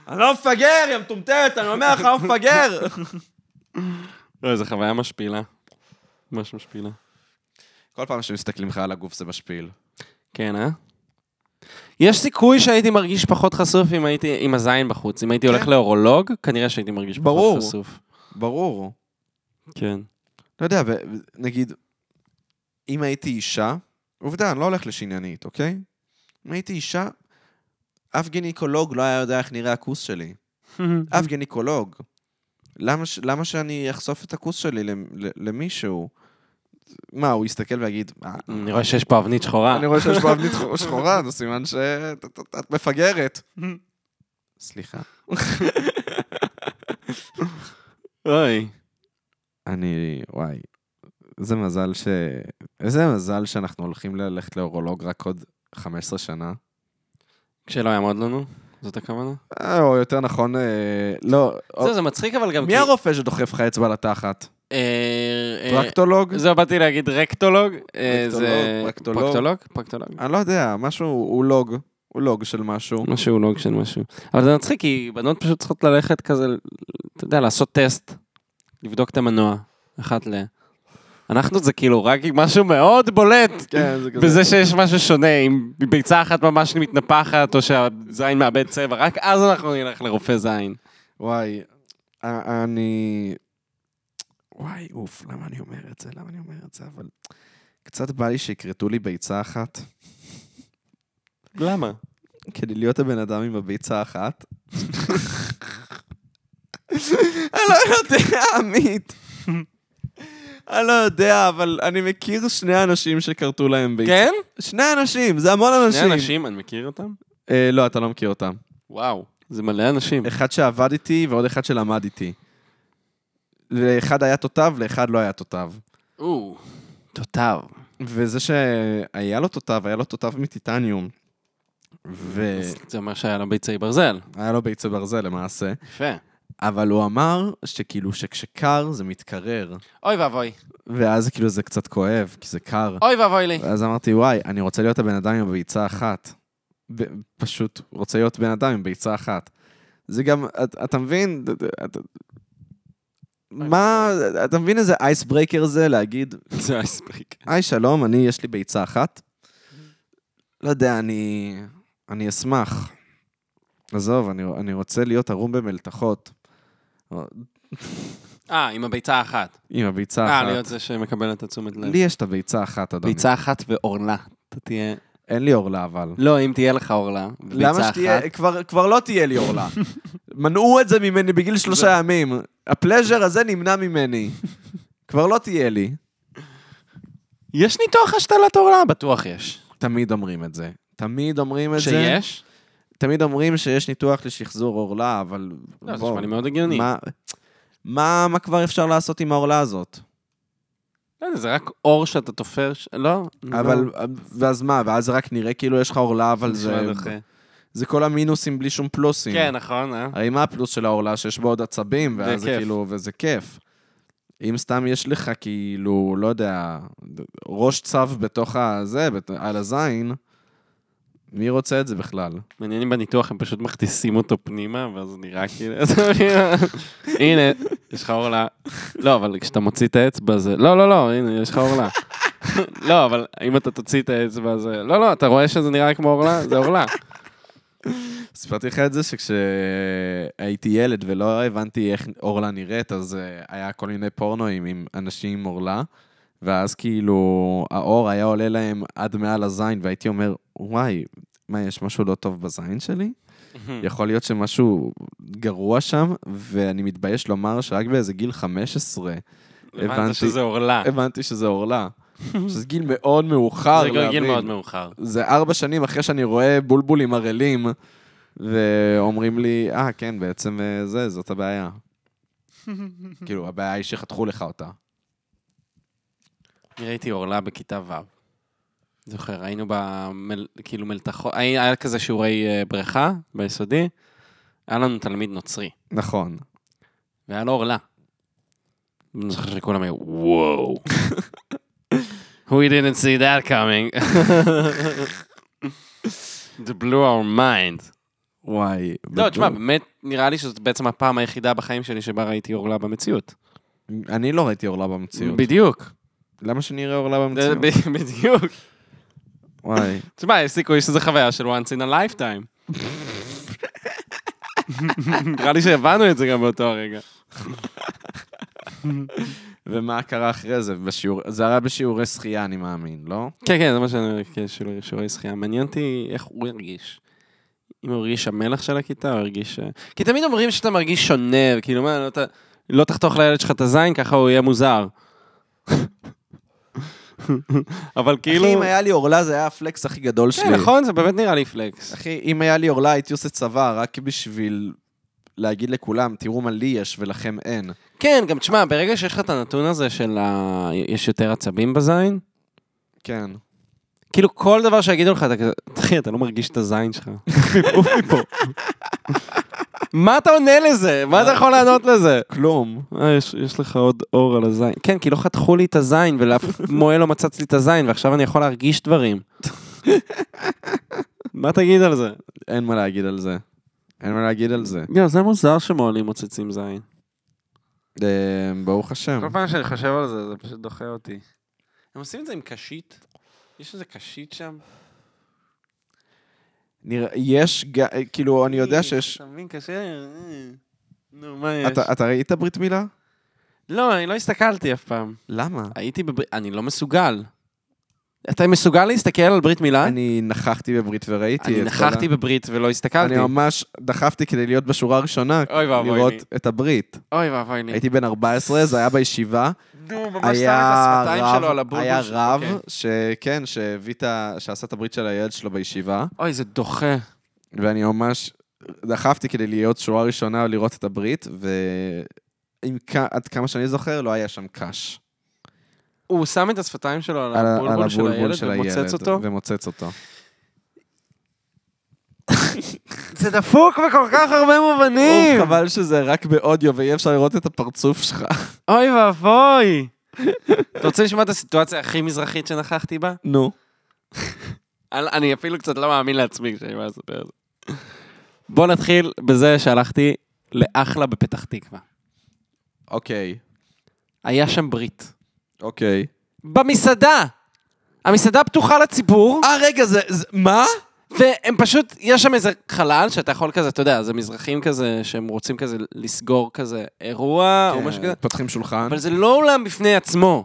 Speaker 1: אני לא מפגר, יא מטומטמת, אני אומר לך, לא מפגר.
Speaker 2: לא, זו חוויה משפילה. ממש משפילה.
Speaker 1: כל פעם שמסתכלים לך על הגוף זה משפיל.
Speaker 2: כן, אה? יש סיכוי שהייתי מרגיש פחות חשוף אם הייתי עם הזין בחוץ. אם הייתי הולך
Speaker 1: כן.
Speaker 2: לאורולוג, כנראה שהייתי מרגיש פחות
Speaker 1: ברור.
Speaker 2: חשוף.
Speaker 1: ברור.
Speaker 2: כן.
Speaker 1: לא יודע, ו- ו- נגיד, אם הייתי אישה, עובדה, אני לא הולך לשניינית, אוקיי? אם הייתי אישה, אף גינקולוג לא היה יודע איך נראה הכוס שלי. אף גינקולוג. למה, ש- למה שאני אחשוף את הכוס שלי למ- ל- למישהו? מה, הוא יסתכל ויגיד, "אה,
Speaker 2: אני רואה שיש פה אבנית שחורה.
Speaker 1: אני רואה שיש פה אבנית שחור- שחורה, זה סימן שאת את- את- את מפגרת. סליחה.
Speaker 2: אוי.
Speaker 1: אני, וואי, איזה מזל ש... איזה מזל שאנחנו הולכים ללכת לאורולוג רק עוד 15 שנה.
Speaker 2: כשלא יעמוד לנו, זאת הכוונה?
Speaker 1: אה, או יותר נכון, אה, לא. או-
Speaker 2: זהו, זה מצחיק אבל גם... אה,
Speaker 1: מי הרופא שדוחף לך אצבע לתחת?
Speaker 2: הרופא?
Speaker 1: טרקטולוג?
Speaker 2: אוקיי. זהו, באתי להגיד רקטולוג. אה,
Speaker 1: רקטולוג,
Speaker 2: זה-
Speaker 1: פרקטולוג.
Speaker 2: פרקטולוג? פרקטולוג.
Speaker 1: אני לא יודע, משהו, הוא לוג. הוא לוג של משהו.
Speaker 2: משהו לוג של משהו. אבל זה מצחיק, כי בנות פשוט צריכות ללכת כזה, אתה יודע, לעשות טסט, לבדוק את המנוע, אחת ל... אנחנו זה כאילו רק עם משהו מאוד בולט,
Speaker 1: כן, זה
Speaker 2: בזה שיש משהו שונה, אם ביצה אחת ממש מתנפחת, או שהזין מאבד צבע, רק אז אנחנו נלך לרופא זין.
Speaker 1: וואי, א- אני... וואי, אוף, למה אני אומר את זה? למה אני אומר את זה? אבל קצת בא לי שיכרתו לי ביצה אחת,
Speaker 2: למה?
Speaker 1: כדי להיות הבן אדם עם הביצה האחת. אני לא יודע, עמית. אני לא יודע, אבל אני מכיר שני אנשים שכרתו להם ביצה.
Speaker 2: כן?
Speaker 1: שני אנשים, זה המון אנשים.
Speaker 2: שני אנשים, אני מכיר אותם?
Speaker 1: אה, לא, אתה לא מכיר אותם.
Speaker 2: וואו, זה מלא אנשים.
Speaker 1: אחד שעבד איתי ועוד אחד שלמד איתי. לאחד היה תותב, לאחד לא היה תותב.
Speaker 2: או, תותב.
Speaker 1: וזה שהיה לו תותב, היה לו תותב מטיטניום. והיה
Speaker 2: זה אומר שהיה לו ביצי ברזל.
Speaker 1: לו ביצי ברזל למעשה.
Speaker 2: יפה.
Speaker 1: אבל הוא אמר שכאילו שכשקר זה מתקרר.
Speaker 2: אוי ואבוי.
Speaker 1: ואז כאילו זה קצת כואב, כי זה קר.
Speaker 2: אוי ואבוי לי.
Speaker 1: ואז אמרתי, וואי, אני רוצה להיות הבן אדם עם ביצה אחת. ב- פשוט רוצה להיות בן אדם עם ביצה אחת. זה גם, את- אתה מבין? ד- ד- את- מה, אתה מבין איזה אייס ברייקר זה להגיד,
Speaker 2: זה לא אייסבריק.
Speaker 1: היי, שלום, אני, יש לי ביצה אחת. לא יודע, אני... אני אשמח. עזוב, אני, אני רוצה להיות ערום במלתחות.
Speaker 2: אה, עם הביצה האחת.
Speaker 1: עם הביצה
Speaker 2: אה,
Speaker 1: אחת.
Speaker 2: להיות זה שמקבל את התשומת לב.
Speaker 1: לי יש את הביצה אחת, אדוני. ביצה...
Speaker 2: ביצה אחת ועורלה. אתה תהיה...
Speaker 1: אין לי אורלה, אבל.
Speaker 2: לא, אם תהיה לך עורלה.
Speaker 1: למה שתהיה? כבר, כבר לא תהיה לי אורלה. מנעו את זה ממני בגיל שלושה ימים. הפלז'ר הזה נמנע ממני. כבר לא תהיה לי.
Speaker 2: יש ניתוח השתלת עורלה? בטוח יש.
Speaker 1: תמיד אומרים את זה. תמיד אומרים את זה.
Speaker 2: שיש?
Speaker 1: תמיד אומרים שיש ניתוח לשחזור עורלה, אבל...
Speaker 2: לא, זה
Speaker 1: בוא.
Speaker 2: נשמע לי מאוד הגיוני.
Speaker 1: מה, מה, מה כבר אפשר לעשות עם העורלה הזאת?
Speaker 2: לא יודע, זה רק אור שאתה תופר... ש- לא.
Speaker 1: אבל, ואז מה, ואז רק נראה כאילו יש לך עורלה, אבל
Speaker 2: נשמע
Speaker 1: זה,
Speaker 2: דוחה.
Speaker 1: זה כל המינוסים בלי שום פלוסים.
Speaker 2: כן, נכון, אה?
Speaker 1: הרי מה הפלוס של העורלה? שיש בה עוד עצבים, ואז זה
Speaker 2: וכיף.
Speaker 1: כאילו, וזה כיף. אם סתם יש לך כאילו, לא יודע, ראש צב בתוך הזה, בת- על הזין, מי רוצה את זה בכלל?
Speaker 2: מעניין אם בניתוח הם פשוט מכניסים אותו פנימה, ואז נראה כאילו... הנה, יש לך עורלה. לא, אבל כשאתה מוציא את האצבע זה... לא, לא, לא, הנה, יש לך עורלה. לא, אבל אם אתה תוציא את האצבע זה... לא, לא, אתה רואה שזה נראה כמו עורלה? זה עורלה.
Speaker 1: סיפרתי לך את זה שכשהייתי ילד ולא הבנתי איך אורלה נראית, אז אה, היה כל מיני פורנואים עם אנשים עם אורלה, ואז כאילו האור היה עולה להם עד מעל הזין, והייתי אומר, וואי, מה, יש משהו לא טוב בזין שלי? יכול להיות שמשהו גרוע שם, ואני מתבייש לומר שרק באיזה גיל 15 הבנתי.
Speaker 2: הבנת שזה עורלה.
Speaker 1: הבנתי שזה אורלה. שזה גיל מאוד מאוחר
Speaker 2: זה
Speaker 1: להבין.
Speaker 2: גיל מאוד מאוחר.
Speaker 1: זה ארבע שנים אחרי שאני רואה בולבולים ערלים, ואומרים לי, אה, כן, בעצם אה, זה, זאת הבעיה. כאילו, הבעיה היא שחתכו לך אותה.
Speaker 2: אני ראיתי עורלה בכיתה ו'. זוכר, היינו במל... כאילו מלתחות, היה היה כזה שיעורי אה, בריכה ביסודי, היה לנו תלמיד נוצרי,
Speaker 1: נכון.
Speaker 2: והיה לו עורלה. אני זוכר שכולם היו, וואו. We didn't see that coming. It blew our mind.
Speaker 1: וואי.
Speaker 2: לא,
Speaker 1: בטוח.
Speaker 2: תשמע, באמת נראה לי שזאת בעצם הפעם היחידה בחיים שלי שבה ראיתי עורלה במציאות.
Speaker 1: אני לא ראיתי אורלה במציאות.
Speaker 2: בדיוק.
Speaker 1: למה שאני אראה אורלה
Speaker 2: זה-
Speaker 1: במציאות?
Speaker 2: ב- בדיוק.
Speaker 1: וואי.
Speaker 2: תשמע, יש סיכוי שזו חוויה של once in a lifetime. נראה לי שהבנו את זה גם באותו הרגע.
Speaker 1: ומה קרה אחרי זה? בשיעור... זה היה בשיעורי שחייה, אני מאמין, לא?
Speaker 2: כן, כן, זה מה שאני... כן, שיעורי- שיעורי שחייה. מעניין אותי איך הוא הרגיש. אם הוא הרגיש המלח של הכיתה, או הרגיש... אה, כי תמיד אומרים שאתה מרגיש שונה, וכאילו, מה, לא, ת... לא תחתוך לילד שלך את הזין, ככה הוא יהיה מוזר. אבל כאילו...
Speaker 1: אחי, אם היה לי עורלה, זה היה הפלקס הכי גדול שלי.
Speaker 2: כן, נכון, זה באמת נראה לי פלקס.
Speaker 1: אחי, אם היה לי עורלה, הייתי עושה צבא רק בשביל להגיד לכולם, תראו מה לי יש ולכם אין.
Speaker 2: כן, גם תשמע, ברגע שיש לך את הנתון הזה של ה... יש יותר עצבים בזין,
Speaker 1: כן.
Speaker 2: כאילו כל דבר שיגידו לך, אתה כזה, אחי, אתה לא מרגיש את הזין שלך. עוף מפה. מה אתה עונה לזה? מה אתה יכול לענות לזה?
Speaker 1: כלום.
Speaker 2: אה, יש, יש לך עוד אור על הזין. כן, כי לא חתכו לי את הזין, ולאף מועל לא מצץ לי את הזין, ועכשיו אני יכול להרגיש דברים. מה תגיד על זה?
Speaker 1: אין מה להגיד על זה. אין מה להגיד על זה.
Speaker 2: גם לא, זה מוזר שמועלים מוצצים זין.
Speaker 1: אה, ברוך השם.
Speaker 2: כל פעם שאני חושב על זה, זה פשוט דוחה אותי. הם עושים את זה עם קשית? יש איזה קשית שם?
Speaker 1: נראה- יש, ג- כאילו, אני יודע שיש...
Speaker 2: אה, אתה מבין, קשה... אה. נו, מה יש?
Speaker 1: אתה אתה ראית ברית מילה?
Speaker 2: לא, אני לא הסתכלתי אף פעם.
Speaker 1: למה?
Speaker 2: הייתי בברית... אני לא מסוגל. אתה מסוגל להסתכל על ברית מילה?
Speaker 1: אה? אני נכחתי בברית וראיתי את
Speaker 2: אני
Speaker 1: כל ה-
Speaker 2: נכחתי בברית ולא הסתכלתי.
Speaker 1: אני ממש דחפתי כדי להיות בשורה הראשונה,
Speaker 2: אוי ואבוי
Speaker 1: לראות
Speaker 2: לי.
Speaker 1: את הברית.
Speaker 2: אוי ואבוי לי.
Speaker 1: הייתי בן 14, זה היה בישיבה.
Speaker 2: נו, ממש שם את
Speaker 1: היה
Speaker 2: השפתיים שלו על
Speaker 1: רב,
Speaker 2: הבולבול
Speaker 1: היה
Speaker 2: שלו,
Speaker 1: רב,
Speaker 2: אוקיי.
Speaker 1: שכן, שהביא את ה... שעשה את הברית של הילד שלו בישיבה,
Speaker 2: אוי, זה דוחה.
Speaker 1: ואני ממש דחפתי כדי להיות שורה ראשונה לראות את הברית, ועד כמה שאני זוכר, לא היה שם קש.
Speaker 2: הוא שם את השפתיים שלו על
Speaker 1: על ה-
Speaker 2: הבולבול
Speaker 1: על
Speaker 2: של הילד ומוצץ אותו. אוקיי.
Speaker 1: ומוצץ אותו.
Speaker 2: זה דפוק בכל כך הרבה
Speaker 1: אוף,
Speaker 2: מובנים!
Speaker 1: אוקיי. חבל שזה רק באודיו ואי אפשר לראות את הפרצוף שלך.
Speaker 2: אוי ואבוי! אתה רוצה לשמוע את הסיטואציה הכי מזרחית שנכחתי בה?
Speaker 1: נו.
Speaker 2: אל- אני אפילו קצת לא מאמין לעצמי כשאני בא לספר את זה. בוא נתחיל בזה שהלכתי לאחלה בפתח תקווה.
Speaker 1: אוקיי,
Speaker 2: היה שם ברית.
Speaker 1: אוקיי.
Speaker 2: במסעדה! המסעדה פתוחה לציבור,
Speaker 1: אה, רגע, זה... זה- מה?
Speaker 2: והם פשוט, יש שם איזה חלל שאתה יכול כזה, אתה יודע, זה מזרחים כזה, שהם רוצים כזה לסגור כזה אירוע או משהו כזה,
Speaker 1: כן, פותחים שולחן.
Speaker 2: אבל זה לא אולם בפני עצמו.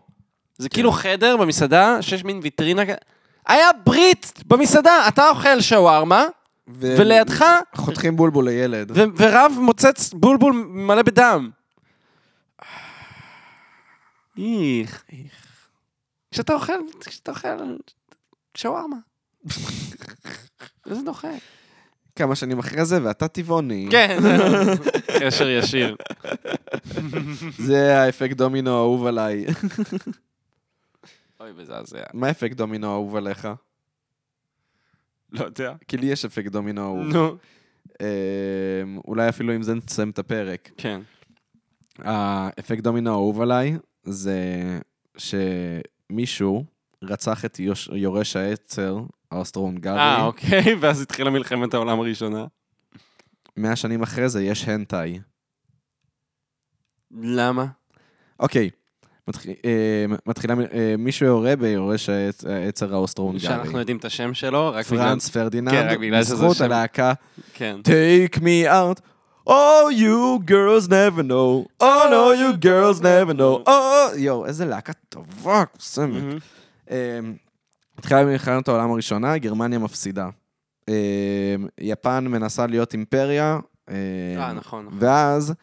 Speaker 2: זה כאילו חדר במסעדה, שיש מין ויטרינה כזה. היה ברית במסעדה, אתה אוכל שווארמה,
Speaker 1: ו-
Speaker 2: ולידך
Speaker 1: חותכים בולבול לילד.
Speaker 2: ו- ורב מוצץ בולבול מלא בדם. איך. כשאתה אוכל, כשאתה אוכל שווארמה. איזה דוחה.
Speaker 1: כמה שנים אחרי זה, ואתה טבעוני.
Speaker 2: כן. קשר ישיר.
Speaker 1: זה האפקט דומינו האהוב עליי.
Speaker 2: אוי, מזעזע.
Speaker 1: מה האפקט דומינו האהוב עליך?
Speaker 2: לא יודע.
Speaker 1: כי לי יש אפקט דומינו אהוב.
Speaker 2: נו.
Speaker 1: אה, אולי אפילו עם זה נסיים את הפרק.
Speaker 2: כן.
Speaker 1: האפקט דומינו האהוב עליי זה שמישהו רצח את יוש- יורש העצר
Speaker 2: אה,
Speaker 1: האוסטרו-הונגרי.
Speaker 2: אוקיי, ואז התחילה מלחמת העולם הראשונה. אוקיי.
Speaker 1: מאה שנים אחרי זה יש הנטאי.
Speaker 2: למה?
Speaker 1: אוקיי. מתחיל- אה, מתחילה, מ- אה, מישהו יורה ביורש העצ- העצר האוסטרו-הונגרי.
Speaker 2: שאנחנו יודעים את השם שלו, רק בגלל...
Speaker 1: פרנץ
Speaker 2: כן,
Speaker 1: פרדיננד,
Speaker 2: רק בגלל שזה
Speaker 1: בזכות
Speaker 2: שם.
Speaker 1: הלהקה
Speaker 2: כן.
Speaker 1: Take me out. All you girls never know. All, all you girls never know. Mm-hmm. Oh, יואו, איזה להקה טובה, קוסמת.
Speaker 2: מהמם.
Speaker 1: אמ, התחילה במלחמת העולם הראשונה, גרמניה מפסידה. אמ, יפן מנסה להיות אימפריה. אמ,
Speaker 2: אה, נכון. נכון.
Speaker 1: ואז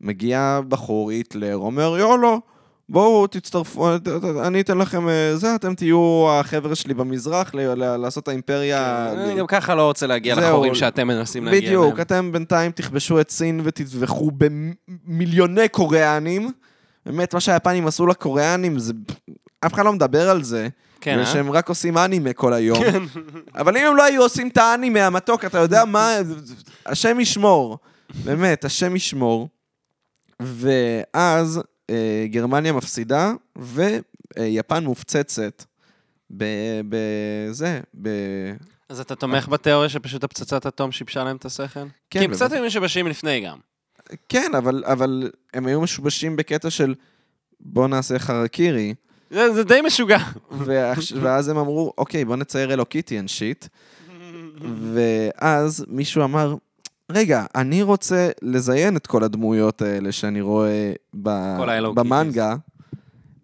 Speaker 1: מגיע בחור היטלר, אומר, יולו, בואו תצטרפו, ת- ת- אני אתן לכם אה, זה, אתם תהיו החבר'ה שלי במזרח, ל- ל- לעשות את האימפריה.
Speaker 2: אני גם ככה לא רוצה להגיע
Speaker 1: זהו.
Speaker 2: לחורים שאתם מנסים להגיע אליהם.
Speaker 1: בדיוק, אתם בינתיים תכבשו את סין ותטבחו במיליוני קוריאנים. באמת, מה שהיפנים עשו לקוריאנים, זה... אף אחד לא מדבר על זה.
Speaker 2: כן, אה? כן.
Speaker 1: שהם רק עושים אנימה כל היום. אבל אם הם לא היו עושים את האנימה המתוק, אתה יודע מה... השם ישמור. באמת, השם ישמור. ואז אה, גרמניה מפסידה, ויפן מופצצת. בזה, ב...
Speaker 2: אז אתה תומך בתיאוריה שפשוט הפצצת אטום שיבשה להם את השכל?
Speaker 1: כן,
Speaker 2: כי הם קצת
Speaker 1: בוודאי.
Speaker 2: היו משבשים לפני גם.
Speaker 1: כן, אבל, אבל הם היו משובשים בקטע של בוא נעשה חרקירי,
Speaker 2: זה זה די משוגע.
Speaker 1: ועכש- ואז הם אמרו, אוקיי, בוא נצייר אלו קיטי אנד שיט, ואז מישהו אמר, רגע, אני רוצה לזיין את כל הדמויות האלה שאני רואה ב...
Speaker 2: כל ה-Hello
Speaker 1: במנגה.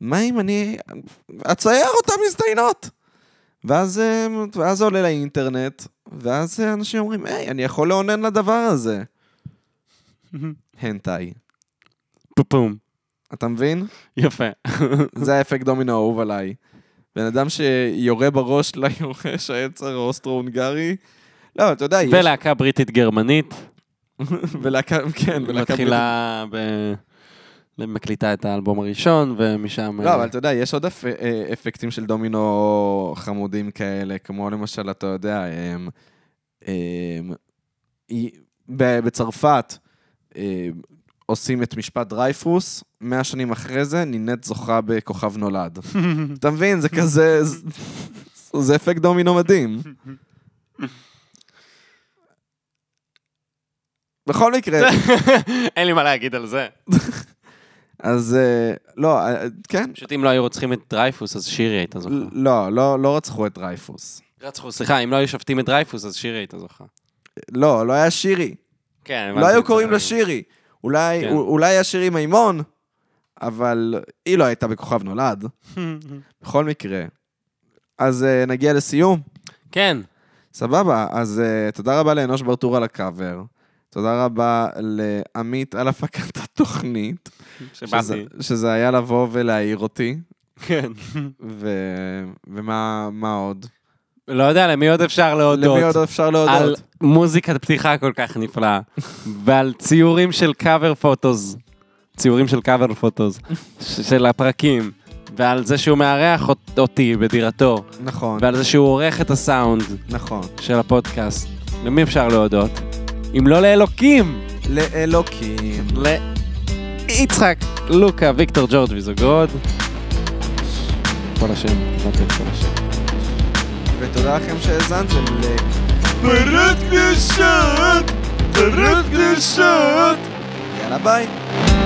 Speaker 1: מה אם אני אצייר אותן מזדיינות? ואז, אה, ואז זה עולה לאינטרנט, ואז אה, אנשים אומרים, היי, אני יכול לאונן לדבר הזה. הנטאי.
Speaker 2: פופום.
Speaker 1: אתה מבין?
Speaker 2: יפה.
Speaker 1: זה האפקט דומינו האהוב עליי. בן אדם שיורה בראש ליורש היצר האוסטרו-הונגרי. לא, אתה יודע, יש...
Speaker 2: ולהקה בריטית גרמנית,
Speaker 1: ולהקה, כן, ולהקה...
Speaker 2: מתחילה ב... מקליטה את האלבום הראשון, ומשם...
Speaker 1: לא, אבל אתה יודע, יש עוד אפ... אה, אפקטים של דומינו חמודים כאלה, כמו למשל, אתה יודע, הם, הם, היא- ב- בצרפת הם, עושים את משפט דרייפוס, מאה שנים אחרי זה נינט זוכה בכוכב נולד. אתה מבין, זה כזה... זה- זה אפקט דומינו מדהים. בכל מקרה,
Speaker 2: אין לי מה להגיד על זה.
Speaker 1: אז אה, לא, אה, כן,
Speaker 2: פשוט אם לא היו רוצחים את דרייפוס, אז שירי הייתה זוכה.
Speaker 1: לא, לא, לא רצחו את דרייפוס.
Speaker 2: רצחו, סליחה, אם לא היו שופטים את דרייפוס, אז שירי הייתה זוכה.
Speaker 1: לא, לא היה שירי.
Speaker 2: כן,
Speaker 1: לא היו קוראים לה שירי. אולי
Speaker 2: כן.
Speaker 1: אולי היה שירי מימון, אבל היא לא הייתה בכוכב נולד. בכל מקרה. אז אה, נגיע לסיום.
Speaker 2: כן,
Speaker 1: סבבה, אז אה, תודה רבה לאנוש ברטור על הקאבר. תודה רבה לעמית על הפקת התוכנית. שזה-
Speaker 2: שבאתי.
Speaker 1: שזה היה לבוא ולהעיר אותי.
Speaker 2: כן.
Speaker 1: ו... ומה מה עוד?
Speaker 2: לא יודע, למי עוד אפשר להודות?
Speaker 1: למי עוד אפשר
Speaker 2: על
Speaker 1: להודות?
Speaker 2: מוזיקת פתיחה כל כך נפלאה, ועל ציורים של קאבר פוטוס, ציורים של קאבר פוטוס, של הפרקים, ועל זה שהוא מארח אות- אותי בדירתו,
Speaker 1: נכון,
Speaker 2: ועל זה שהוא עורך את הסאונד
Speaker 1: נכון.
Speaker 2: של הפודקאסט. למי אפשר להודות? אם לא לאלוקים!
Speaker 1: לאלוקים.
Speaker 2: ליצחק, לוקה, ויקטור ג'ורג' ויזוגרוד. כל השם, הבנתי את כל השם.
Speaker 1: ותודה לכם שהאזנתם ל... פרות קדושות! פרות קדושות! יאללה ביי!